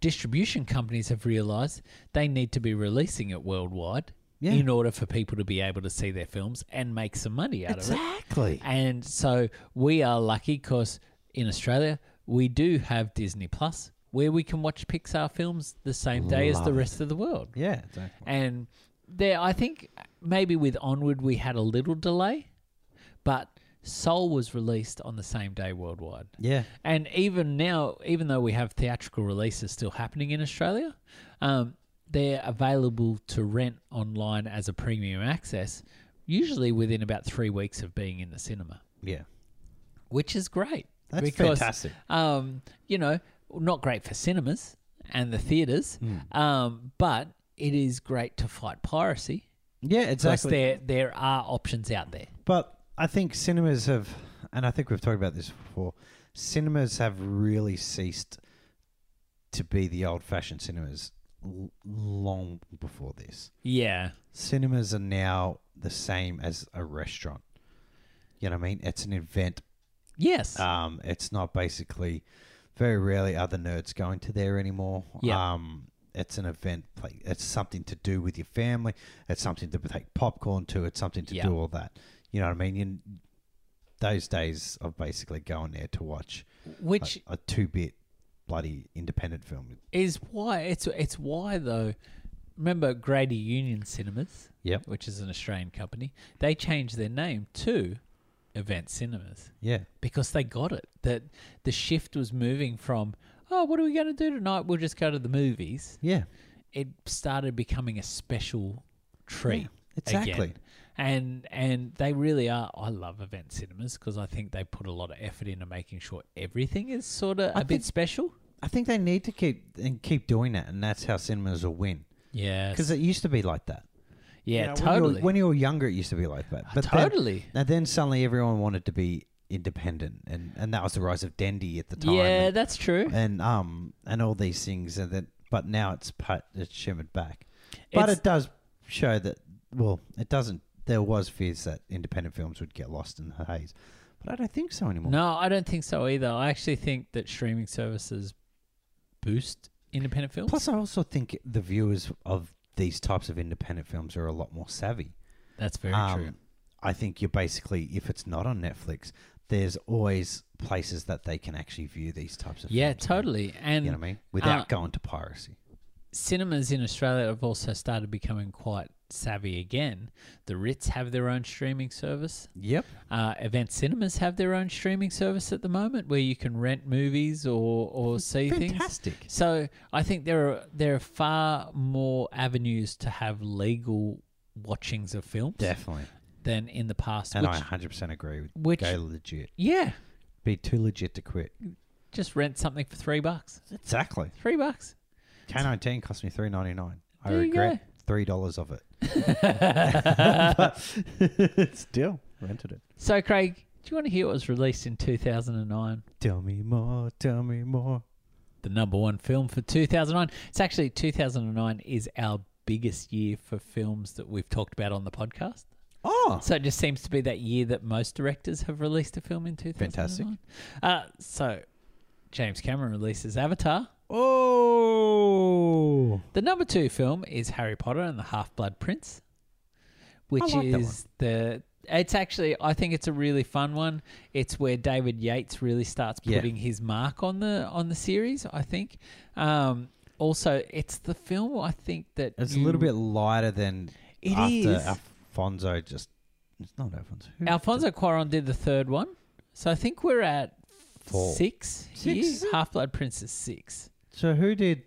[SPEAKER 1] distribution companies have realized they need to be releasing it worldwide.
[SPEAKER 2] Yeah.
[SPEAKER 1] In order for people to be able to see their films and make some money out of it.
[SPEAKER 2] Exactly.
[SPEAKER 1] And so we are lucky because in Australia, we do have Disney Plus where we can watch Pixar films the same day as
[SPEAKER 2] Love
[SPEAKER 1] the
[SPEAKER 2] it.
[SPEAKER 1] rest of the world.
[SPEAKER 2] Yeah. Exactly.
[SPEAKER 1] And there, I think maybe with Onward, we had a little delay, but Soul was released on the same day worldwide.
[SPEAKER 2] Yeah.
[SPEAKER 1] And even now, even though we have theatrical releases still happening in Australia, um, they're available to rent online as a premium access, usually within about three weeks of being in the cinema,
[SPEAKER 2] Yeah.
[SPEAKER 1] which is great.
[SPEAKER 2] That's
[SPEAKER 1] because,
[SPEAKER 2] fantastic.
[SPEAKER 1] Um, you know, not great for cinemas and the theaters,
[SPEAKER 2] Hmm.
[SPEAKER 1] um, but it is great to fight piracy.
[SPEAKER 2] Yeah,
[SPEAKER 1] Because
[SPEAKER 2] exactly.
[SPEAKER 1] there, there are options out there.
[SPEAKER 2] But I think cinemas have, and I think we've talked about this before, cinemas have really ceased to be the old fashioned cinemas l- long before this.
[SPEAKER 1] Yeah.
[SPEAKER 2] Cinemas are now the same as a restaurant. You know what I mean? It's an event.
[SPEAKER 1] Yes.
[SPEAKER 2] Um, it's not basically, very rarely are the nerds going to there anymore.
[SPEAKER 1] Yeah.
[SPEAKER 2] Um, it's an event. pla- It's something to do with your family. It's something to take popcorn to. It's something to
[SPEAKER 1] Yeah.
[SPEAKER 2] do all that. You know what I mean? You, those days of basically going there to watch a,
[SPEAKER 1] which
[SPEAKER 2] a two bit bloody independent film.
[SPEAKER 1] is why it's it's why though. Remember Grady Union Cinemas,
[SPEAKER 2] Yep.
[SPEAKER 1] which is an Australian company. They changed their name to Event Cinemas
[SPEAKER 2] Yeah.
[SPEAKER 1] because they got it that the shift was moving from oh, what are we going to do tonight? We'll just go to the movies.
[SPEAKER 2] Yeah.
[SPEAKER 1] It started becoming a special treat.
[SPEAKER 2] Yeah, exactly.
[SPEAKER 1] again. And and they really are. I love event cinemas because I think they put a lot of effort into making sure everything is sort of a
[SPEAKER 2] I
[SPEAKER 1] bit
[SPEAKER 2] think-
[SPEAKER 1] special.
[SPEAKER 2] I think they need to keep and keep doing that, and that's how cinemas will win.
[SPEAKER 1] Yeah,
[SPEAKER 2] Because it used to be like that.
[SPEAKER 1] yeah,
[SPEAKER 2] You know, when you were-
[SPEAKER 1] totally. Uh, Ah,
[SPEAKER 2] When you were younger, it used to be like that. But then-
[SPEAKER 1] totally.
[SPEAKER 2] And then suddenly everyone wanted to be independent, and, and that was the rise of Dendy at the time.
[SPEAKER 1] yeah,
[SPEAKER 2] and,
[SPEAKER 1] that's true.
[SPEAKER 2] and, um and all these things, and then but now it's put, it's shimmered back. But
[SPEAKER 1] It's-
[SPEAKER 2] it does show that well, it doesn't. There was fears that independent films would get lost in the haze, but I don't think so anymore.
[SPEAKER 1] No, I don't think so either. I actually think that streaming services boost independent films.
[SPEAKER 2] Plus, I also think the viewers of these types of independent films are a lot more savvy.
[SPEAKER 1] that's very
[SPEAKER 2] um,
[SPEAKER 1] true.
[SPEAKER 2] I think you're basically, if it's not on Netflix, there's always places that they can actually view these types of
[SPEAKER 1] Yeah,
[SPEAKER 2] films now.
[SPEAKER 1] totally. And
[SPEAKER 2] you know what I mean? Without
[SPEAKER 1] uh,
[SPEAKER 2] going to piracy.
[SPEAKER 1] cinemas in Australia have also started becoming quite savvy again. The Ritz have their own streaming service.
[SPEAKER 2] Yep.
[SPEAKER 1] Uh, event cinemas have their own streaming service at the moment, where you can rent movies or or see things.
[SPEAKER 2] Fantastic.
[SPEAKER 1] So I think there are there are far more avenues to have legal watchings of films
[SPEAKER 2] Definitely.
[SPEAKER 1] than in the past.
[SPEAKER 2] And
[SPEAKER 1] which,
[SPEAKER 2] I 100% agree with
[SPEAKER 1] which-
[SPEAKER 2] go legit.
[SPEAKER 1] yeah,
[SPEAKER 2] Be too legit to quit.
[SPEAKER 1] Just rent something for three bucks.
[SPEAKER 2] Exactly.
[SPEAKER 1] Three bucks.
[SPEAKER 2] K nineteen cost me three ninety nine. I
[SPEAKER 1] There you go.
[SPEAKER 2] regret three dollars of it. but still rented it.
[SPEAKER 1] So, Craig, do you want to hear what was released in 2009?
[SPEAKER 2] Tell me more. Tell me more.
[SPEAKER 1] The number one film for 2009. It's actually 2009 is our biggest year for films that we've talked about on the podcast.
[SPEAKER 2] Oh,
[SPEAKER 1] So it just seems to be that year that most directors have released a film in 2009.
[SPEAKER 2] Fantastic.
[SPEAKER 1] Uh, so James Cameron releases Avatar.
[SPEAKER 2] oh.
[SPEAKER 1] The number two film is Harry Potter and the Half Blood Prince, which
[SPEAKER 2] like that one.
[SPEAKER 1] is the. It's actually, I think it's a really fun one. It's where David Yates really starts
[SPEAKER 2] Yeah.
[SPEAKER 1] putting his mark on the on the series. I think. Um, also, it's the film I think that
[SPEAKER 2] It's a
[SPEAKER 1] you-
[SPEAKER 2] little bit lighter than
[SPEAKER 1] It
[SPEAKER 2] after
[SPEAKER 1] is.
[SPEAKER 2] Alfonso. Just it's not Alfonso. Who-
[SPEAKER 1] Alfonso Cuarón did the third one, so I think we're at
[SPEAKER 2] Four.
[SPEAKER 1] six.
[SPEAKER 2] Six,
[SPEAKER 1] here.
[SPEAKER 2] is it?
[SPEAKER 1] Half Blood Prince is six.
[SPEAKER 2] So who did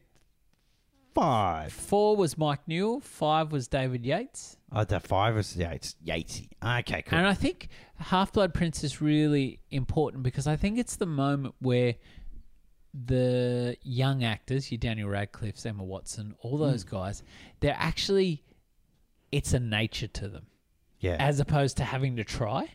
[SPEAKER 2] five?
[SPEAKER 1] Four was Mike Newell. Five was David Yates.
[SPEAKER 2] Oh, the five is Yates. Yatesy. Okay, cool.
[SPEAKER 1] And I think Half Blood Prince is really important because I think it's the moment where the young actors, your Daniel Radcliffe's, Emma Watson, all those guys, they're actually, it's a nature to them
[SPEAKER 2] yeah.
[SPEAKER 1] as opposed to having to try.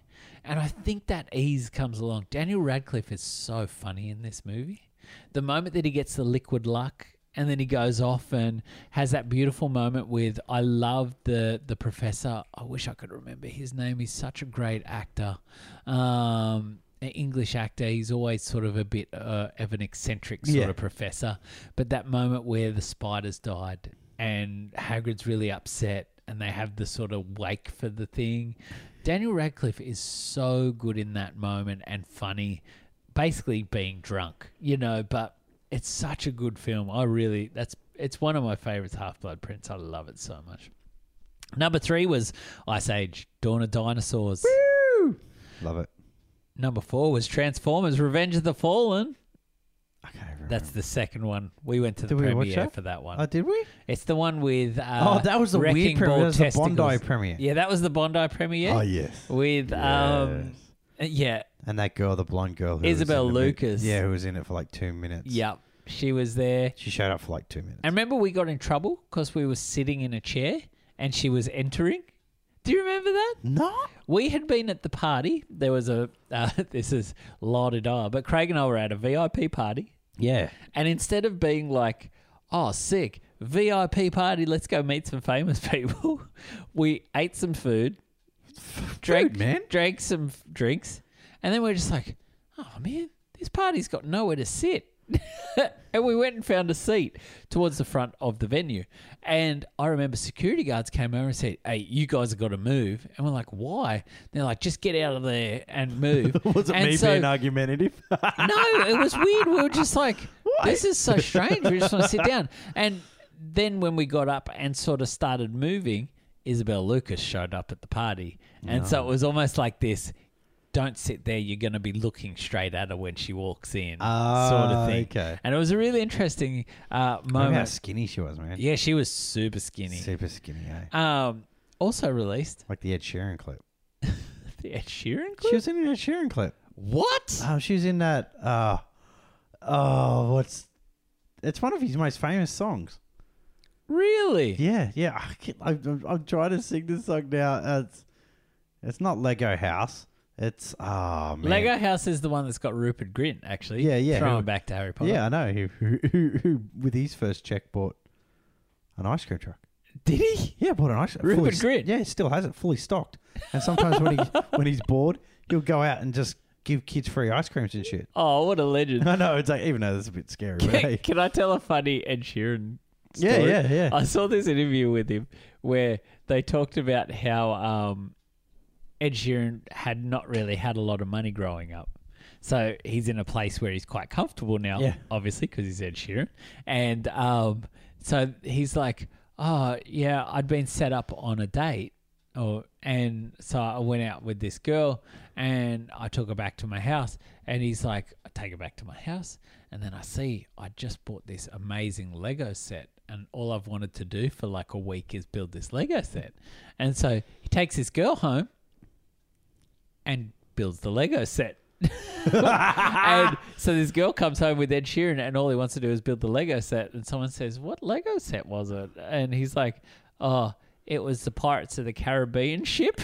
[SPEAKER 1] And I think that ease comes along. Daniel Radcliffe is so funny in this movie. The moment that he gets the liquid luck and then he goes off and has that beautiful moment with I love the the professor. I wish I could remember his name. He's such a great actor. Um an English actor, he's always sort of a bit uh, of an eccentric sort
[SPEAKER 2] Yeah.
[SPEAKER 1] of professor. But that moment where the spiders died and Hagrid's really upset and they have the sort of wake for the thing. Daniel Radcliffe is so good in that moment and funny, basically being drunk, you know, but it's such a good film. I really that's it's one of my favorites Half Blood Prince. I love it so much. Number 3 was Ice Age: Dawn of Dinosaurs.
[SPEAKER 2] Love it.
[SPEAKER 1] Number 4 was Transformers: Revenge of the Fallen.
[SPEAKER 2] Okay. I remember.
[SPEAKER 1] That's the second one. We went to the
[SPEAKER 2] Did we watch
[SPEAKER 1] premiere
[SPEAKER 2] that?
[SPEAKER 1] for that one.
[SPEAKER 2] Oh, did we?
[SPEAKER 1] It's the one with uh,
[SPEAKER 2] oh, that was the weird
[SPEAKER 1] Wrecking
[SPEAKER 2] premiere.
[SPEAKER 1] Ball
[SPEAKER 2] That was the
[SPEAKER 1] Testicles.
[SPEAKER 2] Bondi premiere.
[SPEAKER 1] Yeah, that was the Bondi premiere
[SPEAKER 2] Oh, yes.
[SPEAKER 1] with um,
[SPEAKER 2] Yes.
[SPEAKER 1] yeah,
[SPEAKER 2] and that girl, the blonde girl, who was
[SPEAKER 1] Isabel
[SPEAKER 2] in the mo-
[SPEAKER 1] Lucas.
[SPEAKER 2] yeah, who was in it for like two minutes.
[SPEAKER 1] yep, she was there.
[SPEAKER 2] She showed up for like two minutes.
[SPEAKER 1] And remember, we got in trouble because we were sitting in a chair and she was entering. Do you remember that?
[SPEAKER 2] no.
[SPEAKER 1] We had been at the party. There was a uh, this is la di da, but Craig and I were at a VIP party,
[SPEAKER 2] Yeah.
[SPEAKER 1] and instead of being like, "Oh, sick VIP party, let's go meet some famous people," we ate some food, drank,
[SPEAKER 2] Dude, man.
[SPEAKER 1] drank some f- drinks, and then we are just like, oh man, this party's got nowhere to sit. and we went and found a seat towards the front of the venue. And I remember security guards came over and said, Hey, you guys have got to move. And we're like, Why? they're like, Just get out of there and move.
[SPEAKER 2] Was it
[SPEAKER 1] and
[SPEAKER 2] me being argumentative?
[SPEAKER 1] no, it was weird. We were just like, this is so strange. We just want to sit down. And then when we got up and sort of started moving, Isabel Lucas showed up at the party. And so it
[SPEAKER 2] Oh.
[SPEAKER 1] was almost like this don't sit there. You're going to be looking straight at her when she walks in, sort
[SPEAKER 2] Ah,
[SPEAKER 1] of thing.
[SPEAKER 2] okay.
[SPEAKER 1] And it was a really interesting uh,
[SPEAKER 2] Remember how
[SPEAKER 1] moment.
[SPEAKER 2] skinny she was, man.
[SPEAKER 1] Yeah, she was super skinny.
[SPEAKER 2] Super skinny, eh?
[SPEAKER 1] Um, also released
[SPEAKER 2] Like the Ed Sheeran clip.
[SPEAKER 1] the Ed Sheeran
[SPEAKER 2] She
[SPEAKER 1] clip.
[SPEAKER 2] was in an Ed Sheeran clip.
[SPEAKER 1] What?
[SPEAKER 2] Um, she was in that. Uh, oh, what's? It's one of his most famous songs.
[SPEAKER 1] Really?
[SPEAKER 2] Yeah, yeah. I can't- I, I'm, I'm trying to sing this song now. Uh, It's, it's not Lego House. It's oh man.
[SPEAKER 1] Lego House is the one that's got Rupert Grint, actually.
[SPEAKER 2] Yeah, yeah.
[SPEAKER 1] Throwing
[SPEAKER 2] Who-
[SPEAKER 1] back to Harry Potter.
[SPEAKER 2] Yeah, I know. Who, who, who, who with his first check bought an ice cream truck.
[SPEAKER 1] Did he?
[SPEAKER 2] Yeah, bought an ice cream.
[SPEAKER 1] Rupert Grint.
[SPEAKER 2] Yeah, he still has it fully stocked. And sometimes when he when he's bored, he'll go out and just give kids free ice creams and shit.
[SPEAKER 1] Oh, what a legend.
[SPEAKER 2] I know it's like even though that's a bit scary, but
[SPEAKER 1] Can,
[SPEAKER 2] hey.
[SPEAKER 1] can I tell a funny Ed Sheeran story?
[SPEAKER 2] Yeah, yeah, yeah.
[SPEAKER 1] I saw this interview with him where they talked about how um, Ed Sheeran had not really had a lot of money growing up. So he's in a place where he's quite comfortable now,
[SPEAKER 2] Yeah.
[SPEAKER 1] obviously, because he's Ed Sheeran. And um, so he's like, oh, yeah, I'd been set up on a date. Or, and so I went out with this girl and I took her back to my house. And he's like, I take her back to my house. And then I see I just bought this amazing Lego set. And all I've wanted to do for like a week is build this Lego set. And so he takes his girl home and builds the Lego set. and so this girl comes home with Ed Sheeran, and all he wants to do is build the Lego set. And someone says, "What Lego set was it?" And he's like, "Oh, it was the Pirates of the Caribbean ship."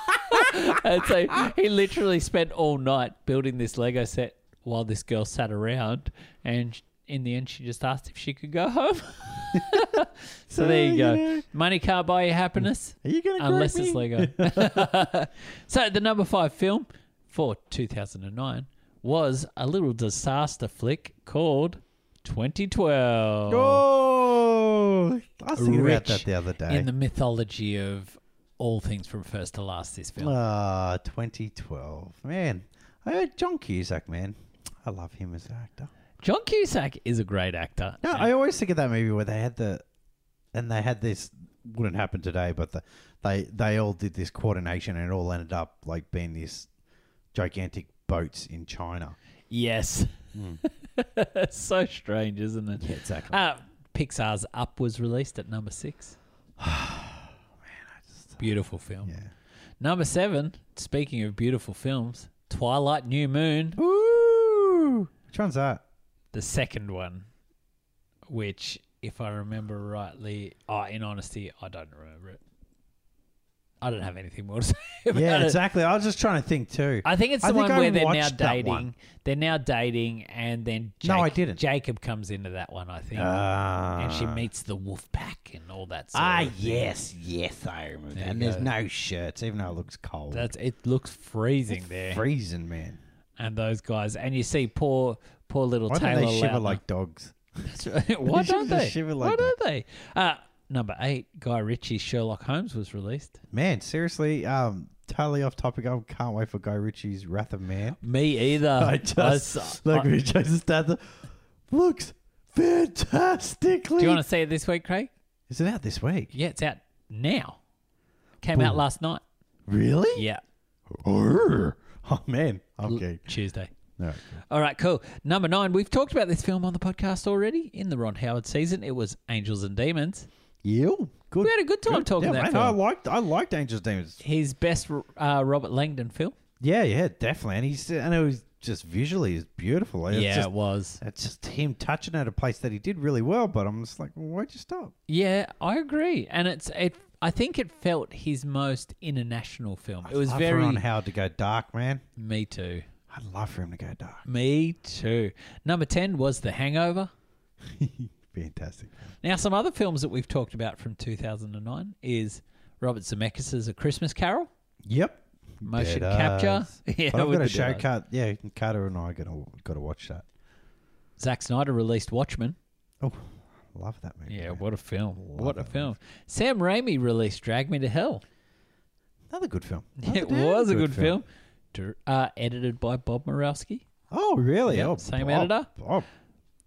[SPEAKER 1] and so he literally spent all night building this Lego set while this girl sat around, and in the end, she just asked if she could go home. so there you
[SPEAKER 2] You
[SPEAKER 1] go.
[SPEAKER 2] know.
[SPEAKER 1] Money can't buy you happiness.
[SPEAKER 2] Are you going to
[SPEAKER 1] Unless
[SPEAKER 2] me?
[SPEAKER 1] it's Lego. so the number five film for 2009 was a little disaster flick called 2012.
[SPEAKER 2] Oh, I was thinking
[SPEAKER 1] Rich
[SPEAKER 2] about that the other day.
[SPEAKER 1] In the mythology of all things from first to last, this film.
[SPEAKER 2] Ah, 2012. Man, I heard John Cusack, man. I love him as an actor.
[SPEAKER 1] John Cusack is a great actor.
[SPEAKER 2] No, I always think of that movie where they had the, and they had this wouldn't happen today, but the, they they all did this coordination and it all ended up like being these gigantic boats in China.
[SPEAKER 1] yes. so strange, isn't it?
[SPEAKER 2] exactly.
[SPEAKER 1] Uh, Pixar's Up was released at number six. Beautiful film.
[SPEAKER 2] uh, yeah.
[SPEAKER 1] Number seven, speaking of beautiful films, Twilight New Moon.
[SPEAKER 2] Ooh, which one's that?
[SPEAKER 1] the second one, which, if I remember rightly, oh, in honesty, I don't remember it. I don't have anything more to say about
[SPEAKER 2] Yeah,
[SPEAKER 1] it.
[SPEAKER 2] exactly. I was just trying to think too.
[SPEAKER 1] I think it's the
[SPEAKER 2] I think
[SPEAKER 1] one
[SPEAKER 2] I
[SPEAKER 1] where they're now
[SPEAKER 2] watched that one.
[SPEAKER 1] dating. They're now dating, and then Jake,
[SPEAKER 2] No, I didn't.
[SPEAKER 1] Jacob comes into that one, I think,
[SPEAKER 2] Ah.
[SPEAKER 1] and she meets the wolf pack and all that. Sort
[SPEAKER 2] Ah,
[SPEAKER 1] of thing.
[SPEAKER 2] yes, yes, I remember.
[SPEAKER 1] There
[SPEAKER 2] that. And
[SPEAKER 1] you
[SPEAKER 2] there's
[SPEAKER 1] go.
[SPEAKER 2] no shirts, even though it looks cold.
[SPEAKER 1] That's it. Looks freezing there,
[SPEAKER 2] freezing, man.
[SPEAKER 1] and those guys, and you see poor, poor little
[SPEAKER 2] Why
[SPEAKER 1] Taylor.
[SPEAKER 2] don't they shiver
[SPEAKER 1] Lautner.
[SPEAKER 2] like dogs?
[SPEAKER 1] That's right. Why
[SPEAKER 2] should
[SPEAKER 1] don't
[SPEAKER 2] just
[SPEAKER 1] they?
[SPEAKER 2] shiver
[SPEAKER 1] Why
[SPEAKER 2] like
[SPEAKER 1] don't they? Uh, number eight, Guy Ritchie's Sherlock Holmes was released.
[SPEAKER 2] Man, seriously, um, totally off topic. I can't wait for Guy Ritchie's Wrath of Man.
[SPEAKER 1] Me either.
[SPEAKER 2] I just
[SPEAKER 1] s-
[SPEAKER 2] look
[SPEAKER 1] I-
[SPEAKER 2] we just Statham looks fantastically.
[SPEAKER 1] do you want to see it this week, Craig?
[SPEAKER 2] Is it out this week?
[SPEAKER 1] Yeah, it's out now. Came out
[SPEAKER 2] Boom.
[SPEAKER 1] last night.
[SPEAKER 2] Really?
[SPEAKER 1] Yeah,
[SPEAKER 2] Arrgh. Oh man.
[SPEAKER 1] L-
[SPEAKER 2] Okay.
[SPEAKER 1] Tuesday.
[SPEAKER 2] No.
[SPEAKER 1] All right, cool. Number nine, we've talked about this film on the podcast already in the Ron Howard season. It was Angels and Demons.
[SPEAKER 2] You good?
[SPEAKER 1] We had a good time talking
[SPEAKER 2] yeah,
[SPEAKER 1] that
[SPEAKER 2] man, I
[SPEAKER 1] film.
[SPEAKER 2] liked I liked Angels Demons.
[SPEAKER 1] His best uh, Robert Langdon film.
[SPEAKER 2] Yeah, yeah, definitely. And he's and it was just visually is beautiful. It's
[SPEAKER 1] yeah,
[SPEAKER 2] just,
[SPEAKER 1] it was.
[SPEAKER 2] it's just him touching at a place that he did really well. But I'm just like, well, why'd you stop?
[SPEAKER 1] Yeah, I agree, and it's it. I think it felt his most international film. It was
[SPEAKER 2] Love
[SPEAKER 1] very.
[SPEAKER 2] Ron Howard to go dark, man.
[SPEAKER 1] Me too.
[SPEAKER 2] I'd love for him to go dark.
[SPEAKER 1] Me too. Number ten was The Hangover.
[SPEAKER 2] Fantastic.
[SPEAKER 1] Now, some other films that we've talked about from 2009 is Robert Zemeckis' A Christmas Carol,
[SPEAKER 2] Yep.
[SPEAKER 1] motion
[SPEAKER 2] Dead
[SPEAKER 1] capture.
[SPEAKER 2] ass.
[SPEAKER 1] Yeah,
[SPEAKER 2] But I've
[SPEAKER 1] with
[SPEAKER 2] got a
[SPEAKER 1] the dead
[SPEAKER 2] show
[SPEAKER 1] eyes.
[SPEAKER 2] cut. Yeah, Carter and I are gonna gotta watch that.
[SPEAKER 1] Zack Snyder released Watchmen.
[SPEAKER 2] Oh, love that movie.
[SPEAKER 1] Yeah,
[SPEAKER 2] man.
[SPEAKER 1] what a film!
[SPEAKER 2] Love
[SPEAKER 1] what a
[SPEAKER 2] that
[SPEAKER 1] film! Sam Raimi released Drag Me to Hell.
[SPEAKER 2] Oh, another good film.
[SPEAKER 1] it was a good film. Dir- Uh, edited by Bob Murawski.
[SPEAKER 2] Oh, really?
[SPEAKER 1] Yeah,
[SPEAKER 2] oh,
[SPEAKER 1] same
[SPEAKER 2] Bob-
[SPEAKER 1] editor.
[SPEAKER 2] Bob.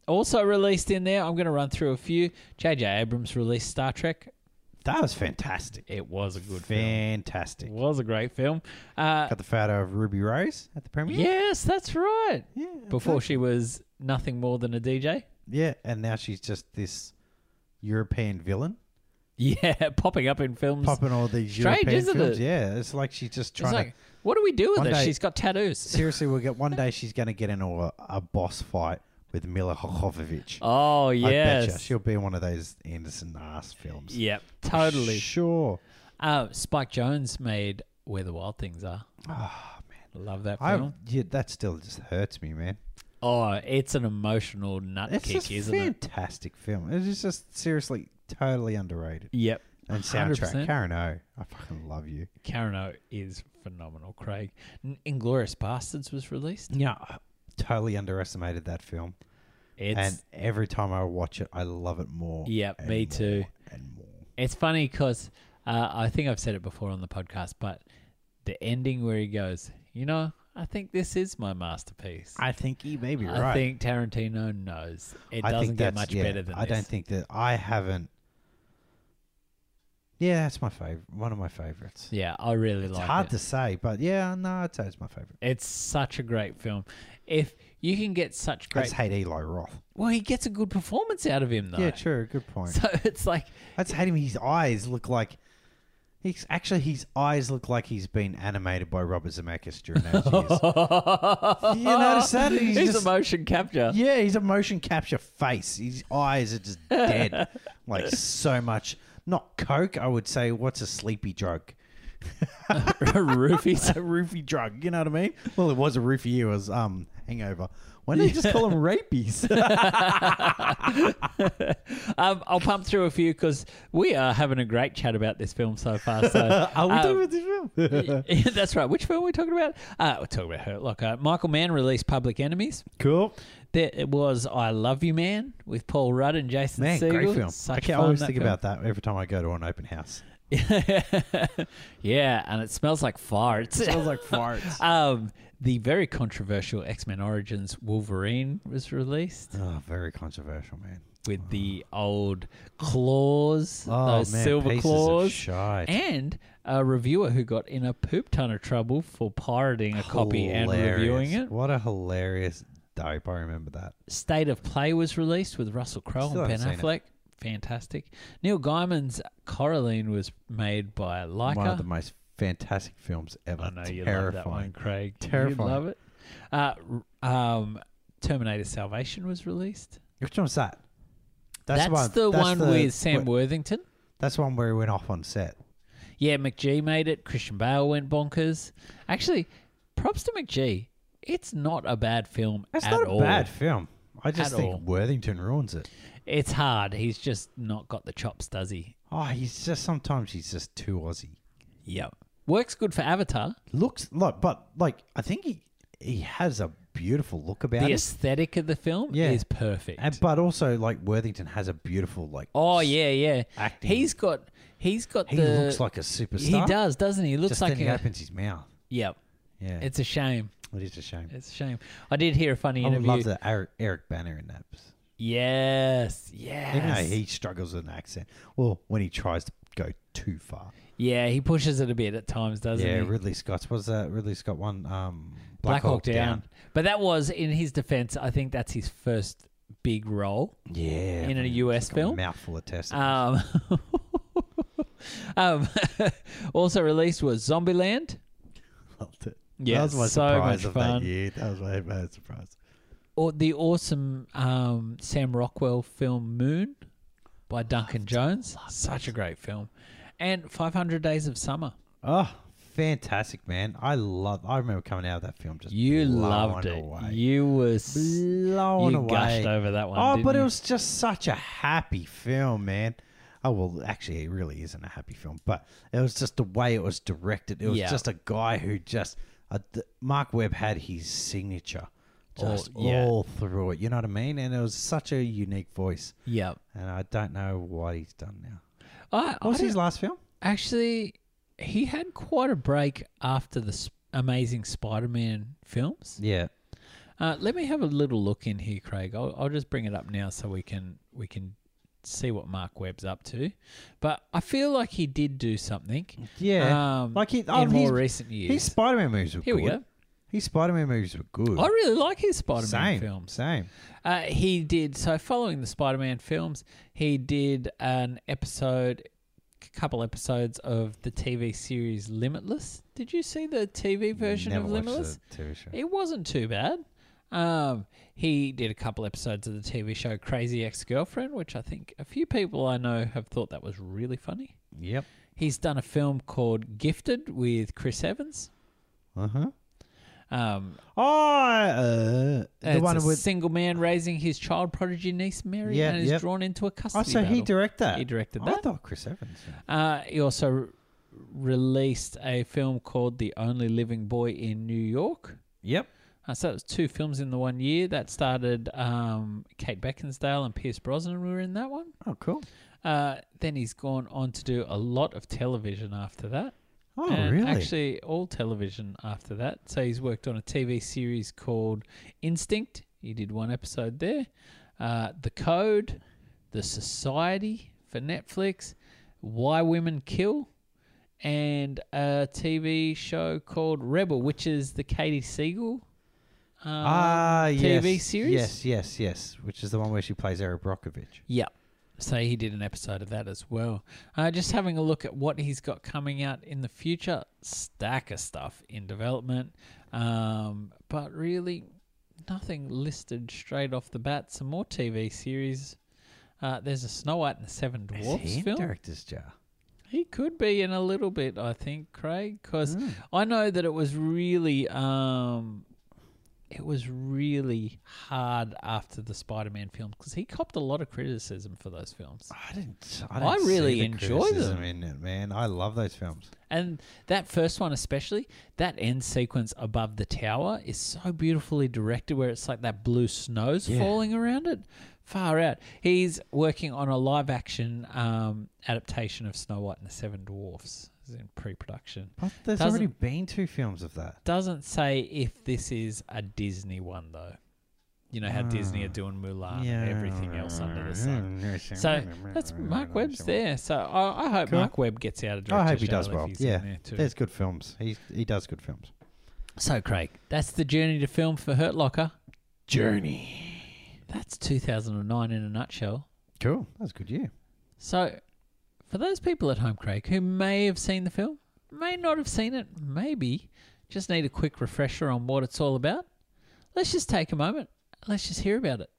[SPEAKER 1] Also released in there, I'm going to run through a few. J.J. Abrams released Star Trek.
[SPEAKER 2] that was fantastic.
[SPEAKER 1] It was a good film.
[SPEAKER 2] fantastic.
[SPEAKER 1] It was a great film. Uh,
[SPEAKER 2] Got the photo of Ruby Rose at the premiere.
[SPEAKER 1] yes, that's right.
[SPEAKER 2] Yeah.
[SPEAKER 1] Before she was nothing more than a DJ.
[SPEAKER 2] Yeah, and now she's just this European villain,
[SPEAKER 1] Yeah, popping up in films.
[SPEAKER 2] popping all these
[SPEAKER 1] Strange,
[SPEAKER 2] European
[SPEAKER 1] isn't
[SPEAKER 2] films.
[SPEAKER 1] it?
[SPEAKER 2] Yeah, it's like she's just
[SPEAKER 1] it's
[SPEAKER 2] trying
[SPEAKER 1] like,
[SPEAKER 2] to.
[SPEAKER 1] what do we do with
[SPEAKER 2] One
[SPEAKER 1] her?
[SPEAKER 2] day-
[SPEAKER 1] She's got tattoos.
[SPEAKER 2] Seriously, we'll get one day she's going to get into a, a boss fight with Mila Jovovich.
[SPEAKER 1] Oh
[SPEAKER 2] I bet you
[SPEAKER 1] yes,
[SPEAKER 2] she'll be in one of those Anderson ass films.
[SPEAKER 1] yep, totally.
[SPEAKER 2] Sure.
[SPEAKER 1] Uh, Spike Jones made Where the Wild Things Are.
[SPEAKER 2] Oh, man.
[SPEAKER 1] Love that
[SPEAKER 2] I,
[SPEAKER 1] film.
[SPEAKER 2] yeah, that still just hurts me, man.
[SPEAKER 1] Oh, it's an emotional nut
[SPEAKER 2] It's
[SPEAKER 1] kick,
[SPEAKER 2] just
[SPEAKER 1] isn't it?
[SPEAKER 2] fantastic film. It is just seriously totally underrated.
[SPEAKER 1] Yep.
[SPEAKER 2] And soundtrack,
[SPEAKER 1] 100%.
[SPEAKER 2] Karen O. I fucking love you.
[SPEAKER 1] Karen O is phenomenal. Craig, Inglorious Bastards was released.
[SPEAKER 2] Yeah, totally underestimated that film.
[SPEAKER 1] It's
[SPEAKER 2] and every time I watch it, I love it more.
[SPEAKER 1] Yep,
[SPEAKER 2] and
[SPEAKER 1] me
[SPEAKER 2] more
[SPEAKER 1] too.
[SPEAKER 2] And more.
[SPEAKER 1] It's funny because uh, I think I've said it before on the podcast, but the ending where he goes, you know, I think this is my masterpiece.
[SPEAKER 2] I think he may be
[SPEAKER 1] I
[SPEAKER 2] right.
[SPEAKER 1] think Tarantino knows it
[SPEAKER 2] I
[SPEAKER 1] doesn't
[SPEAKER 2] think
[SPEAKER 1] get
[SPEAKER 2] that's-
[SPEAKER 1] much
[SPEAKER 2] yeah,
[SPEAKER 1] better than
[SPEAKER 2] I
[SPEAKER 1] this.
[SPEAKER 2] don't think that I haven't. Yeah, that's my favorite. One of my favorites.
[SPEAKER 1] Yeah, I really
[SPEAKER 2] it's
[SPEAKER 1] like
[SPEAKER 2] hard
[SPEAKER 1] it.
[SPEAKER 2] to say, but yeah, no, I'd say it's my favorite.
[SPEAKER 1] It's such a great film. If you can get such
[SPEAKER 2] I
[SPEAKER 1] great,
[SPEAKER 2] just hate Eli Roth.
[SPEAKER 1] well, he gets a good performance out of him though.
[SPEAKER 2] Yeah, true. Good point.
[SPEAKER 1] So it's like,
[SPEAKER 2] I just hate him. His eyes look like He's actually his eyes look like he's been animated by Robert Zemeckis during those years.
[SPEAKER 1] you
[SPEAKER 2] notice that? He's
[SPEAKER 1] He's,
[SPEAKER 2] just-
[SPEAKER 1] a motion capture.
[SPEAKER 2] yeah, he's a motion capture face. His eyes are just dead. like so much, not coke. I would say, what's a sleepy drug?
[SPEAKER 1] Roofies.
[SPEAKER 2] a roofie drug. You know what I mean? Well, it was a roofie. It was um hangover. Why don't you just call them rapies?
[SPEAKER 1] Uh, Um, I'll pump through a few because we are having a great chat about this film so far. So
[SPEAKER 2] Are we
[SPEAKER 1] um,
[SPEAKER 2] doing with this film?
[SPEAKER 1] yeah, that's right. Which film are we talking about? Uh, we're talking about Hurt Locker. Michael Mann released Public Enemies.
[SPEAKER 2] cool.
[SPEAKER 1] There it was I Love You Man with Paul Rudd and Jason
[SPEAKER 2] Man,
[SPEAKER 1] Segel.
[SPEAKER 2] great film.
[SPEAKER 1] Such
[SPEAKER 2] I can
[SPEAKER 1] fun,
[SPEAKER 2] always
[SPEAKER 1] that
[SPEAKER 2] think
[SPEAKER 1] film.
[SPEAKER 2] about that every time I go to an open house.
[SPEAKER 1] yeah, and it smells like farts.
[SPEAKER 2] It was like farts.
[SPEAKER 1] um, the very controversial X Men Origins Wolverine was released
[SPEAKER 2] oh, very controversial, man.
[SPEAKER 1] with the old claws,
[SPEAKER 2] Oh,
[SPEAKER 1] those
[SPEAKER 2] man,
[SPEAKER 1] silver
[SPEAKER 2] pieces Of
[SPEAKER 1] claws,
[SPEAKER 2] shite.
[SPEAKER 1] and a reviewer who got in a poop ton of trouble for pirating a copy and
[SPEAKER 2] Hilarious.
[SPEAKER 1] reviewing it.
[SPEAKER 2] What a hilarious dope. I remember that.
[SPEAKER 1] State of Play was released with Russell Crowe
[SPEAKER 2] Still
[SPEAKER 1] and Ben
[SPEAKER 2] haven't seen it.
[SPEAKER 1] Affleck. Fantastic. Neil Gaiman's Coraline was made by Leica.
[SPEAKER 2] One of the most fantastic films ever.
[SPEAKER 1] I know you love that one,
[SPEAKER 2] Terrifying.
[SPEAKER 1] Craig. You
[SPEAKER 2] Terrifying.
[SPEAKER 1] love it. Uh, r- um, Terminator Salvation was released.
[SPEAKER 2] Which one's that?
[SPEAKER 1] That's, the
[SPEAKER 2] that's
[SPEAKER 1] one
[SPEAKER 2] the-
[SPEAKER 1] with Sam
[SPEAKER 2] wh-
[SPEAKER 1] Worthington.
[SPEAKER 2] That's the one where he went off on set.
[SPEAKER 1] Yeah, McGee made it. Christian Bale went bonkers. Actually, props to McGee. It's not a bad film
[SPEAKER 2] That's
[SPEAKER 1] at
[SPEAKER 2] not a
[SPEAKER 1] all.
[SPEAKER 2] bad film. I just
[SPEAKER 1] At
[SPEAKER 2] think
[SPEAKER 1] all.
[SPEAKER 2] Worthington ruins it.
[SPEAKER 1] It's hard. He's just not got the chops, does he?
[SPEAKER 2] Oh, he's just sometimes he's just too Aussie.
[SPEAKER 1] Yep. Works good for Avatar.
[SPEAKER 2] Looks like, but like I think he he has a beautiful look about
[SPEAKER 1] the
[SPEAKER 2] him.
[SPEAKER 1] aesthetic of the film
[SPEAKER 2] Yeah.
[SPEAKER 1] is perfect.
[SPEAKER 2] And, but also like Worthington has a beautiful like.
[SPEAKER 1] oh yeah, yeah.
[SPEAKER 2] acting.
[SPEAKER 1] He's got he's got
[SPEAKER 2] he
[SPEAKER 1] the
[SPEAKER 2] looks like a superstar.
[SPEAKER 1] he does, doesn't he? He looks
[SPEAKER 2] Just
[SPEAKER 1] like
[SPEAKER 2] then he
[SPEAKER 1] a,
[SPEAKER 2] opens his mouth.
[SPEAKER 1] yeah.
[SPEAKER 2] Yeah,
[SPEAKER 1] It's
[SPEAKER 2] it's
[SPEAKER 1] a shame.
[SPEAKER 2] it is a shame.
[SPEAKER 1] It's a shame. I did hear a funny
[SPEAKER 2] I would
[SPEAKER 1] interview.
[SPEAKER 2] love that Eric, Eric Banner in that.
[SPEAKER 1] Yes,
[SPEAKER 2] Even though
[SPEAKER 1] yes.
[SPEAKER 2] he struggles with an accent. Well, when he tries to go too far.
[SPEAKER 1] yeah, he pushes it a bit at times, doesn't he?
[SPEAKER 2] yeah, Ridley Scott's was that Ridley Scott one? Um,
[SPEAKER 1] Black Hawk down. But that was in his defense. I think that's his first big role.
[SPEAKER 2] Yeah,
[SPEAKER 1] In a
[SPEAKER 2] man, it's
[SPEAKER 1] US
[SPEAKER 2] like
[SPEAKER 1] film?
[SPEAKER 2] a mouthful of testicles.
[SPEAKER 1] Um, um, also released was Zombieland.
[SPEAKER 2] Loved it.
[SPEAKER 1] Yeah,
[SPEAKER 2] that was my
[SPEAKER 1] so
[SPEAKER 2] surprise
[SPEAKER 1] much
[SPEAKER 2] of
[SPEAKER 1] fun.
[SPEAKER 2] that year. That was my bad surprise.
[SPEAKER 1] or the awesome um, Sam Rockwell film Moon by Duncan Jones. Such a great film. And 500 Days of Summer.
[SPEAKER 2] Oh, fantastic, man! I love. I remember coming out of that film just
[SPEAKER 1] You
[SPEAKER 2] blown
[SPEAKER 1] loved it.
[SPEAKER 2] Away.
[SPEAKER 1] You were s-
[SPEAKER 2] blown
[SPEAKER 1] you
[SPEAKER 2] away.
[SPEAKER 1] gushed over that one.
[SPEAKER 2] oh,
[SPEAKER 1] didn't
[SPEAKER 2] but it
[SPEAKER 1] you?
[SPEAKER 2] was just such a happy film, man. Oh well, actually, it really isn't a happy film, but it was just the way it was directed. It was
[SPEAKER 1] Yeah.
[SPEAKER 2] just a guy who just a, th- Mark Webb had his signature just
[SPEAKER 1] All- Oh, yeah.
[SPEAKER 2] all through it. You know what I mean? And it was such a unique voice.
[SPEAKER 1] yeah.
[SPEAKER 2] And I don't know what he's done now.
[SPEAKER 1] I, I
[SPEAKER 2] What was his
[SPEAKER 1] don't-
[SPEAKER 2] last film?
[SPEAKER 1] actually he had quite a break after the S- Amazing Spider-Man films.
[SPEAKER 2] Yeah,
[SPEAKER 1] Uh, let me have a little look in here, Craig. I'll, I'll just bring it up now so we can we can see what Mark Webb's up to. But I feel like he did do something.
[SPEAKER 2] yeah.
[SPEAKER 1] Um,
[SPEAKER 2] like he,
[SPEAKER 1] in more
[SPEAKER 2] oh,
[SPEAKER 1] recent
[SPEAKER 2] his, his
[SPEAKER 1] years.
[SPEAKER 2] Spider-Man movies were
[SPEAKER 1] Here
[SPEAKER 2] good.
[SPEAKER 1] we go.
[SPEAKER 2] His Spider-Man movies were good.
[SPEAKER 1] I really like his Spider-Man
[SPEAKER 2] same,
[SPEAKER 1] films.
[SPEAKER 2] Same.
[SPEAKER 1] Uh, he did so following the Spider-Man films, he did an episode, a couple episodes of the TV series Limitless. Did you see the TV version
[SPEAKER 2] Never
[SPEAKER 1] of
[SPEAKER 2] watched
[SPEAKER 1] Limitless?
[SPEAKER 2] the TV show.
[SPEAKER 1] It wasn't too bad. Um, he did a couple episodes of the TV show Crazy Ex-Girlfriend, which I think a few people I know have thought that was really funny.
[SPEAKER 2] Yep.
[SPEAKER 1] He's done a film called Gifted with Chris Evans.
[SPEAKER 2] Uh huh.
[SPEAKER 1] Um,
[SPEAKER 2] Oh, uh, the
[SPEAKER 1] it's
[SPEAKER 2] one
[SPEAKER 1] a
[SPEAKER 2] with.
[SPEAKER 1] single man raising his child prodigy niece Mary
[SPEAKER 2] Yeah,
[SPEAKER 1] and is
[SPEAKER 2] yep.
[SPEAKER 1] drawn into a
[SPEAKER 2] Oh,
[SPEAKER 1] custody
[SPEAKER 2] so he
[SPEAKER 1] battle.
[SPEAKER 2] directed that.
[SPEAKER 1] He directed
[SPEAKER 2] I
[SPEAKER 1] that.
[SPEAKER 2] thought Chris Evans.
[SPEAKER 1] Uh, he also re- released a film called The Only Living Boy in New York.
[SPEAKER 2] Yep.
[SPEAKER 1] Uh, so it was two films in the one year. That started um, Kate Beckinsdale and Pierce Brosnan were in that one.
[SPEAKER 2] Oh, cool.
[SPEAKER 1] Uh, then he's gone on to do a lot of television after that.
[SPEAKER 2] Oh,
[SPEAKER 1] and
[SPEAKER 2] really?
[SPEAKER 1] Actually, all television after that. So he's worked on a TV series called Instinct. He did one episode there. Uh, the Code, The Society for Netflix, Why Women Kill, and a TV show called Rebel, which is the Katie Siegel. Um,
[SPEAKER 2] ah, yes.
[SPEAKER 1] TV series?
[SPEAKER 2] Yes, yes, yes. Which is the one where she plays Eric Brockovich.
[SPEAKER 1] yeah. So he did an episode of that as well. Uh, just having a look at what he's got coming out in the future. Stack of stuff in development, um, but really nothing listed straight off the bat. Some more TV series. Uh, there's a Snow White and the Seven
[SPEAKER 2] Is
[SPEAKER 1] Dwarfs
[SPEAKER 2] he in
[SPEAKER 1] film.
[SPEAKER 2] Director's jar.
[SPEAKER 1] He could be in a little bit, I think, Craig, because I know that it was really, um, it was really hard after the Spider-Man films because he copped a lot of criticism for those films,
[SPEAKER 2] I didn't. I,
[SPEAKER 1] I
[SPEAKER 2] didn't see
[SPEAKER 1] really
[SPEAKER 2] the
[SPEAKER 1] enjoy
[SPEAKER 2] criticism
[SPEAKER 1] them.
[SPEAKER 2] In it, man, I love those films.
[SPEAKER 1] and that first one especially, that end sequence above the tower is so beautifully directed, where it's like that blue snow's
[SPEAKER 2] Yeah.
[SPEAKER 1] falling around it. Far out. He's working on a live-action um, adaptation of Snow White and the Seven Dwarfs. It's in pre-production.
[SPEAKER 2] But there's
[SPEAKER 1] Doesn't-
[SPEAKER 2] already been two films of that.
[SPEAKER 1] Doesn't say if this is a Disney one though. You know how Disney
[SPEAKER 2] Ah. Hmm.
[SPEAKER 1] are doing Mulan and everything else under the sun. So that's Mark Webb's there. So I, I hope
[SPEAKER 2] Cool.
[SPEAKER 1] Mark Webb gets out of
[SPEAKER 2] I
[SPEAKER 1] director.
[SPEAKER 2] hope he does
[SPEAKER 1] if
[SPEAKER 2] well.
[SPEAKER 1] he's in
[SPEAKER 2] Yeah,
[SPEAKER 1] there too.
[SPEAKER 2] there's good films. He he does good films.
[SPEAKER 1] So Craig, that's the journey to film for Hurt Locker.
[SPEAKER 2] Journey.
[SPEAKER 1] That's 2009 in a nutshell.
[SPEAKER 2] Cool. That was a good year.
[SPEAKER 1] So for those people at home, Craig, who may have seen the film, may not have seen it, maybe just need a quick refresher on what it's all about. Let's just take a moment. Let's just hear about it.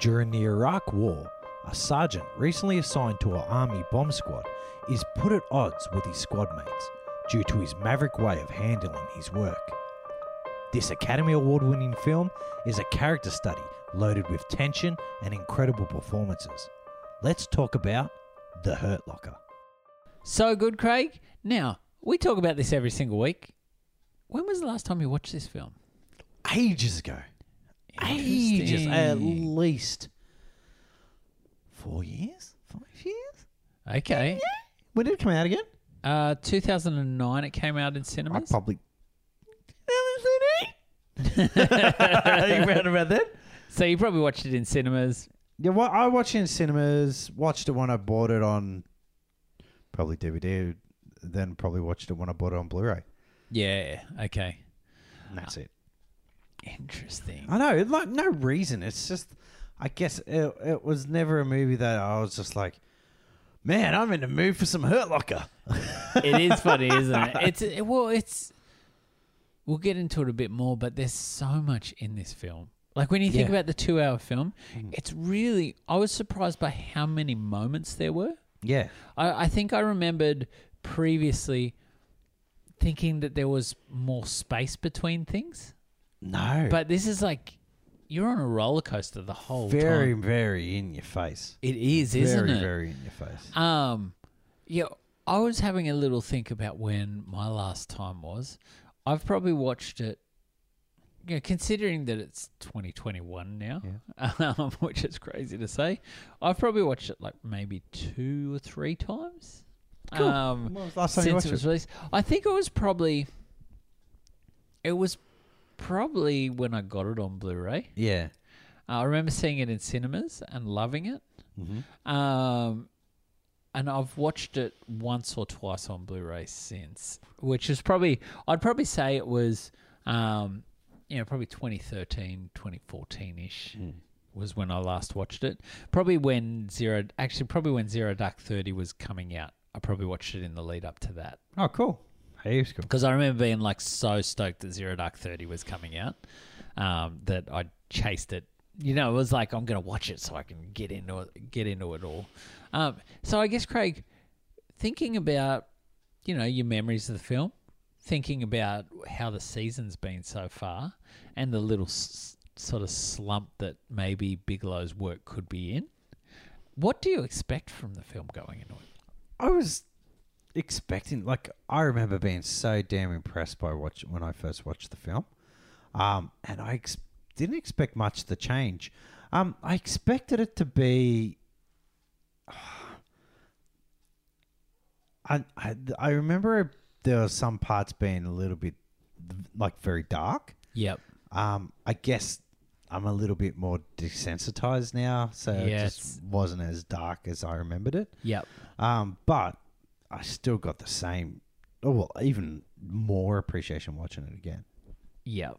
[SPEAKER 3] During the Iraq War, a sergeant recently assigned to an army bomb squad is put at odds with his squad mates due to his maverick way of handling his work. This Academy Award winning film is a character study loaded with tension and incredible performances. Let's talk about The Hurt Locker.
[SPEAKER 1] So good, Craig. Now, we talk about this every single week. When was the last time you watched this film?
[SPEAKER 3] Ages ago, ages, at
[SPEAKER 1] Interesting.
[SPEAKER 3] least four years, five years.
[SPEAKER 1] Okay.
[SPEAKER 2] When did it come out again?
[SPEAKER 1] Uh, 2009, it came out in cinemas.
[SPEAKER 2] I probably.
[SPEAKER 3] you round about that?
[SPEAKER 1] so you probably watched it in cinemas.
[SPEAKER 2] Yeah, well, I watched it in cinemas. Watched it when I bought it on, probably DVD. Then probably watched it when I bought it on Blu-ray.
[SPEAKER 1] Yeah, okay.
[SPEAKER 2] And that's it.
[SPEAKER 1] Interesting.
[SPEAKER 2] I know, like no reason. It's just, I guess it, it was never a movie that I was just like, man, I'm in the mood for some Hurt Locker.
[SPEAKER 1] it is funny, isn't it? It's it- well, it's we'll get into it a bit more, but there's so much in this film. Like when you think
[SPEAKER 2] Yeah. Mm.
[SPEAKER 1] about the two-hour film, it's really I was surprised by how many moments there were.
[SPEAKER 2] Yeah,
[SPEAKER 1] I, I think I remembered previously thinking that there was more space between things,
[SPEAKER 2] no,
[SPEAKER 1] but this is like you're on a roller coaster the whole
[SPEAKER 2] very,
[SPEAKER 1] time.
[SPEAKER 2] very in your face.
[SPEAKER 1] It is, isn't
[SPEAKER 2] very,
[SPEAKER 1] it?
[SPEAKER 2] very in your face.
[SPEAKER 1] Um, yeah, I was having a little think about when my last time was. I've probably watched it. You know, considering that it's 2021 now, um, which is crazy to say, I've probably watched it like maybe two or three times.
[SPEAKER 2] Cool.
[SPEAKER 1] Um,
[SPEAKER 2] When was the last time you
[SPEAKER 1] since
[SPEAKER 2] watched
[SPEAKER 1] it
[SPEAKER 2] it?
[SPEAKER 1] was released. I think it was probably. It was probably when I got it on Blu-ray.
[SPEAKER 2] yeah,
[SPEAKER 1] Uh, I remember seeing it in cinemas and loving it.
[SPEAKER 2] Mhm.
[SPEAKER 1] Um, and I've watched it once or twice on Blu-ray since, which is probably I'd probably say it was, um, you know, probably 2013, 2014 ish was when I last watched it. Probably when zero, actually, probably when Zero Dark Thirty was coming out. I probably watched it in the lead up to that
[SPEAKER 2] Oh, cool. Hey, it was cool.
[SPEAKER 1] because I remember being like so stoked that Zero Dark Thirty was coming out um, that I chased it. You know, it was like I'm gonna watch it so I can get into it, get into it all. Um, so I guess Craig, thinking about you know your memories of the film, thinking about how the season's been so far, and the little s- sort of slump that maybe Bigelow's work could be in. What do you expect from the film going into it?
[SPEAKER 2] I was expecting like I remember being so damn impressed by watch when I first watched the film, um, and I ex- didn't expect much to change. Um, I expected it to be. I, I I remember there were some parts being a little bit like very dark.
[SPEAKER 1] Yep.
[SPEAKER 2] Um, I guess I'm a little bit more desensitized now, so it
[SPEAKER 1] Yes.
[SPEAKER 2] just wasn't as dark as I remembered it.
[SPEAKER 1] Yep.
[SPEAKER 2] Um, but I still got the same, oh, well, even more appreciation watching it again.
[SPEAKER 1] Yeah.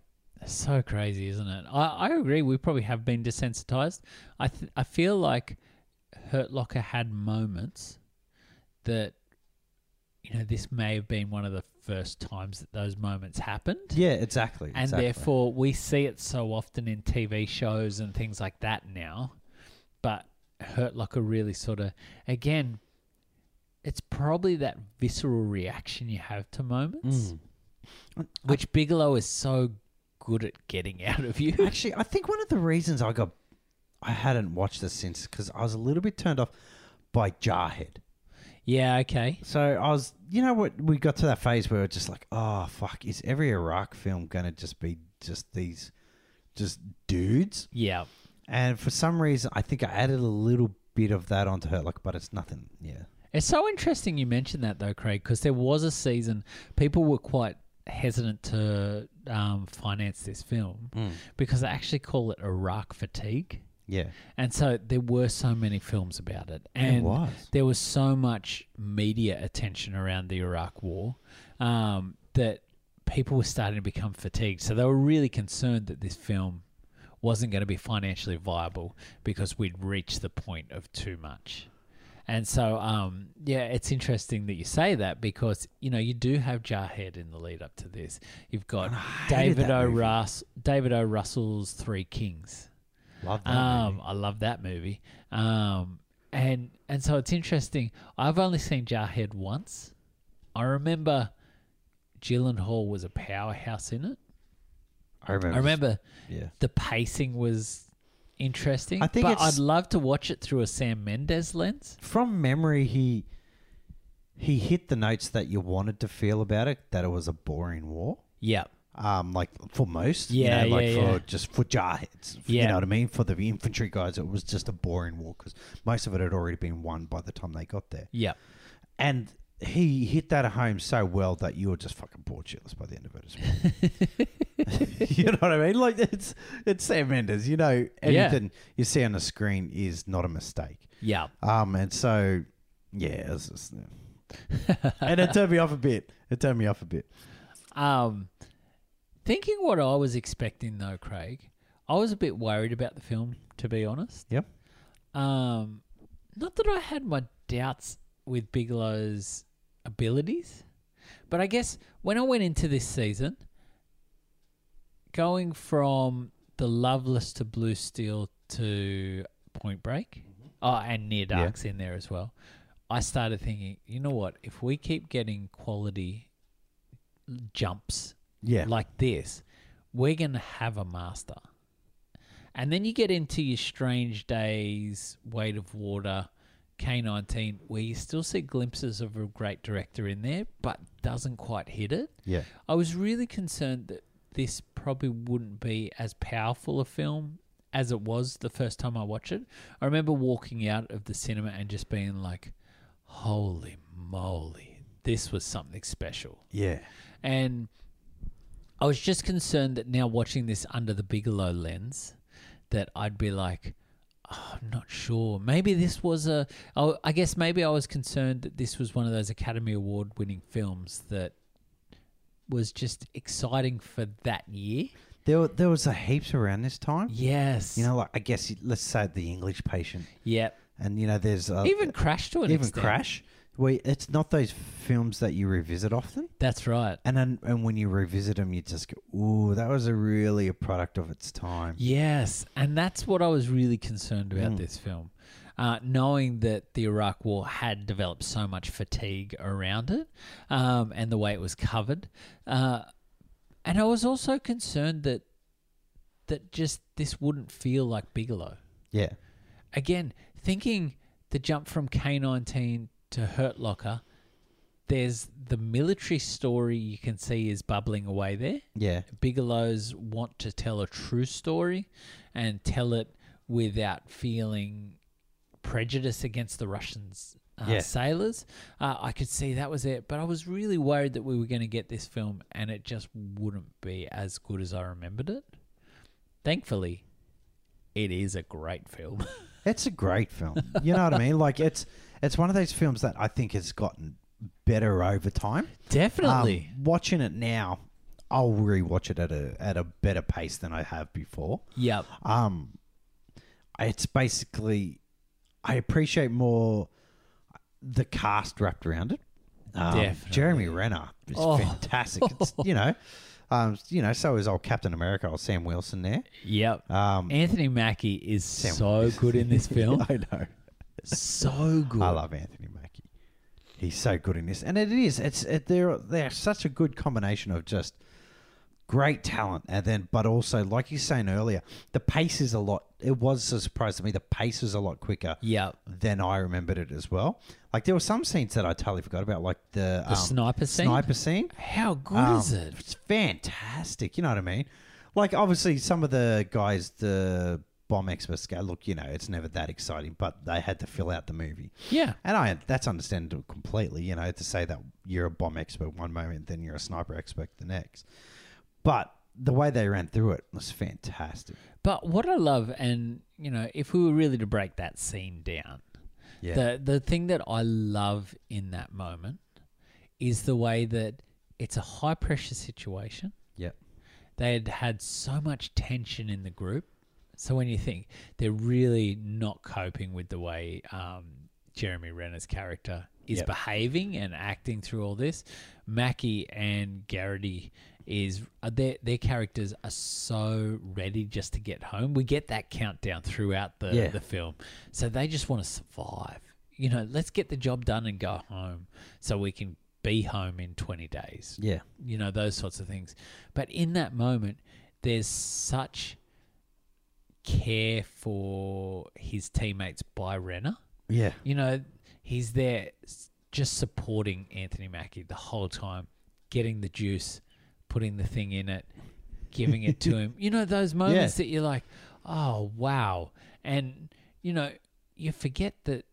[SPEAKER 1] So crazy, isn't it? I, I agree. We probably have been desensitized. I th- I feel like Hurt Locker had moments that, you know, this may have been one of the first times that those moments happened.
[SPEAKER 2] Yeah, exactly.
[SPEAKER 1] And
[SPEAKER 2] exactly.
[SPEAKER 1] therefore, we see it so often in TV shows and things like that now. But Hurt Locker really sort of, again, it's probably that visceral reaction you have to moments,
[SPEAKER 2] Mm.
[SPEAKER 1] which Bigelow is so good at getting out of you.
[SPEAKER 2] Actually, I think one of the reasons I got I hadn't watched this since because I was a little bit turned off by Jarhead.
[SPEAKER 1] yeah, okay.
[SPEAKER 2] So I was, you know, what we got to that phase where we're just like, oh fuck, is every Iraq film gonna just be just these, just dudes?
[SPEAKER 1] Yeah.
[SPEAKER 2] And for some reason, I think I added a little bit of that onto her, like, but it's nothing. Yeah,
[SPEAKER 1] It's so interesting you mentioned that though, Craig, because there was a season people were quite hesitant to um, finance this film because they actually call it Iraq fatigue,
[SPEAKER 2] yeah,
[SPEAKER 1] and so there were so many films about it, and
[SPEAKER 2] it was.
[SPEAKER 1] there was so much media attention around the Iraq War um, that people were starting to become fatigued. So they were really concerned that this film wasn't going to be financially viable because we'd reached the point of too much. And so, um, yeah, it's interesting that you say that because you know you do have Jarhead in the lead up to this. You've got
[SPEAKER 2] And I hated
[SPEAKER 1] David
[SPEAKER 2] that
[SPEAKER 1] O.
[SPEAKER 2] movie.
[SPEAKER 1] Russ, David O. Russell's Three Kings.
[SPEAKER 2] Love that.
[SPEAKER 1] Um,
[SPEAKER 2] movie.
[SPEAKER 1] I love that movie. Um, and and so it's interesting. I've only seen Jarhead once. I remember Gyllenhaal was a powerhouse in it.
[SPEAKER 2] I remember.
[SPEAKER 1] I remember
[SPEAKER 2] Yeah.
[SPEAKER 1] the pacing was interesting.
[SPEAKER 2] I think
[SPEAKER 1] but
[SPEAKER 2] it's-
[SPEAKER 1] I'd love to watch it through a Sam Mendes lens.
[SPEAKER 2] From memory, he he hit the notes that you wanted to feel about it. That it was a boring war.
[SPEAKER 1] Yeah,
[SPEAKER 2] um, like for most,
[SPEAKER 1] Yeah,
[SPEAKER 2] you know, like
[SPEAKER 1] yeah,
[SPEAKER 2] for
[SPEAKER 1] yeah.
[SPEAKER 2] just for jarheads,
[SPEAKER 1] Yeah.
[SPEAKER 2] you know what I mean. For the infantry guys, it was just a boring war because most of it had already been won by the time they got there.
[SPEAKER 1] yeah,
[SPEAKER 2] And he hit that home so well that you were just fucking bored shitless by the end of it as well. you know what I mean? Like it's it's Sam Mendes. You know
[SPEAKER 1] Yeah.
[SPEAKER 2] anything you see on the screen is not a mistake.
[SPEAKER 1] yeah.
[SPEAKER 2] Um, and so yeah, it's just, and it turned me off a bit. It turned me off a bit.
[SPEAKER 1] Um, thinking what I was expecting though, Craig, I was a bit worried about the film to be honest.
[SPEAKER 2] Yep.
[SPEAKER 1] Um, not that I had my doubts with Bigelow's abilities, but I guess when I went into this season, going from the Loveless to Blue Steel to Point Break, oh, and Near
[SPEAKER 2] Mm-hmm. Yeah.
[SPEAKER 1] Dark's in there as well. I started thinking, you know what? If we keep getting quality jumps
[SPEAKER 2] Yeah,
[SPEAKER 1] like this, we're going to have a master. And then you get into your Strange Days, Weight of Water, K19, where you still see glimpses of a great director in there, but doesn't quite hit it.
[SPEAKER 2] yeah.
[SPEAKER 1] I was really concerned that this probably wouldn't be as powerful a film as it was the first time I watched it. I remember walking out of the cinema and just being like, holy moly, this was something special
[SPEAKER 2] Yeah.
[SPEAKER 1] and I was just concerned that now watching this under the Bigelow lens, that I'd be like, oh, I'm not sure. Maybe this was a. Oh, I guess maybe I was concerned that this was one of those Academy Award winning films that was just exciting for that year.
[SPEAKER 2] There, were- there was a heaps around this time.
[SPEAKER 1] Yes.
[SPEAKER 2] You know, like I guess you- let's say the English Patient,
[SPEAKER 1] Yep.
[SPEAKER 2] and you know, there's a,
[SPEAKER 1] even Crash to an
[SPEAKER 2] uh, even
[SPEAKER 1] extent.
[SPEAKER 2] Crash. Where it's not those films that you revisit often,
[SPEAKER 1] That's right.
[SPEAKER 2] and then and when you revisit them, you just go, "Ooh, that was a really a product of its time."
[SPEAKER 1] Yes, and that's what I was really concerned about this film, uh, knowing that the Iraq War had developed so much fatigue around it, um, and the way it was covered, uh, and I was also concerned that that just this wouldn't feel like Bigelow.
[SPEAKER 2] Yeah,
[SPEAKER 1] Again, thinking the jump from K nineteen to Hurt Locker, there's the military story you can see is bubbling away there.
[SPEAKER 2] yeah,
[SPEAKER 1] Bigelow's want to tell a true story and tell it without feeling prejudice against the Russians. Uh,
[SPEAKER 2] Yeah.
[SPEAKER 1] Sailors, uh, I could see that was it, but I was really worried that we were going to get this film and it just wouldn't be as good as I remembered it. Thankfully, it is a great film.
[SPEAKER 2] it's a great film. You know what I mean? Like it's it's one of those films that I think has gotten better over time.
[SPEAKER 1] Definitely.
[SPEAKER 2] Um, watching it now, I'll rewatch it at a at a better pace than I have before.
[SPEAKER 1] yep.
[SPEAKER 2] Um, it's basically I appreciate more the cast wrapped around it. Um,
[SPEAKER 1] Definitely.
[SPEAKER 2] Jeremy Renner is
[SPEAKER 1] Oh.
[SPEAKER 2] fantastic. It's, you know, um, you know, so is old Captain America, old Sam Wilson there.
[SPEAKER 1] Yep.
[SPEAKER 2] Um,
[SPEAKER 1] Anthony Mackie is so good in this film.
[SPEAKER 2] I know.
[SPEAKER 1] so good.
[SPEAKER 2] I love Anthony Mackie. He's so good in this, and it is. It's it, they're they're such a good combination of just great talent, and then but also like you were saying earlier, the pace is a lot. It was a surprise to me. The pace is a lot quicker
[SPEAKER 1] Yep.
[SPEAKER 2] than I remembered it as well. Like there were some scenes that I totally forgot about, like the,
[SPEAKER 1] The sniper scene?
[SPEAKER 2] Um, Sniper scene.
[SPEAKER 1] How good
[SPEAKER 2] Um,
[SPEAKER 1] is it?
[SPEAKER 2] It's fantastic. You know what I mean? Like obviously some of the guys, the bomb experts go, look, you know, it's never that exciting, but they had to fill out the movie.
[SPEAKER 1] Yeah.
[SPEAKER 2] And I that's understandable completely, you know, to say that you're a bomb expert one moment, then you're a sniper expert the next. But the way they ran through it was fantastic.
[SPEAKER 1] But what I love, and you know, if we were really to break that scene down,
[SPEAKER 2] Yeah.
[SPEAKER 1] the the thing that I love in that moment is the way that it's a high pressure situation.
[SPEAKER 2] Yep.
[SPEAKER 1] They had had so much tension in the group, so when you think they're really not coping with the way um, Jeremy Renner's character is
[SPEAKER 2] Yep.
[SPEAKER 1] behaving and acting through all this, Mackie and Garrity is uh, their their characters are so ready just to get home. We get that countdown throughout the
[SPEAKER 2] Yeah.
[SPEAKER 1] the film, so they just want to survive. You know, let's get the job done and go home, so we can be home in twenty days
[SPEAKER 2] Yeah.
[SPEAKER 1] you know those sorts of things but in that moment there's such care for his teammates by Renner
[SPEAKER 2] Yeah.
[SPEAKER 1] you know he's there s- just supporting Anthony Mackie the whole time getting the juice putting the thing in it giving it to him you know those moments that you're like oh wow and you know you forget that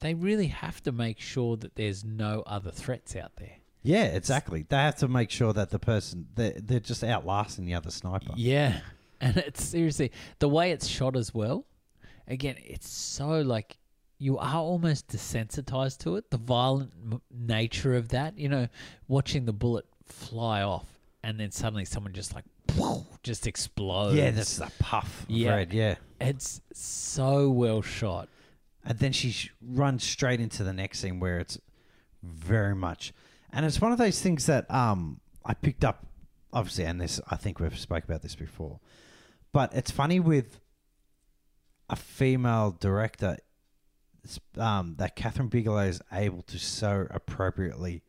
[SPEAKER 1] they really have to make sure that there's no other threats out there
[SPEAKER 2] Yeah, exactly. They have to make sure that the person they're, they're just outlasting the other sniper.
[SPEAKER 1] Yeah. And it's seriously the way it's shot as well. Again, it's so like you are almost desensitized to it. The violent m- nature of that, you know, watching the bullet fly off and then suddenly someone just like just explodes.
[SPEAKER 2] Yeah, that's the puff. of
[SPEAKER 1] Yeah.
[SPEAKER 2] red, yeah.
[SPEAKER 1] it's so well shot.
[SPEAKER 2] And then she sh- runs straight into the next scene where it's very much, and it's one of those things that um I picked up obviously, and this I think we've spoke about this before, but it's funny with a female director it's, um, that Catherine Bigelow is able to so appropriately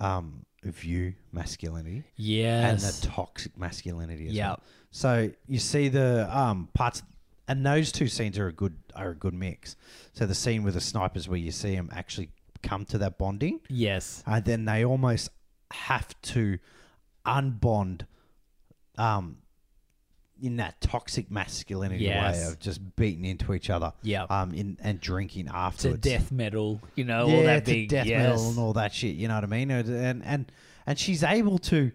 [SPEAKER 2] um view masculinity
[SPEAKER 1] Yes.
[SPEAKER 2] and the toxic masculinity as
[SPEAKER 1] Yep.
[SPEAKER 2] well. So you see the um, parts, and those two scenes are a good are a good mix. So the scene with the snipers where you see them actually come to that bonding,
[SPEAKER 1] yes.
[SPEAKER 2] and then they almost have to unbond um, in that toxic masculinity way
[SPEAKER 1] Yes.
[SPEAKER 2] of just beating into each other.
[SPEAKER 1] Yep.
[SPEAKER 2] Um, in and drinking
[SPEAKER 1] To
[SPEAKER 2] afterwards
[SPEAKER 1] death metal, you know, all that
[SPEAKER 2] to
[SPEAKER 1] big
[SPEAKER 2] death
[SPEAKER 1] yes.
[SPEAKER 2] metal and all that shit. You know what I mean? And- And and and she's able to,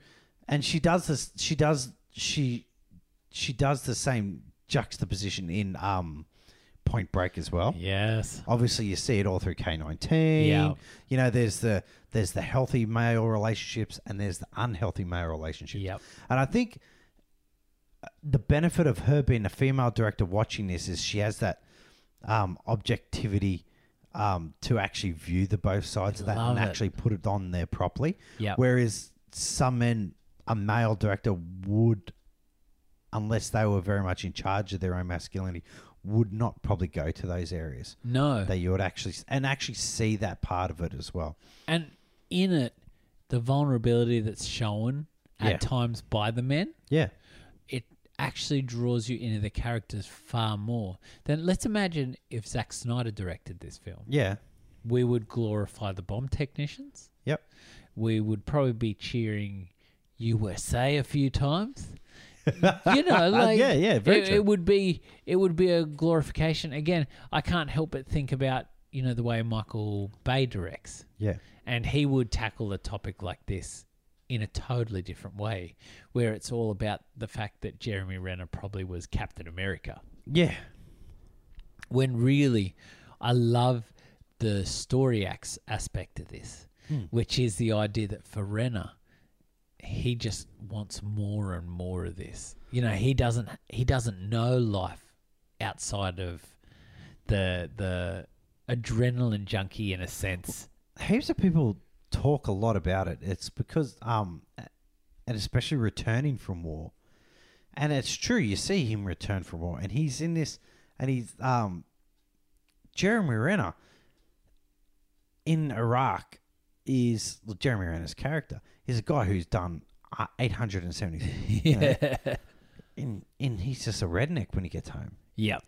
[SPEAKER 2] and she does this. She does she she does the same juxtaposition in um Point Break as well.
[SPEAKER 1] Yes.
[SPEAKER 2] Obviously, you see it all through K nineteen.
[SPEAKER 1] Yeah.
[SPEAKER 2] You know, there's the there's the healthy male relationships and there's the unhealthy male relationships.
[SPEAKER 1] Yep.
[SPEAKER 2] And I think uh, the benefit of her being a female director watching this is she has that um, objectivity um, to actually view the both sides of that
[SPEAKER 1] Love
[SPEAKER 2] and
[SPEAKER 1] it.
[SPEAKER 2] actually put it on there properly.
[SPEAKER 1] Yep.
[SPEAKER 2] Whereas some men, a male director would, unless they were very much in charge of their own masculinity, would not probably go to those areas.
[SPEAKER 1] No.
[SPEAKER 2] That you would actually and actually see that part of it as well.
[SPEAKER 1] And in it, the vulnerability that's shown at
[SPEAKER 2] Yeah.
[SPEAKER 1] times by the men,
[SPEAKER 2] Yeah.
[SPEAKER 1] it actually draws you into the characters far more. Then let's imagine if Zack Snyder directed this film.
[SPEAKER 2] Yeah.
[SPEAKER 1] We would glorify the bomb technicians.
[SPEAKER 2] Yep.
[SPEAKER 1] We would probably be cheering USA a few times. You know, like
[SPEAKER 2] Uh, yeah, yeah, very
[SPEAKER 1] it,
[SPEAKER 2] true.
[SPEAKER 1] it would be it would be a glorification. Again, I can't help but think about, you know, the way Michael Bay directs
[SPEAKER 2] Yeah.
[SPEAKER 1] and he would tackle a topic like this in a totally different way, where it's all about the fact that Jeremy Renner probably was Captain America.
[SPEAKER 2] Yeah.
[SPEAKER 1] When really, I love the story acts aspect of this, which is the idea that for Renner, he just wants more and more of this. You know, he doesn't he doesn't know life outside of the the adrenaline junkie in a sense.
[SPEAKER 2] heaps of people talk a lot about it. It's because, um, and especially returning from war, and it's true. You see him return from war, and he's in this, and he's um, Jeremy Renner in Iraq is well, Jeremy Renner's character is a guy who's done uh, eight hundred and seventy,
[SPEAKER 1] Yeah.
[SPEAKER 2] and and he's just a redneck when he gets home.
[SPEAKER 1] yep.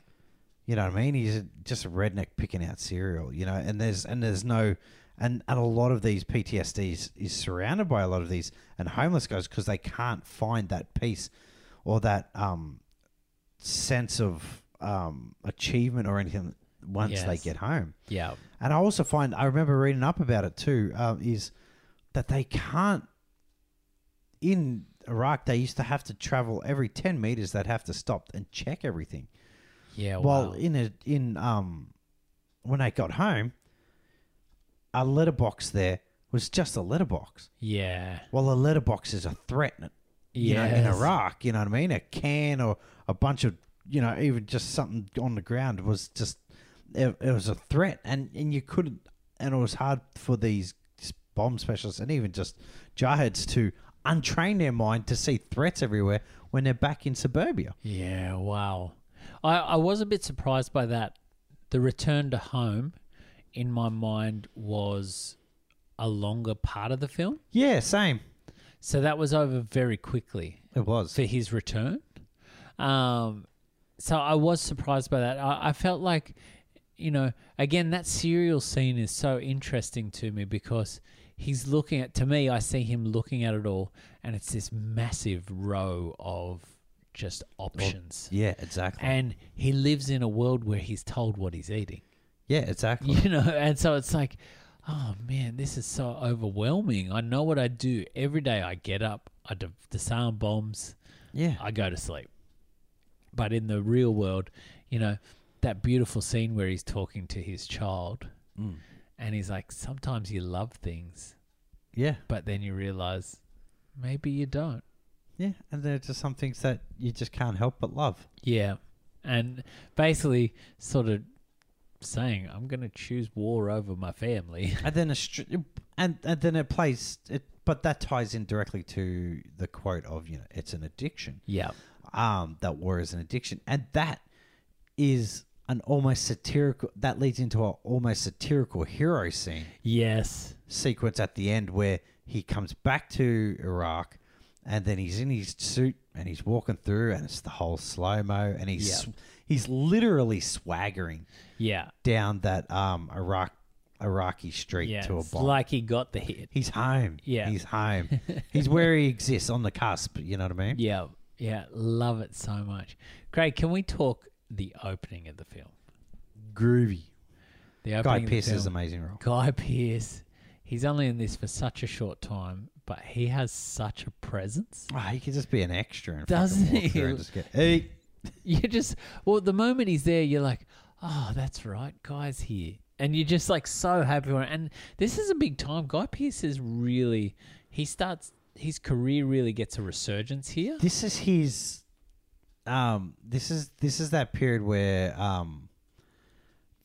[SPEAKER 2] You know what I mean? He's just a redneck picking out cereal, you know. And there's and there's no and and a lot of these PTSDs is surrounded by a lot of these and homeless guys because they can't find that peace or that um sense of um achievement or anything once they
[SPEAKER 1] Yes.
[SPEAKER 2] get home.
[SPEAKER 1] Yep.
[SPEAKER 2] And I also find I remember reading up about it too um, is that they can't in Iraq they used to have to travel every ten meters they'd have to stop and check everything.
[SPEAKER 1] Yeah.
[SPEAKER 2] Well,
[SPEAKER 1] Oh, wow.
[SPEAKER 2] in a in um, when I got home, a letterbox there was just a letterbox.
[SPEAKER 1] yeah.
[SPEAKER 2] Well, a letterbox is a threat, you know, in
[SPEAKER 1] Yes.
[SPEAKER 2] Iraq. You know what I mean? A can or a bunch of you know, even just something on the ground was just it, it was a threat, and and you couldn't, and it was hard for these bomb specialists and even just jarheads to untrain their mind to see threats everywhere when they're back in suburbia.
[SPEAKER 1] Yeah, wow. I, I was a bit surprised by that. The return to home in my mind was a longer part of the film.
[SPEAKER 2] Yeah, same.
[SPEAKER 1] So that was over very quickly
[SPEAKER 2] It was.
[SPEAKER 1] for his return. Um, so I was surprised by that. I, I felt like, you know, again, that serial scene is so interesting to me because he's looking at, to me, I see him looking at it all, and it's this massive row of just options.
[SPEAKER 2] Yeah, exactly.
[SPEAKER 1] and he lives in a world where he's told what he's eating
[SPEAKER 2] Yeah, exactly.
[SPEAKER 1] you know and so it's like oh man this is so overwhelming i know what i do every day i get up i d- disarm bombs
[SPEAKER 2] Yeah.
[SPEAKER 1] i go to sleep but in the real world you know that beautiful scene where he's talking to his child and he's like sometimes you love things
[SPEAKER 2] Yeah.
[SPEAKER 1] but then you realize maybe you don't
[SPEAKER 2] Yeah. And there are just some things that you just can't help but love.
[SPEAKER 1] Yeah. And basically sort of saying, I'm going to choose war over my family.
[SPEAKER 2] And then a str- and, and then it plays it but that ties in directly to the quote of, you know, it's an addiction.
[SPEAKER 1] yeah.
[SPEAKER 2] Um, that war is an addiction. And that is an almost satirical that leads into a almost satirical hero scene
[SPEAKER 1] Yes.
[SPEAKER 2] sequence at the end where he comes back to Iraq and then he's in his suit and he's walking through and it's the whole slow mo and he's
[SPEAKER 1] Yeah.
[SPEAKER 2] sw- he's literally swaggering
[SPEAKER 1] Yeah.
[SPEAKER 2] down that um Iraq Iraqi street
[SPEAKER 1] Yeah.
[SPEAKER 2] to a
[SPEAKER 1] It's
[SPEAKER 2] bomb.
[SPEAKER 1] like he got the hit.
[SPEAKER 2] he's home.
[SPEAKER 1] Yeah.
[SPEAKER 2] He's home. he's where he exists on the cusp, you know what I mean?
[SPEAKER 1] Yeah. Yeah. Love it so much. Craig, can we talk the opening of the film?
[SPEAKER 2] Groovy.
[SPEAKER 1] The opening
[SPEAKER 2] Guy
[SPEAKER 1] of the
[SPEAKER 2] Pearce is
[SPEAKER 1] film.
[SPEAKER 2] amazing role.
[SPEAKER 1] Guy Pearce. He's only in this for such a short time, but he has such a presence.
[SPEAKER 2] Oh, he could just be an extra and
[SPEAKER 1] Doesn't
[SPEAKER 2] fucking walk
[SPEAKER 1] he?
[SPEAKER 2] through and just get, hey,
[SPEAKER 1] you just well the moment he's there you're like oh that's right guy's here and you're just like so happy for him. and this is a big time guy Pearce is really he starts his career really gets a resurgence here
[SPEAKER 2] this is his um this is this is that period where um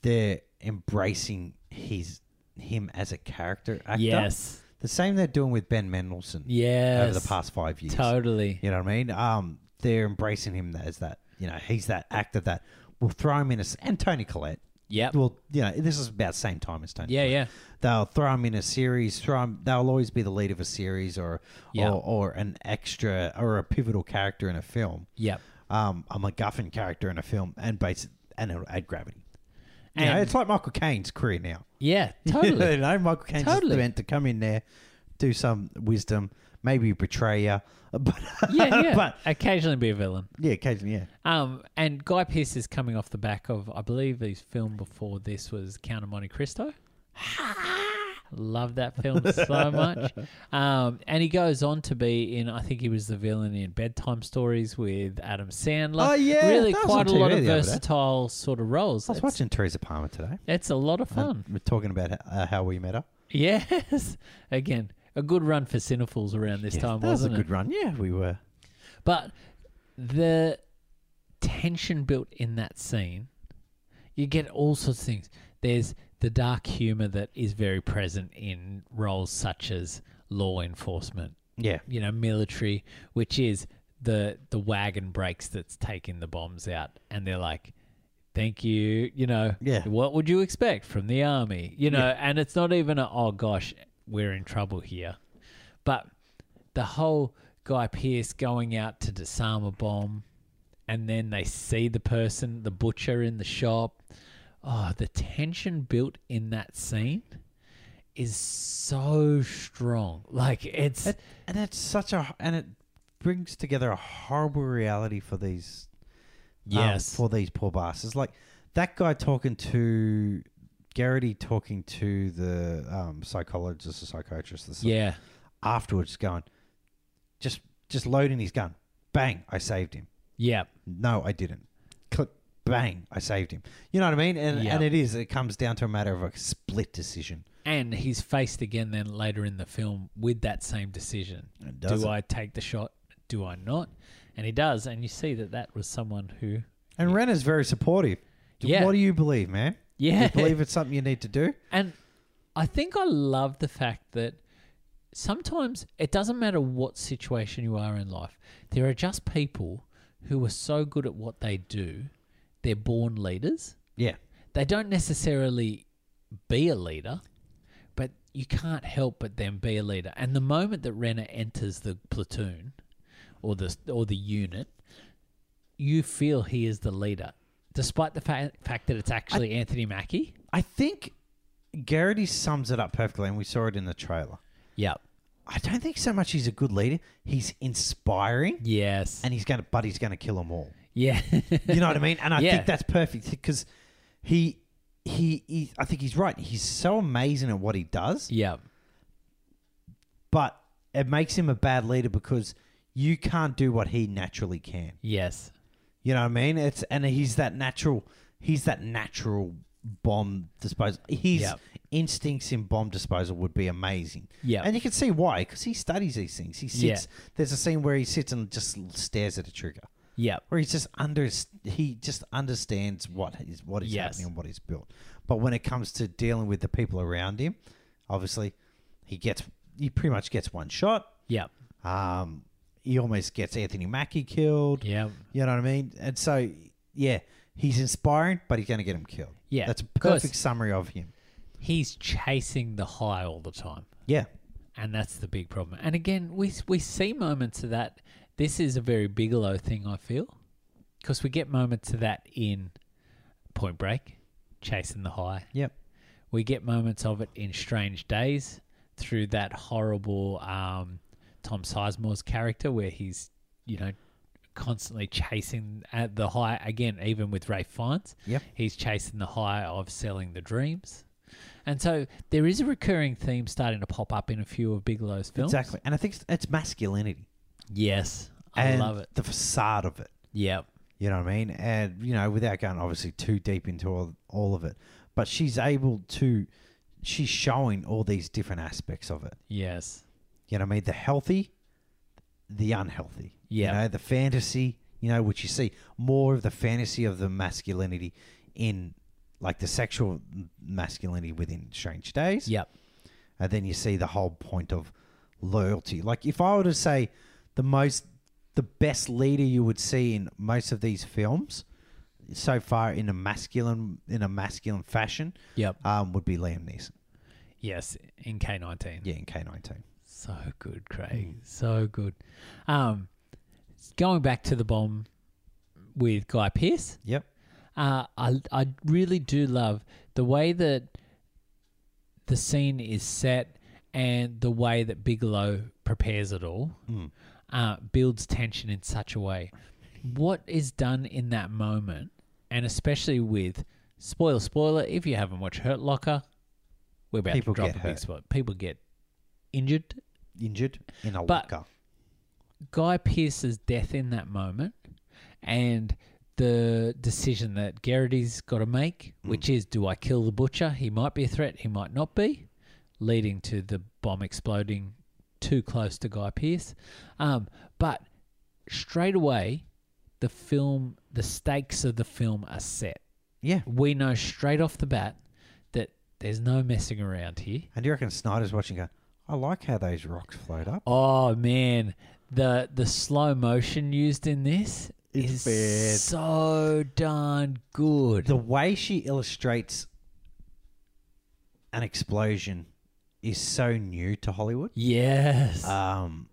[SPEAKER 2] they're embracing his him as a character actor.
[SPEAKER 1] yes
[SPEAKER 2] The same they're doing with Ben Mendelsohn
[SPEAKER 1] yes
[SPEAKER 2] over the past five years.
[SPEAKER 1] totally
[SPEAKER 2] You know what I mean? Um they're embracing him as that you know, he's that actor that will throw him in a s- and Tony Collette.
[SPEAKER 1] yep
[SPEAKER 2] Well, you know, this is about same time as Tony.
[SPEAKER 1] yeah
[SPEAKER 2] Collette.
[SPEAKER 1] yeah
[SPEAKER 2] They'll throw him in a series. Throw him. They'll always be the lead of a series, or
[SPEAKER 1] Yeah.
[SPEAKER 2] or, or an extra, or a pivotal character in a film
[SPEAKER 1] yep
[SPEAKER 2] um, a MacGuffin character in a film and base and it'll add gravity. You know,
[SPEAKER 1] And-
[SPEAKER 2] it's like Michael Caine's career now.
[SPEAKER 1] yeah
[SPEAKER 2] you
[SPEAKER 1] totally
[SPEAKER 2] know, Michael Caine's just
[SPEAKER 1] Totally.
[SPEAKER 2] meant to come in there, do some wisdom, maybe betray you, but
[SPEAKER 1] yeah yeah
[SPEAKER 2] but
[SPEAKER 1] occasionally be a villain
[SPEAKER 2] yeah, occasionally, yeah,
[SPEAKER 1] um and Guy Pearce is coming off the back of I believe his film before this was Count of Monte Cristo Love that film so much. Um, and he goes on to be in, I think he was the villain in Bedtime Stories with Adam Sandler.
[SPEAKER 2] Oh, yeah,
[SPEAKER 1] Really
[SPEAKER 2] that was
[SPEAKER 1] quite a
[SPEAKER 2] on
[SPEAKER 1] lot
[SPEAKER 2] TV
[SPEAKER 1] of
[SPEAKER 2] the other day.
[SPEAKER 1] versatile sort of roles.
[SPEAKER 2] I was
[SPEAKER 1] It's-
[SPEAKER 2] watching Teresa Palmer today.
[SPEAKER 1] It's a lot of
[SPEAKER 2] and
[SPEAKER 1] fun.
[SPEAKER 2] We're talking about uh, how we met her.
[SPEAKER 1] yes. Again, a good run for Cinephiles around this
[SPEAKER 2] Yeah,
[SPEAKER 1] time,
[SPEAKER 2] that was a
[SPEAKER 1] wasn't
[SPEAKER 2] good
[SPEAKER 1] it?
[SPEAKER 2] run. Yeah, we were.
[SPEAKER 1] But the tension built in that scene you get all sorts of things. There's the dark humor that is very present in roles such as law enforcement,
[SPEAKER 2] Yeah.
[SPEAKER 1] you know, military, which is the the wagon breaks that's taking the bombs out, and they're like, "Thank you," you know.
[SPEAKER 2] Yeah.
[SPEAKER 1] What would you expect from the army, you know? And it's not even a, "Oh gosh, we're in trouble here," but the whole Guy Pearce going out to disarm a bomb, and then they see the person, the butcher in the shop. Oh, the tension built in that scene is so strong. Like it's
[SPEAKER 2] It- And that's such a and it brings together a horrible reality for these um,
[SPEAKER 1] yes,
[SPEAKER 2] for these poor bastards. Like that guy talking to Garrity talking to the um, psychologist, the psychiatrist, the psych-
[SPEAKER 1] yeah,
[SPEAKER 2] afterwards going, just just loading his gun. Bang! I saved him.
[SPEAKER 1] yeah,
[SPEAKER 2] No, I didn't. Click. Bang! I saved him. You know what I mean? And
[SPEAKER 1] Yeah.
[SPEAKER 2] and it is. It comes down to a matter of a split decision.
[SPEAKER 1] and he's faced again then later in the film with that same decision.
[SPEAKER 2] It
[SPEAKER 1] Do I take the shot? Do I not? And he does, and you see that that was someone who,
[SPEAKER 2] And Ren is very supportive. D-
[SPEAKER 1] Yeah.
[SPEAKER 2] What do you believe, man?
[SPEAKER 1] yeah,
[SPEAKER 2] You believe it's something you need to do?
[SPEAKER 1] And I think I love the fact that sometimes it doesn't matter what situation you are in life, there are just people who are so good at what they do, they're born leaders.
[SPEAKER 2] Yeah.
[SPEAKER 1] They don't necessarily be a leader, but you can't help but then be a leader. And the moment that Renner enters the platoon or the or the unit, you feel he is the leader, despite the fa- fact that it's actually Anthony Mackie.
[SPEAKER 2] I think Garrity sums it up perfectly, and we saw it in the trailer.
[SPEAKER 1] Yep.
[SPEAKER 2] I don't think so much he's a good leader. He's inspiring,
[SPEAKER 1] Yes.
[SPEAKER 2] and he's going to, but he's going to kill them all.
[SPEAKER 1] Yeah.
[SPEAKER 2] You know what I mean? And I
[SPEAKER 1] Yeah.
[SPEAKER 2] think that's perfect because he, he, he, I think he's right. He's so amazing at what he does,
[SPEAKER 1] yeah.
[SPEAKER 2] but it makes him a bad leader because you can't do what he naturally can.
[SPEAKER 1] Yes.
[SPEAKER 2] You know what I mean? It's and he's that natural. He's that natural bomb disposal. His
[SPEAKER 1] Yep.
[SPEAKER 2] instincts in bomb disposal would be amazing.
[SPEAKER 1] Yeah.
[SPEAKER 2] and you can see why because he studies these things. He sits.
[SPEAKER 1] Yeah.
[SPEAKER 2] There's a scene where he sits and just stares at a trigger,
[SPEAKER 1] Yeah.
[SPEAKER 2] where he's just under. He just understands what is what is
[SPEAKER 1] Yes.
[SPEAKER 2] happening and what is built. But when it comes to dealing with the people around him, obviously, he gets. He pretty much gets one shot.
[SPEAKER 1] Yeah.
[SPEAKER 2] Um, he almost gets Anthony Mackie killed.
[SPEAKER 1] Yeah.
[SPEAKER 2] You know what I mean? And so, yeah, he's inspiring, but he's going to get him killed.
[SPEAKER 1] Yeah,
[SPEAKER 2] That's a
[SPEAKER 1] of course.
[SPEAKER 2] perfect summary of him.
[SPEAKER 1] He's chasing the high all the time.
[SPEAKER 2] Yeah.
[SPEAKER 1] And that's the big problem. And again, we we see moments of that. This is a very Bigelow thing, I feel, because we get moments of that in Point Break, chasing the high.
[SPEAKER 2] Yep.
[SPEAKER 1] We get moments of it in Strange Days through that horrible um, Tom Sizemore's character where he's, you know, constantly chasing at the high again, even with Ray Fiennes.
[SPEAKER 2] Yep.
[SPEAKER 1] He's chasing the high of selling the dreams. And so there is a recurring theme starting to pop up in a few of Bigelow's films.
[SPEAKER 2] Exactly. And I think it's- it's masculinity.
[SPEAKER 1] Yes. I
[SPEAKER 2] and
[SPEAKER 1] love it.
[SPEAKER 2] The facade of it.
[SPEAKER 1] Yep.
[SPEAKER 2] You know what I mean? And, you know, without going obviously too deep into all, all of it, but she's able to, she's showing all these different aspects of it.
[SPEAKER 1] Yes.
[SPEAKER 2] You know what I mean? The healthy, the unhealthy.
[SPEAKER 1] Yeah.
[SPEAKER 2] You know, the fantasy, you know, which you see more of the fantasy of the masculinity in like the sexual masculinity within Strange Days.
[SPEAKER 1] Yep.
[SPEAKER 2] And then you see the whole point of loyalty. Like if I were to say the most the best leader you would see in most of these films so far in a masculine in a masculine fashion
[SPEAKER 1] Yep.
[SPEAKER 2] um, would be Liam Neeson.
[SPEAKER 1] Yes. In K nineteen.
[SPEAKER 2] Yeah, in K nineteen.
[SPEAKER 1] So good,
[SPEAKER 2] Hmm.
[SPEAKER 1] Craig. So good. Um, going back to the bomb with Guy Pearce,
[SPEAKER 2] Yep.
[SPEAKER 1] uh, I I really do love the way that the scene is set and the way that Bigelow prepares it all
[SPEAKER 2] Mm.
[SPEAKER 1] uh, builds tension in such a way. What is done in that moment, and especially with spoiler spoiler, if you haven't watched Hurt Locker, we're about
[SPEAKER 2] People
[SPEAKER 1] to drop
[SPEAKER 2] get
[SPEAKER 1] a big
[SPEAKER 2] hurt.
[SPEAKER 1] spoiler. People get injured
[SPEAKER 2] Injured in a
[SPEAKER 1] But-
[SPEAKER 2] locker.
[SPEAKER 1] Guy Pearce's death in that moment and the decision that Garrity's got to make, which is do I kill the butcher? He might be a threat, he might not be, leading to the bomb exploding too close to Guy Pearce. Um, but straight away, the film, the stakes of the film are set.
[SPEAKER 2] Yeah.
[SPEAKER 1] We know straight off the bat that there's no messing around here.
[SPEAKER 2] And do you reckon Snyder's watching going, I like how those rocks float up?
[SPEAKER 1] Oh man, the the slow motion used in this is
[SPEAKER 2] It's bad.
[SPEAKER 1] so darn good.
[SPEAKER 2] The way she illustrates an explosion is so new to Hollywood.
[SPEAKER 1] yes.
[SPEAKER 2] Um,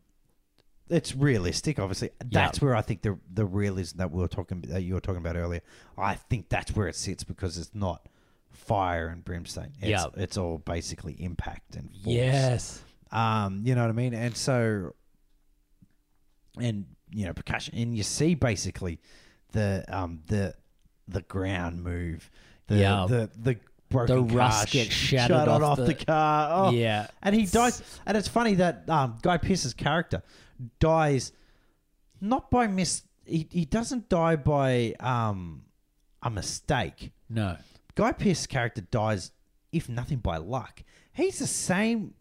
[SPEAKER 2] it's realistic, obviously. That's where I think the the realism that we were talking that you were talking about earlier. I think that's where it sits because it's not fire and brimstone. It's,
[SPEAKER 1] Yeah.
[SPEAKER 2] it's all basically impact and force.
[SPEAKER 1] yes.
[SPEAKER 2] Um, you know what I mean? And so, and you know, percussion, and you see basically the um the the ground move, the
[SPEAKER 1] Yeah.
[SPEAKER 2] the the
[SPEAKER 1] The
[SPEAKER 2] broken car
[SPEAKER 1] rust
[SPEAKER 2] sh-
[SPEAKER 1] gets shattered
[SPEAKER 2] shuttered
[SPEAKER 1] off
[SPEAKER 2] off, the,
[SPEAKER 1] the-
[SPEAKER 2] car. Oh.
[SPEAKER 1] Yeah.
[SPEAKER 2] and he dies. And it's funny that um Guy Pearce's character dies not by mis. He, he doesn't die by um a mistake.
[SPEAKER 1] No.
[SPEAKER 2] Guy Pearce's character dies, if nothing by luck. He's the same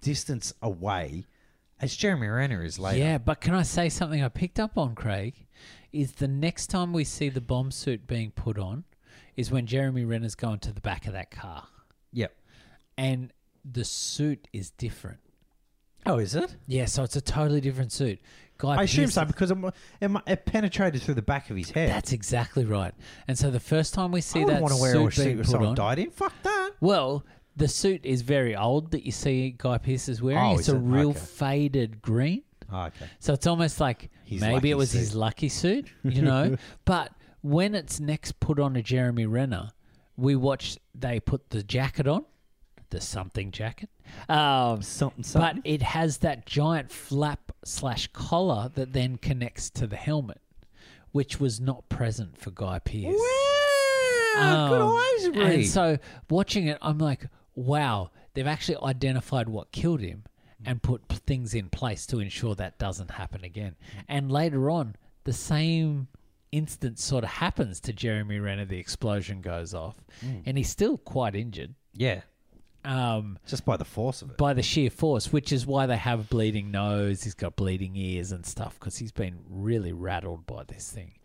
[SPEAKER 2] distance away as Jeremy Renner is later.
[SPEAKER 1] Yeah, but can I say something I picked up on, Craig? Is the next time we see the bomb suit being put on is when Jeremy Renner's going to the back of that car.
[SPEAKER 2] Yep.
[SPEAKER 1] And the suit is different.
[SPEAKER 2] Oh, is it?
[SPEAKER 1] Yeah, so it's a totally different suit. Guy
[SPEAKER 2] I assume
[SPEAKER 1] Pearce-
[SPEAKER 2] so because it, mu- it, mu- it penetrated through the back of his head.
[SPEAKER 1] That's exactly right. And so the first time we see
[SPEAKER 2] I
[SPEAKER 1] that
[SPEAKER 2] wouldn't want to wear a
[SPEAKER 1] suit
[SPEAKER 2] suit
[SPEAKER 1] being
[SPEAKER 2] if
[SPEAKER 1] put
[SPEAKER 2] someone
[SPEAKER 1] on,
[SPEAKER 2] died in. Fuck that.
[SPEAKER 1] well, the suit is very old that you see Guy Pearce is wearing.
[SPEAKER 2] Oh,
[SPEAKER 1] it's
[SPEAKER 2] is
[SPEAKER 1] a
[SPEAKER 2] it?
[SPEAKER 1] real
[SPEAKER 2] Okay.
[SPEAKER 1] faded green.
[SPEAKER 2] Oh, okay.
[SPEAKER 1] So it's almost like
[SPEAKER 2] His
[SPEAKER 1] maybe
[SPEAKER 2] lucky
[SPEAKER 1] it was
[SPEAKER 2] suit.
[SPEAKER 1] his lucky suit, you know? but when it's next put on a Jeremy Renner, we watch they put the jacket on, the something jacket. Um,
[SPEAKER 2] Something,
[SPEAKER 1] but
[SPEAKER 2] something.
[SPEAKER 1] it has that giant flap slash collar that then connects to the helmet, which was not present for Guy Pearce.
[SPEAKER 2] wow. good eyes,
[SPEAKER 1] Um,
[SPEAKER 2] Bree.
[SPEAKER 1] And so watching it, I'm like, wow, they've actually identified what killed him and put p- things in place to ensure that doesn't happen again. And later on, the same instance sort of happens to Jeremy Renner. The explosion goes off,
[SPEAKER 2] Hmm.
[SPEAKER 1] and he's still quite injured.
[SPEAKER 2] yeah.
[SPEAKER 1] Um,
[SPEAKER 2] Just by the force of it.
[SPEAKER 1] by the sheer force, which is why they have bleeding nose. He's got bleeding ears and stuff because he's been really rattled by this thing.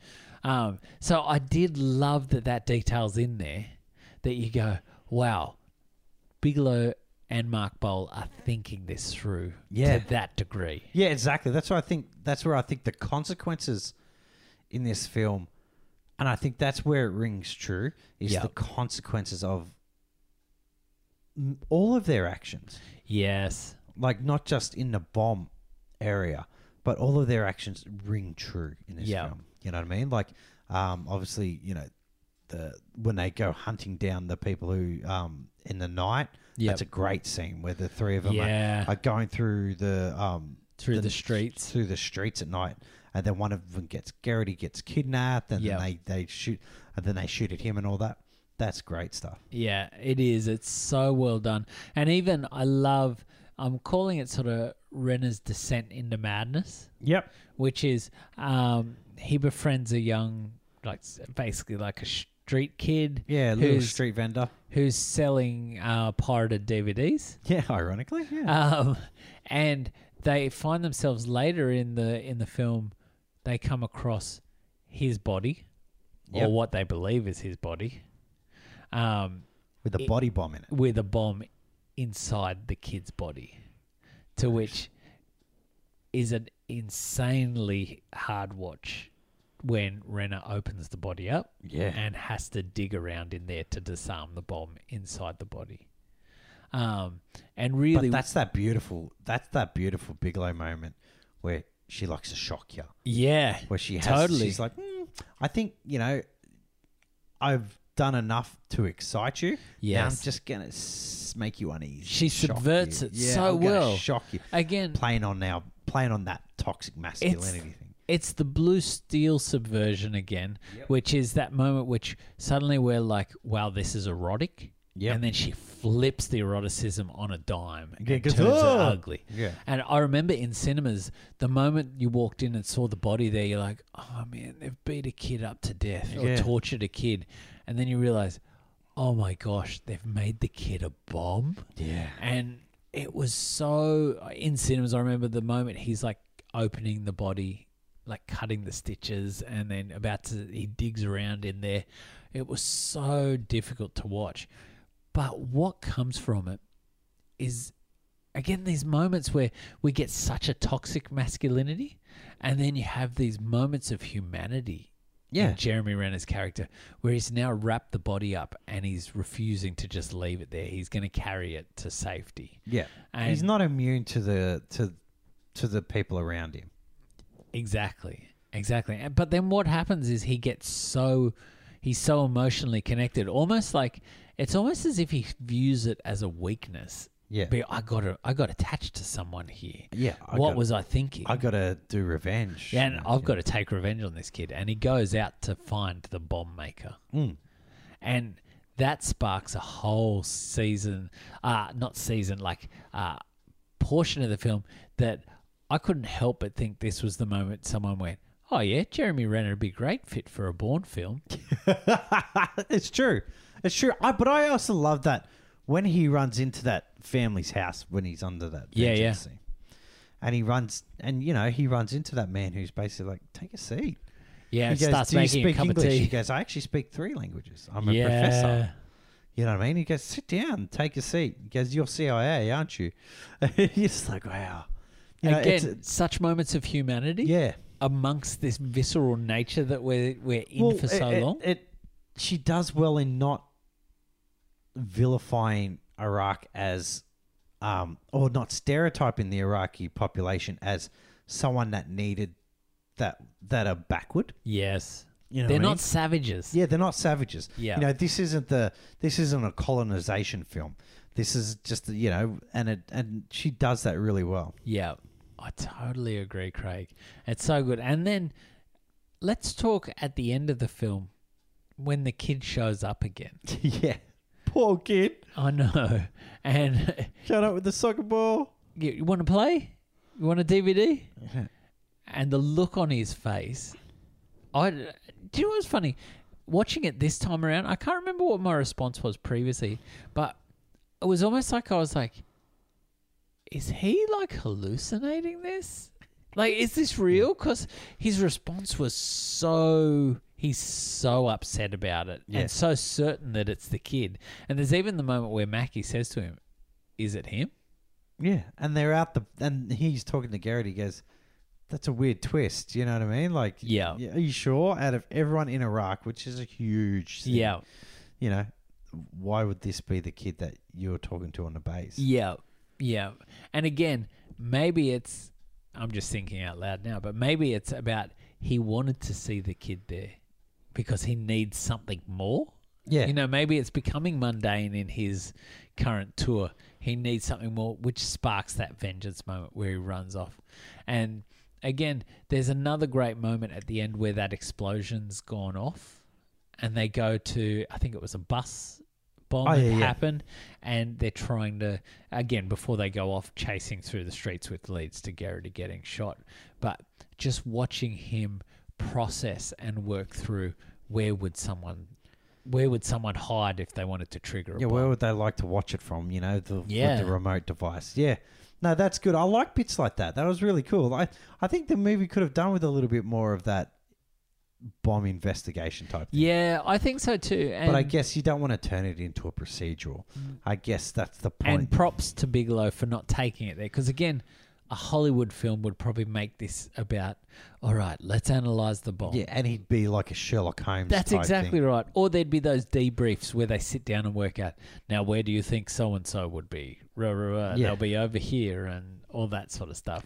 [SPEAKER 1] Um, so I did love that that details in there that you go, wow, Bigelow and Mark Bowl are thinking this through
[SPEAKER 2] Yeah.
[SPEAKER 1] to that degree.
[SPEAKER 2] Yeah, exactly. That's where I think that's where I think the consequences in this film and I think that's where it rings true is
[SPEAKER 1] Yeah.
[SPEAKER 2] the consequences of m- all of their actions.
[SPEAKER 1] Yes.
[SPEAKER 2] Like not just in the bomb area, but all of their actions ring true in this
[SPEAKER 1] Yeah.
[SPEAKER 2] film. You know what I mean? Like um obviously, you know, the when they go hunting down the people who um in the night,
[SPEAKER 1] Yep.
[SPEAKER 2] that's a great scene where the three of them
[SPEAKER 1] Yeah.
[SPEAKER 2] are, are going through the um
[SPEAKER 1] Through the streets.
[SPEAKER 2] through the streets at night, and then one of them gets Garrity gets kidnapped, and
[SPEAKER 1] Yeah.
[SPEAKER 2] then they they shoot, and then they shoot at him and all that. That's great stuff.
[SPEAKER 1] Yeah, it is. It's so well done. And even I love, I'm calling it sort of Renner's descent into madness.
[SPEAKER 2] Yep.
[SPEAKER 1] which is um, he befriends a young, like s- basically like a street kid.
[SPEAKER 2] Yeah, little
[SPEAKER 1] who's,
[SPEAKER 2] street vendor.
[SPEAKER 1] who's selling uh, pirated DVDs,
[SPEAKER 2] Yeah, ironically, yeah.
[SPEAKER 1] um, and they find themselves later in the in the film, they come across his body,
[SPEAKER 2] Yep.
[SPEAKER 1] or what they believe is his body, um,
[SPEAKER 2] with a
[SPEAKER 1] it-
[SPEAKER 2] body bomb in it.
[SPEAKER 1] with a bomb inside the kid's body, to which is an insanely hard watch when Renner opens the body up
[SPEAKER 2] Yeah.
[SPEAKER 1] and has to dig around in there to disarm the bomb inside the body. Um, and really,
[SPEAKER 2] But that's that beautiful. That's that beautiful Bigelow moment where she likes to shock you.
[SPEAKER 1] yeah,
[SPEAKER 2] Where she has,
[SPEAKER 1] Totally.
[SPEAKER 2] she's like, "Hmm, I think you know, I've done enough to excite you. Yeah, I'm
[SPEAKER 1] Yes.
[SPEAKER 2] just gonna s- make you uneasy.
[SPEAKER 1] She
[SPEAKER 2] shock
[SPEAKER 1] subverts
[SPEAKER 2] you.
[SPEAKER 1] it
[SPEAKER 2] yeah,
[SPEAKER 1] so
[SPEAKER 2] I'm gonna
[SPEAKER 1] well.
[SPEAKER 2] Shock you.
[SPEAKER 1] again,
[SPEAKER 2] playing on now playing on that toxic masculinity thing.
[SPEAKER 1] it's the blue steel subversion again, which is that moment which suddenly we're like, wow, this is erotic.
[SPEAKER 2] Yep.
[SPEAKER 1] And then she flips the eroticism on a dime and
[SPEAKER 2] Yeah, 'cause,
[SPEAKER 1] turns it
[SPEAKER 2] "Oh!"
[SPEAKER 1] ugly.
[SPEAKER 2] Yeah.
[SPEAKER 1] And I remember in cinemas, the moment you walked in and saw the body there, you're like, oh man, they've beat a kid up to death or
[SPEAKER 2] Yeah.
[SPEAKER 1] tortured a kid. And then you realize, oh my gosh, they've made the kid a bomb.
[SPEAKER 2] Yeah.
[SPEAKER 1] And it was so in cinemas. I remember the moment he's like opening the body, like cutting the stitches, and then about to he digs around in there. It was so difficult to watch. But what comes from it is, again, these moments where we get such a toxic masculinity, and then you have these moments of humanity. in
[SPEAKER 2] Yeah.
[SPEAKER 1] Jeremy Renner's character, where he's now wrapped the body up and he's refusing to just leave it there. He's going to carry it to safety.
[SPEAKER 2] Yeah.
[SPEAKER 1] And
[SPEAKER 2] He's not immune to the to to the people around him.
[SPEAKER 1] Exactly. Exactly. And- But then what happens is he gets so he's so emotionally connected, almost like it's almost as if he views it as a weakness.
[SPEAKER 2] Yeah.
[SPEAKER 1] Be- I got a, I got attached to someone here.
[SPEAKER 2] Yeah. I
[SPEAKER 1] what
[SPEAKER 2] got-
[SPEAKER 1] was I thinking?
[SPEAKER 2] I gotta do revenge.
[SPEAKER 1] yeah, and I've got to take revenge on this kid. And he goes out to find the bomb maker.
[SPEAKER 2] Mm.
[SPEAKER 1] And that sparks a whole season, uh, not season, like uh, portion of the film that I couldn't help but think this was the moment someone went, oh, yeah, Jeremy Renner would be a great fit for a Bourne film.
[SPEAKER 2] it's true. It's true. I, but I also love that when he runs into that family's house when he's under that
[SPEAKER 1] Yeah, yeah.
[SPEAKER 2] vengeance thing. and he runs and you know he runs into that man who's basically like, take a seat.
[SPEAKER 1] Yeah,
[SPEAKER 2] he
[SPEAKER 1] it starts
[SPEAKER 2] "Do you
[SPEAKER 1] making a
[SPEAKER 2] speak
[SPEAKER 1] cup
[SPEAKER 2] English?
[SPEAKER 1] of
[SPEAKER 2] He
[SPEAKER 1] tea.
[SPEAKER 2] goes, I actually speak three languages. I'm a
[SPEAKER 1] yeah.
[SPEAKER 2] professor. You know what I mean? He goes, sit down, take a seat. He goes, you're CIA, aren't you? He's like, wow. You know, it's-
[SPEAKER 1] Again, such moments of humanity
[SPEAKER 2] yeah.
[SPEAKER 1] amongst this visceral nature that we're, we're in
[SPEAKER 2] Well, eh,
[SPEAKER 1] for so
[SPEAKER 2] it- it-
[SPEAKER 1] long.
[SPEAKER 2] It, she does well in not vilifying Iraq as, um, or not stereotyping the Iraqi population as someone that needed that that are backward.
[SPEAKER 1] yes.
[SPEAKER 2] You know,
[SPEAKER 1] They're
[SPEAKER 2] what I
[SPEAKER 1] not
[SPEAKER 2] mean?
[SPEAKER 1] savages.
[SPEAKER 2] Yeah, they're not savages.
[SPEAKER 1] Yeah.
[SPEAKER 2] You know, this isn't the this isn't a colonization film. This is just you know, and it and she does that really well.
[SPEAKER 1] Yeah, I totally agree, Craig. It's so good. And then let's talk at the end of the film when the kid shows up again.
[SPEAKER 2] yeah. Poor kid,
[SPEAKER 1] I know. And
[SPEAKER 2] shut up with the soccer ball.
[SPEAKER 1] you, you want to play? You want a DVD? And the look on his face. I do you know what's funny? Watching it this time around, I can't remember what my response was previously, but it was almost like I was like, "Is he like hallucinating this? Like, is this real?" Because his response was so he's so upset about it
[SPEAKER 2] Yeah.
[SPEAKER 1] and so certain that it's the kid. And there's even the moment where Mackie says to him, "Is it him?"
[SPEAKER 2] Yeah, and they're out the and he's talking to Garrett. He goes, "That's a weird twist." You know what I mean? Like,
[SPEAKER 1] Yeah.
[SPEAKER 2] y- are you sure? Out of everyone in Iraq, which is a huge, thing,
[SPEAKER 1] Yeah,
[SPEAKER 2] you know, why would this be the kid that you're talking to on the base?
[SPEAKER 1] Yeah, yeah. And again, maybe it's, I'm just thinking out loud now, but maybe it's about he wanted to see the kid there because he needs something more.
[SPEAKER 2] Yeah,
[SPEAKER 1] You know, maybe it's becoming mundane in his current tour. He needs something more, which sparks that vengeance moment where he runs off. And again, there's another great moment at the end where that explosion's gone off and they go to, I think it was a bus bomb
[SPEAKER 2] Oh,
[SPEAKER 1] that
[SPEAKER 2] yeah, yeah.
[SPEAKER 1] happened. And they're trying to, again, before they go off, chasing through the streets, which leads to Garrity getting shot. But just watching him process and work through where would someone where would someone hide if they wanted to trigger a
[SPEAKER 2] yeah.
[SPEAKER 1] bomb?
[SPEAKER 2] Where would they like to watch it from? You know, the,
[SPEAKER 1] Yeah.
[SPEAKER 2] with the remote device. Yeah, no, that's good. I like bits like that. That was really cool. I I think the movie could have done with a little bit more of that bomb investigation type. Thing.
[SPEAKER 1] yeah, I think so too. And, Mm.
[SPEAKER 2] But I guess you don't want to turn it into a procedural. I guess that's the point.
[SPEAKER 1] and props to Bigelow for not taking it there because again, a Hollywood film would probably make this about all right, let's analyze the bomb.
[SPEAKER 2] Yeah, and he'd be like a Sherlock Holmes.
[SPEAKER 1] That's
[SPEAKER 2] type
[SPEAKER 1] exactly
[SPEAKER 2] thing.
[SPEAKER 1] right. Or there'd be those debriefs where they sit down and work out now where do you think so and so would be? Ruh, ruh, ruh,
[SPEAKER 2] Yeah.
[SPEAKER 1] They'll be over here and all that sort of stuff.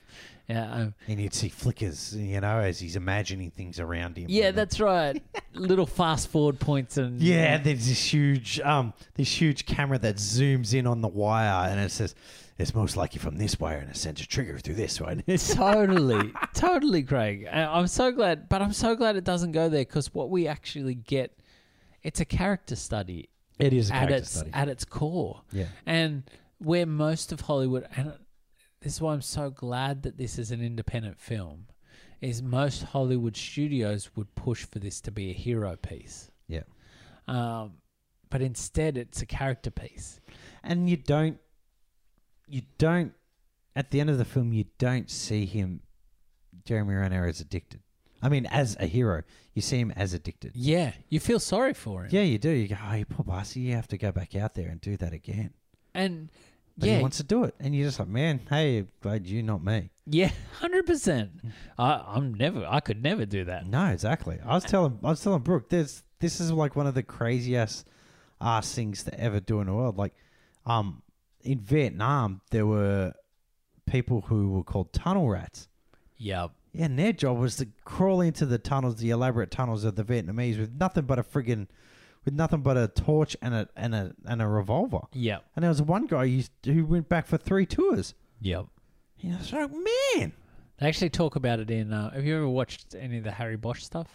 [SPEAKER 1] Yeah, um,
[SPEAKER 2] And you'd see flickers, you know, as he's imagining things around him.
[SPEAKER 1] yeah,
[SPEAKER 2] And-
[SPEAKER 1] that's right. Little fast forward points and
[SPEAKER 2] yeah. There's this huge, um, this huge camera that zooms in on the wire, and it says, "It's most likely from this wire, and it sends a trigger through this one."
[SPEAKER 1] totally, totally, Craig. I- I'm so glad, but I'm so glad it doesn't go there because what we actually get, it's a character study
[SPEAKER 2] it is a
[SPEAKER 1] at
[SPEAKER 2] character
[SPEAKER 1] its
[SPEAKER 2] study.
[SPEAKER 1] at its core,
[SPEAKER 2] yeah,
[SPEAKER 1] and where most of Hollywood, and this is why I'm so glad that this is an independent film, is most Hollywood studios would push for this to be a hero piece,
[SPEAKER 2] yeah.
[SPEAKER 1] um, but instead it's a character piece.
[SPEAKER 2] And you don't, you don't. At the end of the film, you don't see him, Jeremy Renner, as addicted. I mean, as a hero, you see him as addicted.
[SPEAKER 1] Yeah, you feel sorry for him.
[SPEAKER 2] Yeah, you do. You go, oh, you poor bastard, you have to go back out there and do that again.
[SPEAKER 1] and
[SPEAKER 2] But
[SPEAKER 1] yeah,
[SPEAKER 2] he wants to do it. And you're just like, man, hey, glad you, not me.
[SPEAKER 1] yeah, hundred percent.
[SPEAKER 2] Hmm.
[SPEAKER 1] I'm never. I could never do that.
[SPEAKER 2] No, exactly. I was telling I was telling Brooke, there's this is like one of the craziest ass things to ever do in the world. Like, um, in Vietnam there were people who were called tunnel rats.
[SPEAKER 1] Yeah,
[SPEAKER 2] Yeah, and their job was to crawl into the tunnels, the elaborate tunnels of the Vietnamese with nothing but a friggin' with nothing but a torch and a and a and a revolver.
[SPEAKER 1] yeah,
[SPEAKER 2] And there was one guy who, used- who went back for three tours.
[SPEAKER 1] yeah.
[SPEAKER 2] And I was like, man.
[SPEAKER 1] They actually talk about it in. Uh, have you ever watched any of the Harry Bosch stuff?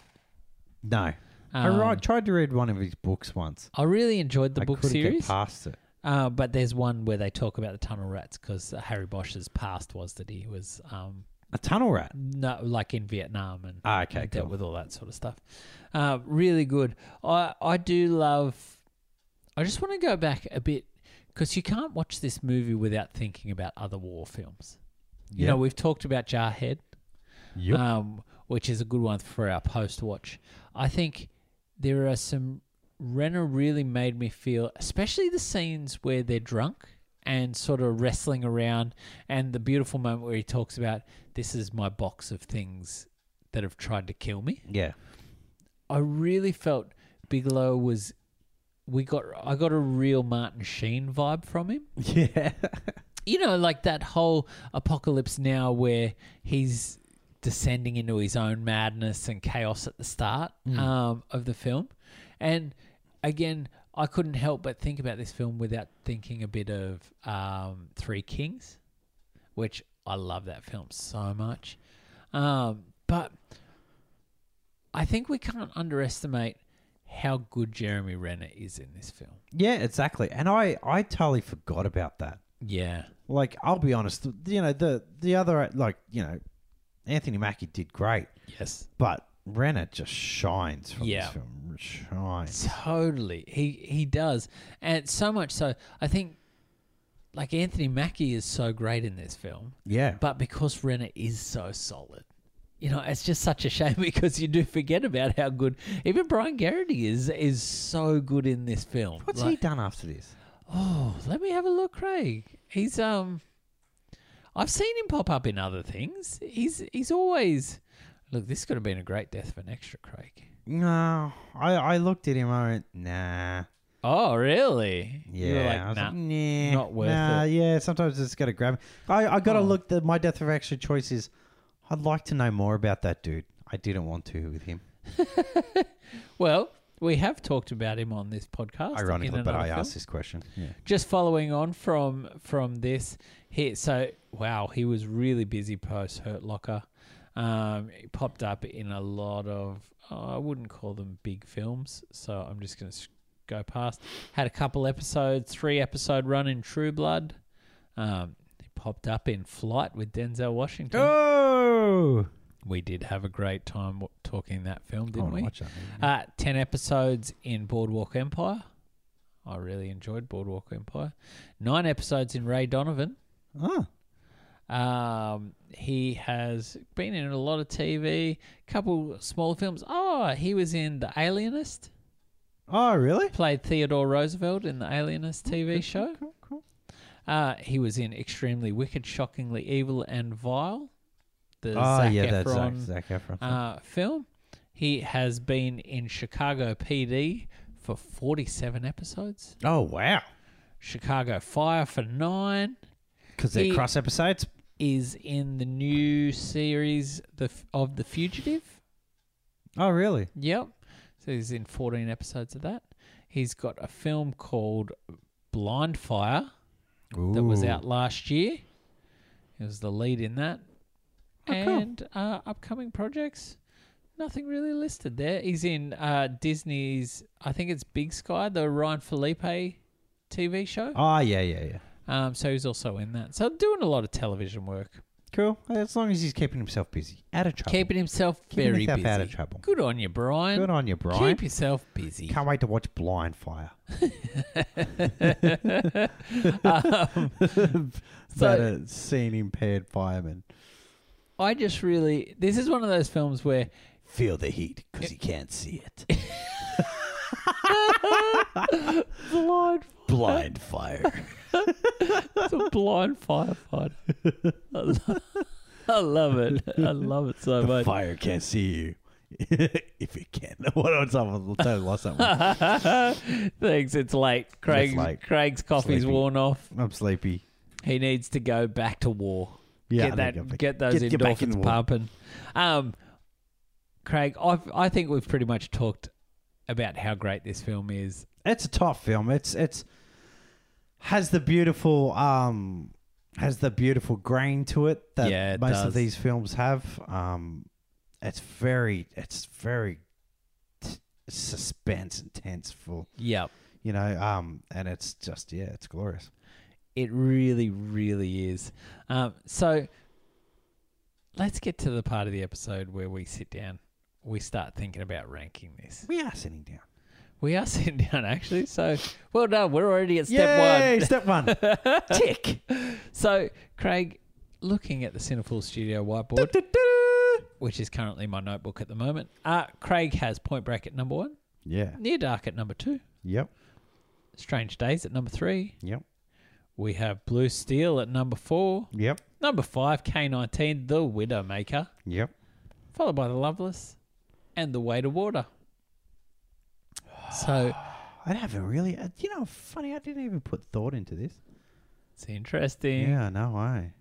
[SPEAKER 2] No.
[SPEAKER 1] Um,
[SPEAKER 2] I ri- tried to read one of his books once.
[SPEAKER 1] I really enjoyed the
[SPEAKER 2] I
[SPEAKER 1] book
[SPEAKER 2] couldn't
[SPEAKER 1] series,
[SPEAKER 2] Get past it.
[SPEAKER 1] uh, but there's one where they talk about the tunnel rats because Harry Bosch's past was that he was um,
[SPEAKER 2] A tunnel rat.
[SPEAKER 1] no, like in Vietnam and
[SPEAKER 2] Ah, okay,
[SPEAKER 1] dealt
[SPEAKER 2] cool.
[SPEAKER 1] with all that sort of stuff. Uh, really good. I I do love. I just want to go back a bit because you can't watch this movie without thinking about other war films. You know, we've talked about Jarhead,
[SPEAKER 2] Yep.
[SPEAKER 1] um, which is a good one for our post watch. I think there are some. Renner really made me feel, especially the scenes where they're drunk and sort of wrestling around, and the beautiful moment where he talks about this is my box of things that have tried to kill me.
[SPEAKER 2] yeah.
[SPEAKER 1] I really felt Bigelow was we got I got a real Martin Sheen vibe from him.
[SPEAKER 2] Yeah.
[SPEAKER 1] You know, like that whole apocalypse now where he's descending into his own madness and chaos at the start um, of the film. And again, I couldn't help but think about this film without thinking a bit of um, Three Kings, which I love that film so much. Um, but I think we can't underestimate how good Jeremy Renner is in this film.
[SPEAKER 2] Yeah, exactly. And I, I totally forgot about that.
[SPEAKER 1] Yeah.
[SPEAKER 2] Like, I'll be honest, you know, the, the other, like, you know, Anthony Mackie did great,
[SPEAKER 1] Yes.
[SPEAKER 2] but Renner just shines from
[SPEAKER 1] Yeah.
[SPEAKER 2] this film. Shines.
[SPEAKER 1] Totally. He he does. And so much so I think like Anthony Mackie is so great in this film,
[SPEAKER 2] Yeah.
[SPEAKER 1] but because Renner is so solid. You know, it's just such a shame because you do forget about how good even Brian Garrity is is so good in this film.
[SPEAKER 2] What's he
[SPEAKER 1] Like-
[SPEAKER 2] done after this?
[SPEAKER 1] Oh, let me have a look, Craig. He's um I've seen him pop up in other things. He's he's always Look, this could have been a great death of an extra, Craig.
[SPEAKER 2] No, I, I looked at him. I went, nah.
[SPEAKER 1] Oh, really?
[SPEAKER 2] Yeah.
[SPEAKER 1] You were like,
[SPEAKER 2] I was
[SPEAKER 1] nah.
[SPEAKER 2] like, nah,
[SPEAKER 1] not worth
[SPEAKER 2] nah,
[SPEAKER 1] it.
[SPEAKER 2] Yeah, sometimes it's got to grab me. I, I got to
[SPEAKER 1] Oh.
[SPEAKER 2] look. The, my death of extra choice is I'd like to know more about that dude. I didn't want to with him.
[SPEAKER 1] Well, we have talked about him on this podcast.
[SPEAKER 2] Ironically,
[SPEAKER 1] in
[SPEAKER 2] but
[SPEAKER 1] another
[SPEAKER 2] I
[SPEAKER 1] film.
[SPEAKER 2] asked this question. Yeah.
[SPEAKER 1] Just following on from from this, he so wow, he was really busy post Hurt Locker. Um, he popped up in a lot of oh, I wouldn't call them big films, so I'm just going to go past. Had a couple episodes, three episode run in True Blood. Um, he popped up in Flight with Denzel Washington.
[SPEAKER 2] Oh,
[SPEAKER 1] We did have a great time w- talking that film,
[SPEAKER 2] I
[SPEAKER 1] didn't
[SPEAKER 2] want
[SPEAKER 1] we?
[SPEAKER 2] to watch that. movie.
[SPEAKER 1] Uh, 10 episodes in Boardwalk Empire. I really enjoyed Boardwalk Empire. Nine episodes in Ray Donovan.
[SPEAKER 2] Oh,
[SPEAKER 1] Um, he has been in a lot of TV, couple smaller films. Oh, he was in The Alienist,
[SPEAKER 2] oh, really?
[SPEAKER 1] played Theodore Roosevelt in The Alienist TV show.
[SPEAKER 2] Cool, cool.
[SPEAKER 1] Uh, he was in Extremely Wicked, Shockingly Evil, and Vile. The
[SPEAKER 2] Oh,
[SPEAKER 1] Zac
[SPEAKER 2] yeah, that's Zac,
[SPEAKER 1] Efron
[SPEAKER 2] Zac Efron.
[SPEAKER 1] uh, film. He has been in Chicago PD for 47 episodes,
[SPEAKER 2] oh, wow.
[SPEAKER 1] Chicago Fire for nine,
[SPEAKER 2] Because they're
[SPEAKER 1] he-
[SPEAKER 2] cross episodes.
[SPEAKER 1] is in the new series the F- of The Fugitive.
[SPEAKER 2] Oh, really?
[SPEAKER 1] Yep. So he's in 14 episodes of that. He's got a film called Blind Fire that was
[SPEAKER 2] Ooh.
[SPEAKER 1] out last year. He was the lead in that.
[SPEAKER 2] Oh, cool.
[SPEAKER 1] and uh, upcoming projects, nothing really listed there. He's in uh, Disney's, I think it's Big Sky, the Ryan Felipe TV show.
[SPEAKER 2] Oh, yeah, yeah, yeah.
[SPEAKER 1] Um, so he's also in that. So doing a lot of television work,
[SPEAKER 2] Cool. As long as he's keeping himself busy, out of trouble.
[SPEAKER 1] keeping himself
[SPEAKER 2] Keeping
[SPEAKER 1] very
[SPEAKER 2] himself
[SPEAKER 1] busy.
[SPEAKER 2] out of trouble.
[SPEAKER 1] Good on you, Brian.
[SPEAKER 2] Good on you, Brian.
[SPEAKER 1] Keep yourself busy.
[SPEAKER 2] Can't wait to watch Blind Fire.
[SPEAKER 1] Um,
[SPEAKER 2] About a seen uh, impaired fireman.
[SPEAKER 1] I just really this is one of those films where
[SPEAKER 2] feel the heat because he can't see it.
[SPEAKER 1] Blind,
[SPEAKER 2] Blind fire.
[SPEAKER 1] it's a blind firefighter. I lo- I love it. I love it so much.
[SPEAKER 2] fire can't see you if it can. What on someone totally lost that one.
[SPEAKER 1] Thanks. It's late. Craig's,
[SPEAKER 2] late.
[SPEAKER 1] Craig's coffee's
[SPEAKER 2] Sleepy.
[SPEAKER 1] worn off.
[SPEAKER 2] I'm sleepy.
[SPEAKER 1] He needs to go back to war.
[SPEAKER 2] Yeah,
[SPEAKER 1] get
[SPEAKER 2] I
[SPEAKER 1] that,
[SPEAKER 2] think I'm back-
[SPEAKER 1] get those
[SPEAKER 2] get- get back in
[SPEAKER 1] endorphins
[SPEAKER 2] war.
[SPEAKER 1] pumping. Um, Craig, I've, I think we've pretty much talked about how great this film is.
[SPEAKER 2] It's a top film. It's it's has the beautiful um has the beautiful grain to it that
[SPEAKER 1] Yeah, it
[SPEAKER 2] most
[SPEAKER 1] does.
[SPEAKER 2] of these films have. Um, it's very it's very t- suspense intenseful.
[SPEAKER 1] Yep.
[SPEAKER 2] You know, um, and it's just yeah, it's glorious.
[SPEAKER 1] It really, really is. Um, so let's get to the part of the episode where we sit down. We start thinking about ranking this.
[SPEAKER 2] We are sitting down.
[SPEAKER 1] We are sitting down, actually. So well done. We're already at step
[SPEAKER 2] Yay,
[SPEAKER 1] one.
[SPEAKER 2] Step one. Tick.
[SPEAKER 1] So, Craig, looking at the Cinefool Studio whiteboard, which is currently my notebook at the moment, uh, Craig has Point Break at number one,
[SPEAKER 2] Yeah.
[SPEAKER 1] Near Dark at number two,
[SPEAKER 2] Yep.
[SPEAKER 1] Strange Days at number three.
[SPEAKER 2] Yep.
[SPEAKER 1] We have Blue Steel at number four.
[SPEAKER 2] Yep.
[SPEAKER 1] Number five, K19, The Widowmaker,
[SPEAKER 2] Yep.
[SPEAKER 1] followed by The Loveless and The Way to Water. So
[SPEAKER 2] I haven't really. uh, You know, funny. I didn't even put thought into this.
[SPEAKER 1] it's interesting.
[SPEAKER 2] Yeah. No way.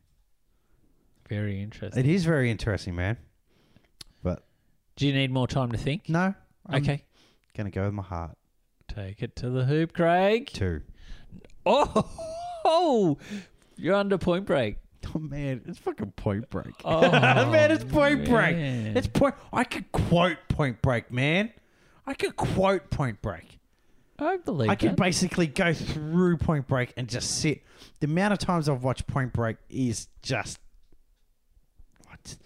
[SPEAKER 1] Very interesting.
[SPEAKER 2] It is very interesting, man. But
[SPEAKER 1] Do you need more time to think?
[SPEAKER 2] no. I'm
[SPEAKER 1] Okay.
[SPEAKER 2] Gonna go with my heart
[SPEAKER 1] Take it to the hoop, Craig.
[SPEAKER 2] too.
[SPEAKER 1] Oh, you're under point break.
[SPEAKER 2] Oh man, it's fucking Point Break.
[SPEAKER 1] Oh,
[SPEAKER 2] man, it's Point
[SPEAKER 1] man.
[SPEAKER 2] Break. It's Point. I could quote Point Break, man. I could quote Point Break.
[SPEAKER 1] I believe
[SPEAKER 2] I could
[SPEAKER 1] that.
[SPEAKER 2] basically go through Point Break and just sit. The amount of times I've watched Point Break is just what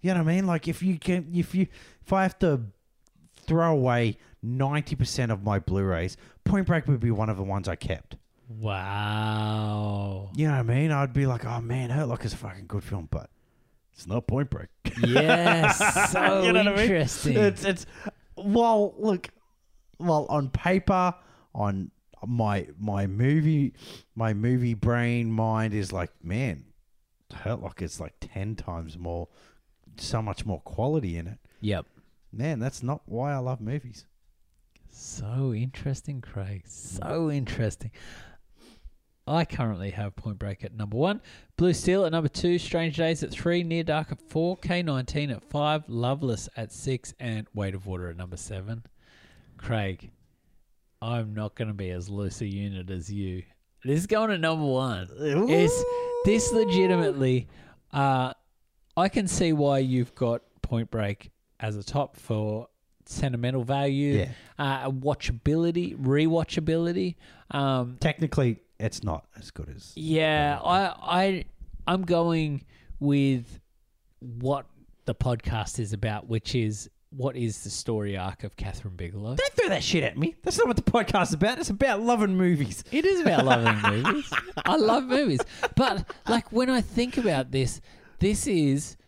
[SPEAKER 2] you know what I mean. Like if you can, if you, if I have to throw away ninety percent of my Blu-rays, Point Break would be one of the ones I kept.
[SPEAKER 1] Wow.
[SPEAKER 2] You know what I mean? I'd be like, oh man, Hurt Lock is a fucking good film, but it's not Point Break.
[SPEAKER 1] Yes. So
[SPEAKER 2] You know what I mean?
[SPEAKER 1] interesting.
[SPEAKER 2] It's it's well, look, well on paper, on my my movie, my movie brain mind is like, man, Hurt Lock is like ten times more, so much more quality in it.
[SPEAKER 1] Yep.
[SPEAKER 2] Man, that's not why I love movies.
[SPEAKER 1] So interesting, Craig. So interesting. I currently have Point Break at number one, Blue Steel at number two, Strange Days at three, Near Dark at four, K19 at five, Loveless at six, and Weight of Water at number seven. Craig, I'm not going to be as loose a unit as you. This is going at number one. Is this legitimately? Uh, I can see why you've got Point Break as a top for sentimental value,
[SPEAKER 2] Yeah.
[SPEAKER 1] uh, watchability, rewatchability. Um,
[SPEAKER 2] Technically, it's not as good as
[SPEAKER 1] yeah, I, I, I'm going with what the podcast is about, which is what is the story arc of Catherine Bigelow.
[SPEAKER 2] Don't throw that shit at me. That's not what the podcast's about. It's about loving movies.
[SPEAKER 1] It is about loving movies. I love movies. But like when I think about this, this is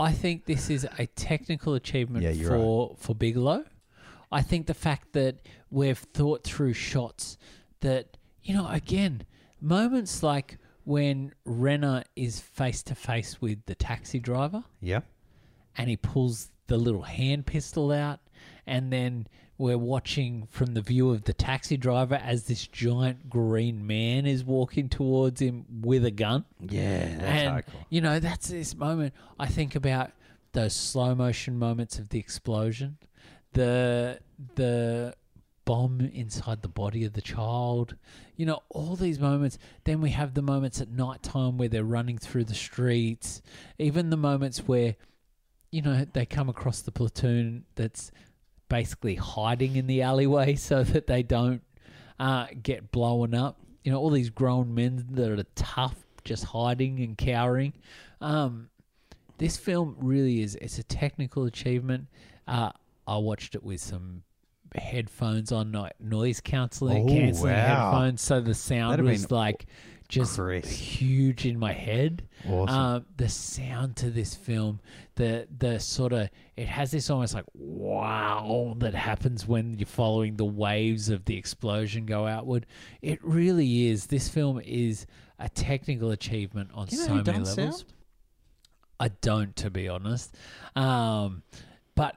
[SPEAKER 1] I think this is a technical achievement
[SPEAKER 2] Yeah, you're
[SPEAKER 1] for for Bigelow. I think the fact that we've thought through shots that you know again moments like when Renner is face to face with the taxi driver
[SPEAKER 2] Yeah.
[SPEAKER 1] and he pulls the little hand pistol out and then we're watching from the view of the taxi driver as this giant green man is walking towards him with a gun
[SPEAKER 2] Yeah,
[SPEAKER 1] and you know that's this moment i think about those slow motion moments of the explosion the the bomb inside the body of the child you know all these moments then we have the moments at night time where they're running through the streets even the moments where you know they come across the platoon that's basically hiding in the alleyway so that they don't uh, get blown up. You know, all these grown men that are tough, just hiding and cowering. Um, this film really is. It's a technical achievement. Uh, I watched it with some headphones on, like noise canceling,
[SPEAKER 2] Oh,
[SPEAKER 1] canceling
[SPEAKER 2] wow.
[SPEAKER 1] headphones, so the sound
[SPEAKER 2] That'd have
[SPEAKER 1] was
[SPEAKER 2] been
[SPEAKER 1] like just
[SPEAKER 2] Crisp.
[SPEAKER 1] huge in my head.
[SPEAKER 2] Awesome.
[SPEAKER 1] Um, the sound to this film, the the sort of it has this almost like wow that happens when you're following the waves of the explosion go outward. It really is. This film is a technical achievement on
[SPEAKER 2] Do you know
[SPEAKER 1] so
[SPEAKER 2] who
[SPEAKER 1] many
[SPEAKER 2] done
[SPEAKER 1] levels.
[SPEAKER 2] sound?
[SPEAKER 1] I don't, to be honest. Um, but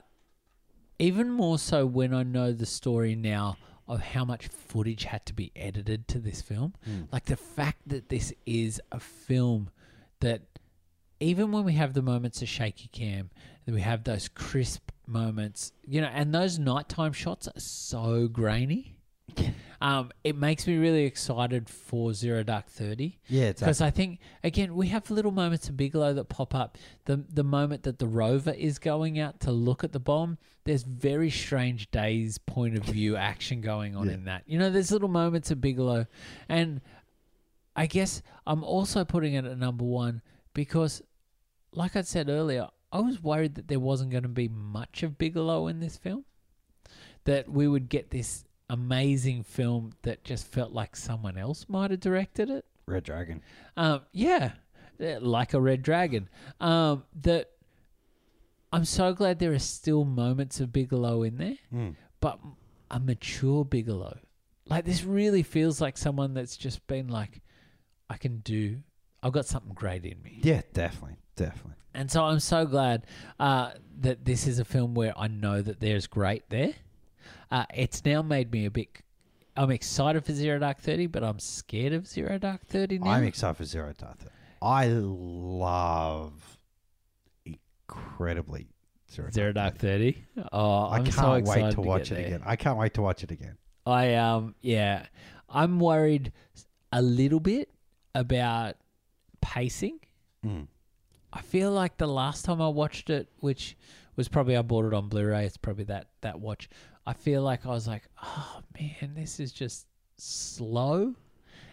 [SPEAKER 1] even more so when I know the story now of how much footage had to be edited to this film.
[SPEAKER 2] Hmm.
[SPEAKER 1] Like the fact that this is a film that, even when we have the moments of shaky cam, that we have those crisp moments, you know, and those nighttime shots are so grainy. Um, it makes me really excited for Zero Dark Thirty.
[SPEAKER 2] Yeah, it's
[SPEAKER 1] Because I think again we have little moments of Bigelow that pop up. The the moment that the rover is going out to look at the bomb, there's very strange days point of view action going on
[SPEAKER 2] Yeah.
[SPEAKER 1] in that. You know, there's little moments of Bigelow, and I guess I'm also putting it at number one because, like I said earlier, I was worried that there wasn't going to be much of Bigelow in this film, that we would get this amazing film that just felt like someone else might have directed it.
[SPEAKER 2] Red Dragon.
[SPEAKER 1] Um, yeah, eh, like a red dragon. Um, that I'm so glad there are still moments of Bigelow in there, but a mature Bigelow. Like this really feels like someone that's just been like, I can do. I've got something great in me.
[SPEAKER 2] Yeah, definitely, definitely.
[SPEAKER 1] And so I'm so glad uh, that this is a film where I know that there's great there. Uh, it's now made me a bit. I'm excited for Zero Dark Thirty, but I'm scared of Zero Dark Thirty now.
[SPEAKER 2] I'm excited for Zero Dark Thirty. I love incredibly Zero,
[SPEAKER 1] Zero Dark Thirty. Oh,
[SPEAKER 2] I
[SPEAKER 1] I'm
[SPEAKER 2] can't
[SPEAKER 1] so excited
[SPEAKER 2] wait to
[SPEAKER 1] get
[SPEAKER 2] watch it
[SPEAKER 1] there.
[SPEAKER 2] again. I can't wait to watch it again.
[SPEAKER 1] I um yeah, I'm worried a little bit about pacing.
[SPEAKER 2] Mm.
[SPEAKER 1] I feel like the last time I watched it, which was probably I bought it on Blu-ray. It's probably that that watch. I feel like I was like, oh man, this is just slow.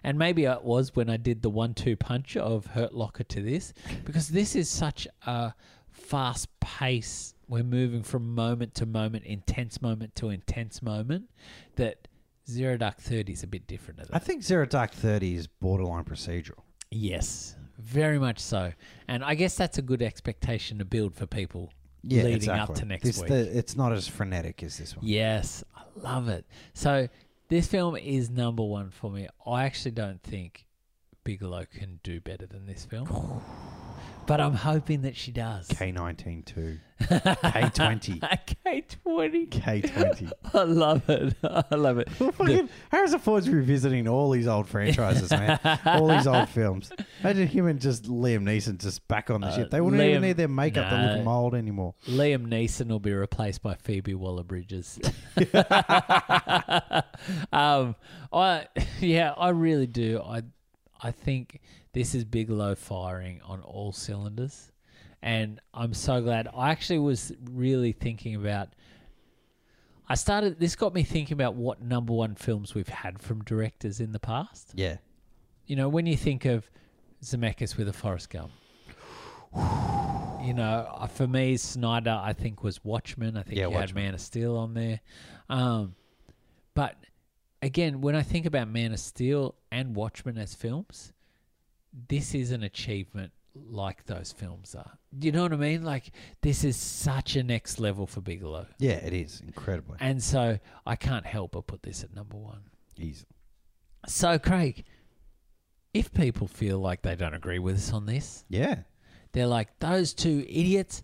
[SPEAKER 1] And maybe it was when I did the one-two punch of Hurt Locker to this, because this is such a fast pace. We're moving from moment to moment, intense moment to intense moment. That Zero Dark Thirty is a bit different. At that.
[SPEAKER 2] I think Zero Dark Thirty is borderline procedural.
[SPEAKER 1] Yes, very much so. And I guess that's a good expectation to build for people leading up to next
[SPEAKER 2] This-
[SPEAKER 1] week.
[SPEAKER 2] the- it's not as frenetic as this one.
[SPEAKER 1] yes, I love it. So this film is number one for me. I actually don't think Bigelow can do better than this film. But I'm hoping that she does.
[SPEAKER 2] K nineteen two, K twenty,
[SPEAKER 1] K twenty.
[SPEAKER 2] K twenty.
[SPEAKER 1] I love it. I love it.
[SPEAKER 2] Fucking Harrison Ford's revisiting all these old franchises, man. all these old films. Imagine him and just Liam Neeson just back on the
[SPEAKER 1] Uh,
[SPEAKER 2] ship. They wouldn't
[SPEAKER 1] Liam-
[SPEAKER 2] even need their makeup to
[SPEAKER 1] no.
[SPEAKER 2] look mold anymore.
[SPEAKER 1] Liam Neeson will be replaced by Phoebe Waller Bridges. um, I yeah, I really do. I I think this is Bigelow firing on all cylinders, and I'm so glad. I actually was really thinking about. I started. This got me thinking about what number one films we've had from directors in the past.
[SPEAKER 2] Yeah.
[SPEAKER 1] You know, when you think of Zemeckis with a Forrest Gump, you know, uh, for me, Snyder, I think was Watchmen. I think
[SPEAKER 2] Yeah,
[SPEAKER 1] you had
[SPEAKER 2] Watchmen.
[SPEAKER 1] Man of Steel on there. Um, but again, when I think about Man of Steel and Watchmen as films, this is an achievement like those films are. You know what I mean? Like this is such a next level for Bigelow.
[SPEAKER 2] Yeah, it is. Incredibly.
[SPEAKER 1] And so I can't help but put this at number one.
[SPEAKER 2] Easy.
[SPEAKER 1] So, Craig, if people feel like they don't agree with us on this,
[SPEAKER 2] Yeah.
[SPEAKER 1] they're like, those two idiots,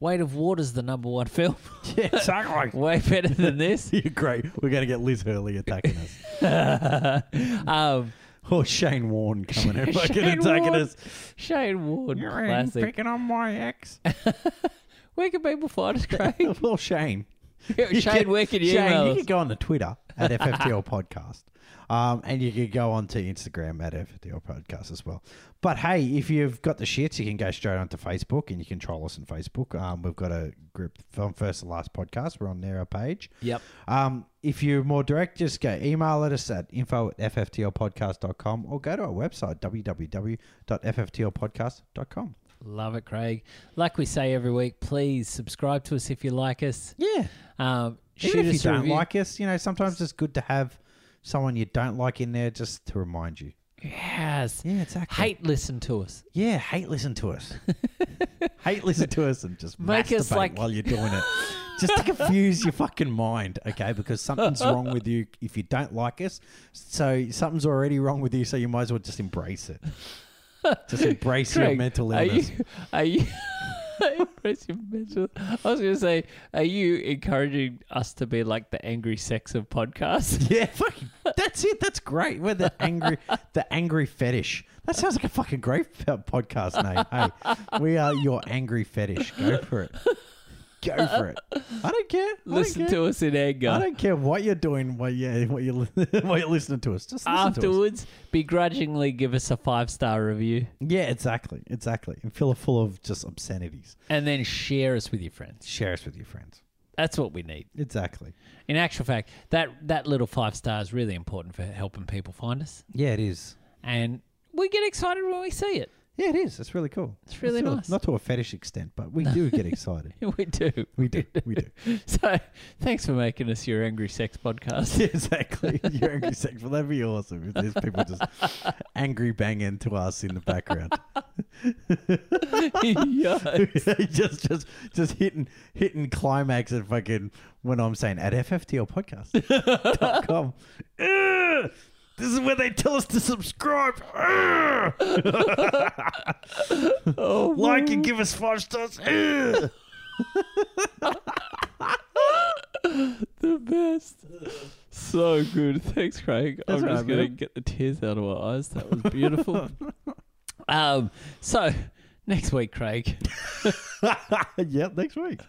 [SPEAKER 1] Weight of Water's the number one film.
[SPEAKER 2] Yeah, exactly.
[SPEAKER 1] Way better than this.
[SPEAKER 2] You're great. We're going to get Liz Hurley attacking us.
[SPEAKER 1] um,
[SPEAKER 2] Or Shane Warne coming in fucking
[SPEAKER 1] Shane
[SPEAKER 2] attacking
[SPEAKER 1] Warne.
[SPEAKER 2] us.
[SPEAKER 1] Shane Ward, classic.
[SPEAKER 2] on my ex.
[SPEAKER 1] Where can people find us, Craig?
[SPEAKER 2] well, Shane.
[SPEAKER 1] Shane,
[SPEAKER 2] You can-
[SPEAKER 1] where can you
[SPEAKER 2] Shane,
[SPEAKER 1] email
[SPEAKER 2] you
[SPEAKER 1] us?
[SPEAKER 2] can go on to Twitter at FFTL Podcast. Um, and you can go on to Instagram at FFTL Podcast as well. But hey, if you've got the shits, you can go straight onto Facebook and you can troll us on Facebook. Um, we've got a group from First to Last Podcast. We're on there, our page.
[SPEAKER 1] Yep.
[SPEAKER 2] Um, if you're more direct, just go email at us at info at fftlpodcast.com or go to our website, www.fftlpodcast.com.
[SPEAKER 1] Love it, Craig. Like we say every week, please subscribe to us if you like us.
[SPEAKER 2] Yeah.
[SPEAKER 1] Um, shoot
[SPEAKER 2] Even if
[SPEAKER 1] us
[SPEAKER 2] you
[SPEAKER 1] a
[SPEAKER 2] don't
[SPEAKER 1] review.
[SPEAKER 2] like us, you know, sometimes it's good to have someone you don't like in there just to remind you.
[SPEAKER 1] Yes.
[SPEAKER 2] Yeah, exactly.
[SPEAKER 1] Hate listen to us.
[SPEAKER 2] Yeah, hate listen to us. hate listen to us and just
[SPEAKER 1] Make
[SPEAKER 2] masturbate
[SPEAKER 1] us like-
[SPEAKER 2] while you're doing it. just to confuse your fucking mind, okay? Because something's wrong with you if you don't like us. So something's already wrong with you, so you might as well just embrace it. Just embrace your
[SPEAKER 1] Craig,
[SPEAKER 2] mental
[SPEAKER 1] Are
[SPEAKER 2] illness.
[SPEAKER 1] you? Are you? Embrace your mental. I was going to say, are you encouraging us to be like the angry sex of podcasts?
[SPEAKER 2] Yeah, fucking, that's it. That's great. We're the angry, the angry fetish. That sounds like a fucking great f- podcast name. Hey, we are your angry fetish. Go for it. Go for it. I don't care. I
[SPEAKER 1] Listen
[SPEAKER 2] don't care.
[SPEAKER 1] to us in
[SPEAKER 2] I
[SPEAKER 1] anger.
[SPEAKER 2] don't care what you're doing. What yeah, what you what you're listening to us. Just listen to us.
[SPEAKER 1] Afterwards, begrudgingly give us a five star review
[SPEAKER 2] Yeah, exactly, exactly. And fill it full of just obscenities.
[SPEAKER 1] and then share us with your friends.
[SPEAKER 2] Share us with your friends.
[SPEAKER 1] That's what we need.
[SPEAKER 2] Exactly.
[SPEAKER 1] In actual fact, that, that little five star is really important for helping people find us.
[SPEAKER 2] Yeah, it is.
[SPEAKER 1] And we get excited when we see it.
[SPEAKER 2] Yeah, it is. It's really cool.
[SPEAKER 1] It's really
[SPEAKER 2] not-
[SPEAKER 1] nice.
[SPEAKER 2] Not to a fetish extent, but we do get excited.
[SPEAKER 1] We do.
[SPEAKER 2] We do. We do.
[SPEAKER 1] So thanks for making us your angry sex podcast.
[SPEAKER 2] Yeah, exactly. You're angry sex. Well, that'd be awesome if there's people just angry banging to us in the background.
[SPEAKER 1] yeah.
[SPEAKER 2] just just just hitting hitting climax at fucking when I'm saying at fftlpodcast.com. Ugh! this is where they tell us to subscribe. Ugh! like and give us five stars. Ugh!
[SPEAKER 1] The best. So good. Thanks, Craig.
[SPEAKER 2] That's
[SPEAKER 1] I'm
[SPEAKER 2] all
[SPEAKER 1] just
[SPEAKER 2] right,
[SPEAKER 1] going to
[SPEAKER 2] man.
[SPEAKER 1] get the tears out of my eyes. That was beautiful. um, so next week, Craig,
[SPEAKER 2] yep, next week.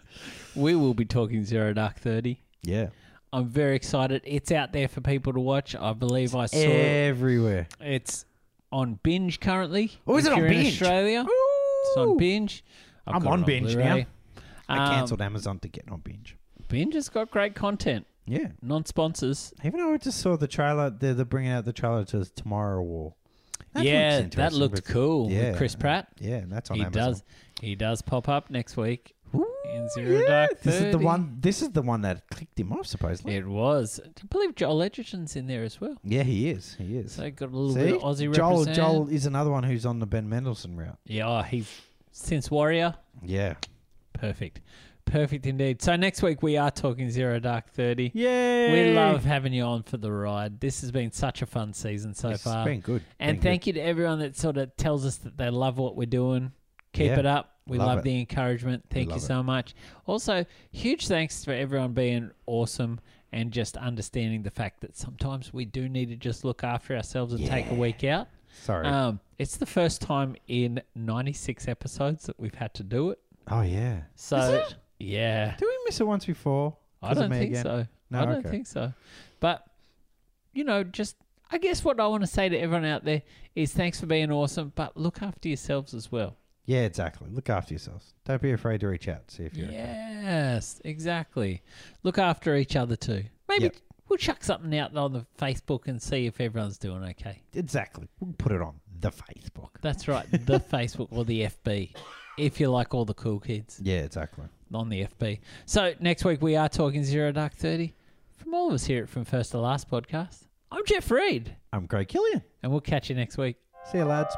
[SPEAKER 1] we will be talking Zero Dark 30.
[SPEAKER 2] Yeah.
[SPEAKER 1] I'm very excited. It's out there for people to watch. I believe I saw it.
[SPEAKER 2] Everywhere.
[SPEAKER 1] It's on binge currently.
[SPEAKER 2] Oh, is
[SPEAKER 1] if
[SPEAKER 2] it on
[SPEAKER 1] you're in
[SPEAKER 2] Binge?
[SPEAKER 1] Australia.
[SPEAKER 2] Oh.
[SPEAKER 1] It's on binge. I've
[SPEAKER 2] I'm
[SPEAKER 1] got
[SPEAKER 2] on
[SPEAKER 1] it
[SPEAKER 2] Binge
[SPEAKER 1] Blu-ray.
[SPEAKER 2] now. I
[SPEAKER 1] Um,
[SPEAKER 2] cancelled Amazon to get on binge.
[SPEAKER 1] Binge has got great content.
[SPEAKER 2] Yeah.
[SPEAKER 1] Non sponsors.
[SPEAKER 2] Even though I just saw the trailer, they're, they're bringing out the trailer to Tomorrow War. That
[SPEAKER 1] yeah,
[SPEAKER 2] looks
[SPEAKER 1] that
[SPEAKER 2] interesting,
[SPEAKER 1] looked
[SPEAKER 2] but-
[SPEAKER 1] cool.
[SPEAKER 2] Yeah.
[SPEAKER 1] With Chris Pratt.
[SPEAKER 2] Yeah, and that's on
[SPEAKER 1] He
[SPEAKER 2] Amazon.
[SPEAKER 1] does. He does pop up next week.
[SPEAKER 2] Ooh,
[SPEAKER 1] in Zero Dark
[SPEAKER 2] This is the
[SPEAKER 1] 30.
[SPEAKER 2] one. This is the one that clicked him off, supposedly. Yeah,
[SPEAKER 1] It was. I believe Joel Edgerton's in there as well.
[SPEAKER 2] he is. He is.
[SPEAKER 1] So got a little
[SPEAKER 2] See,
[SPEAKER 1] bit of Aussie
[SPEAKER 2] Joel
[SPEAKER 1] represent.
[SPEAKER 2] Joel is another one who's on the Ben Mendelsohn route.
[SPEAKER 1] Yeah, oh, he's since Warrior.
[SPEAKER 2] Yeah.
[SPEAKER 1] Perfect. Perfect indeed. So next week we are talking Zero Dark Thirty.
[SPEAKER 2] Yeah.
[SPEAKER 1] We love having you on for the ride. This has been such a fun season so
[SPEAKER 2] It's
[SPEAKER 1] far.
[SPEAKER 2] been good.
[SPEAKER 1] and
[SPEAKER 2] Been
[SPEAKER 1] thank you to everyone that sort of tells us that they love what we're doing. Keep
[SPEAKER 2] Yeah.
[SPEAKER 1] it up. We love,
[SPEAKER 2] Love it.
[SPEAKER 1] the encouragement. Thank you
[SPEAKER 2] love it.
[SPEAKER 1] so much. Also, huge thanks for everyone being awesome and just understanding the fact that sometimes we do need to just look after ourselves and take a week out.
[SPEAKER 2] Good. Sorry.
[SPEAKER 1] Um, it's the first time in 96 episodes that we've had to do it.
[SPEAKER 2] oh yeah.
[SPEAKER 1] So, yeah.
[SPEAKER 2] Did we miss it once before?
[SPEAKER 1] I
[SPEAKER 2] 'Cause of
[SPEAKER 1] don't
[SPEAKER 2] me
[SPEAKER 1] think
[SPEAKER 2] again?
[SPEAKER 1] so.
[SPEAKER 2] No,
[SPEAKER 1] I don't
[SPEAKER 2] okay.
[SPEAKER 1] think so. But you know, just I guess what I want to say to everyone out there is thanks for being awesome, but look after yourselves as well.
[SPEAKER 2] Yeah, exactly. Look after yourselves. Don't be afraid to reach out. See if you're. okay.
[SPEAKER 1] Yes, exactly. Look after each other too. Maybe
[SPEAKER 2] Yep.
[SPEAKER 1] we'll chuck something out on the Facebook and see if everyone's doing okay.
[SPEAKER 2] Exactly. We'll put it on the Facebook.
[SPEAKER 1] That's right, the Facebook or the FB, if you like all the cool kids
[SPEAKER 2] Yeah, exactly.
[SPEAKER 1] on the FB. So next week we are talking Zero Dark Thirty. From all of us here at From First to Last podcast, I'm Jeff Reed.
[SPEAKER 2] I'm Greg Killian.
[SPEAKER 1] and we'll catch you next week.
[SPEAKER 2] See you, lads.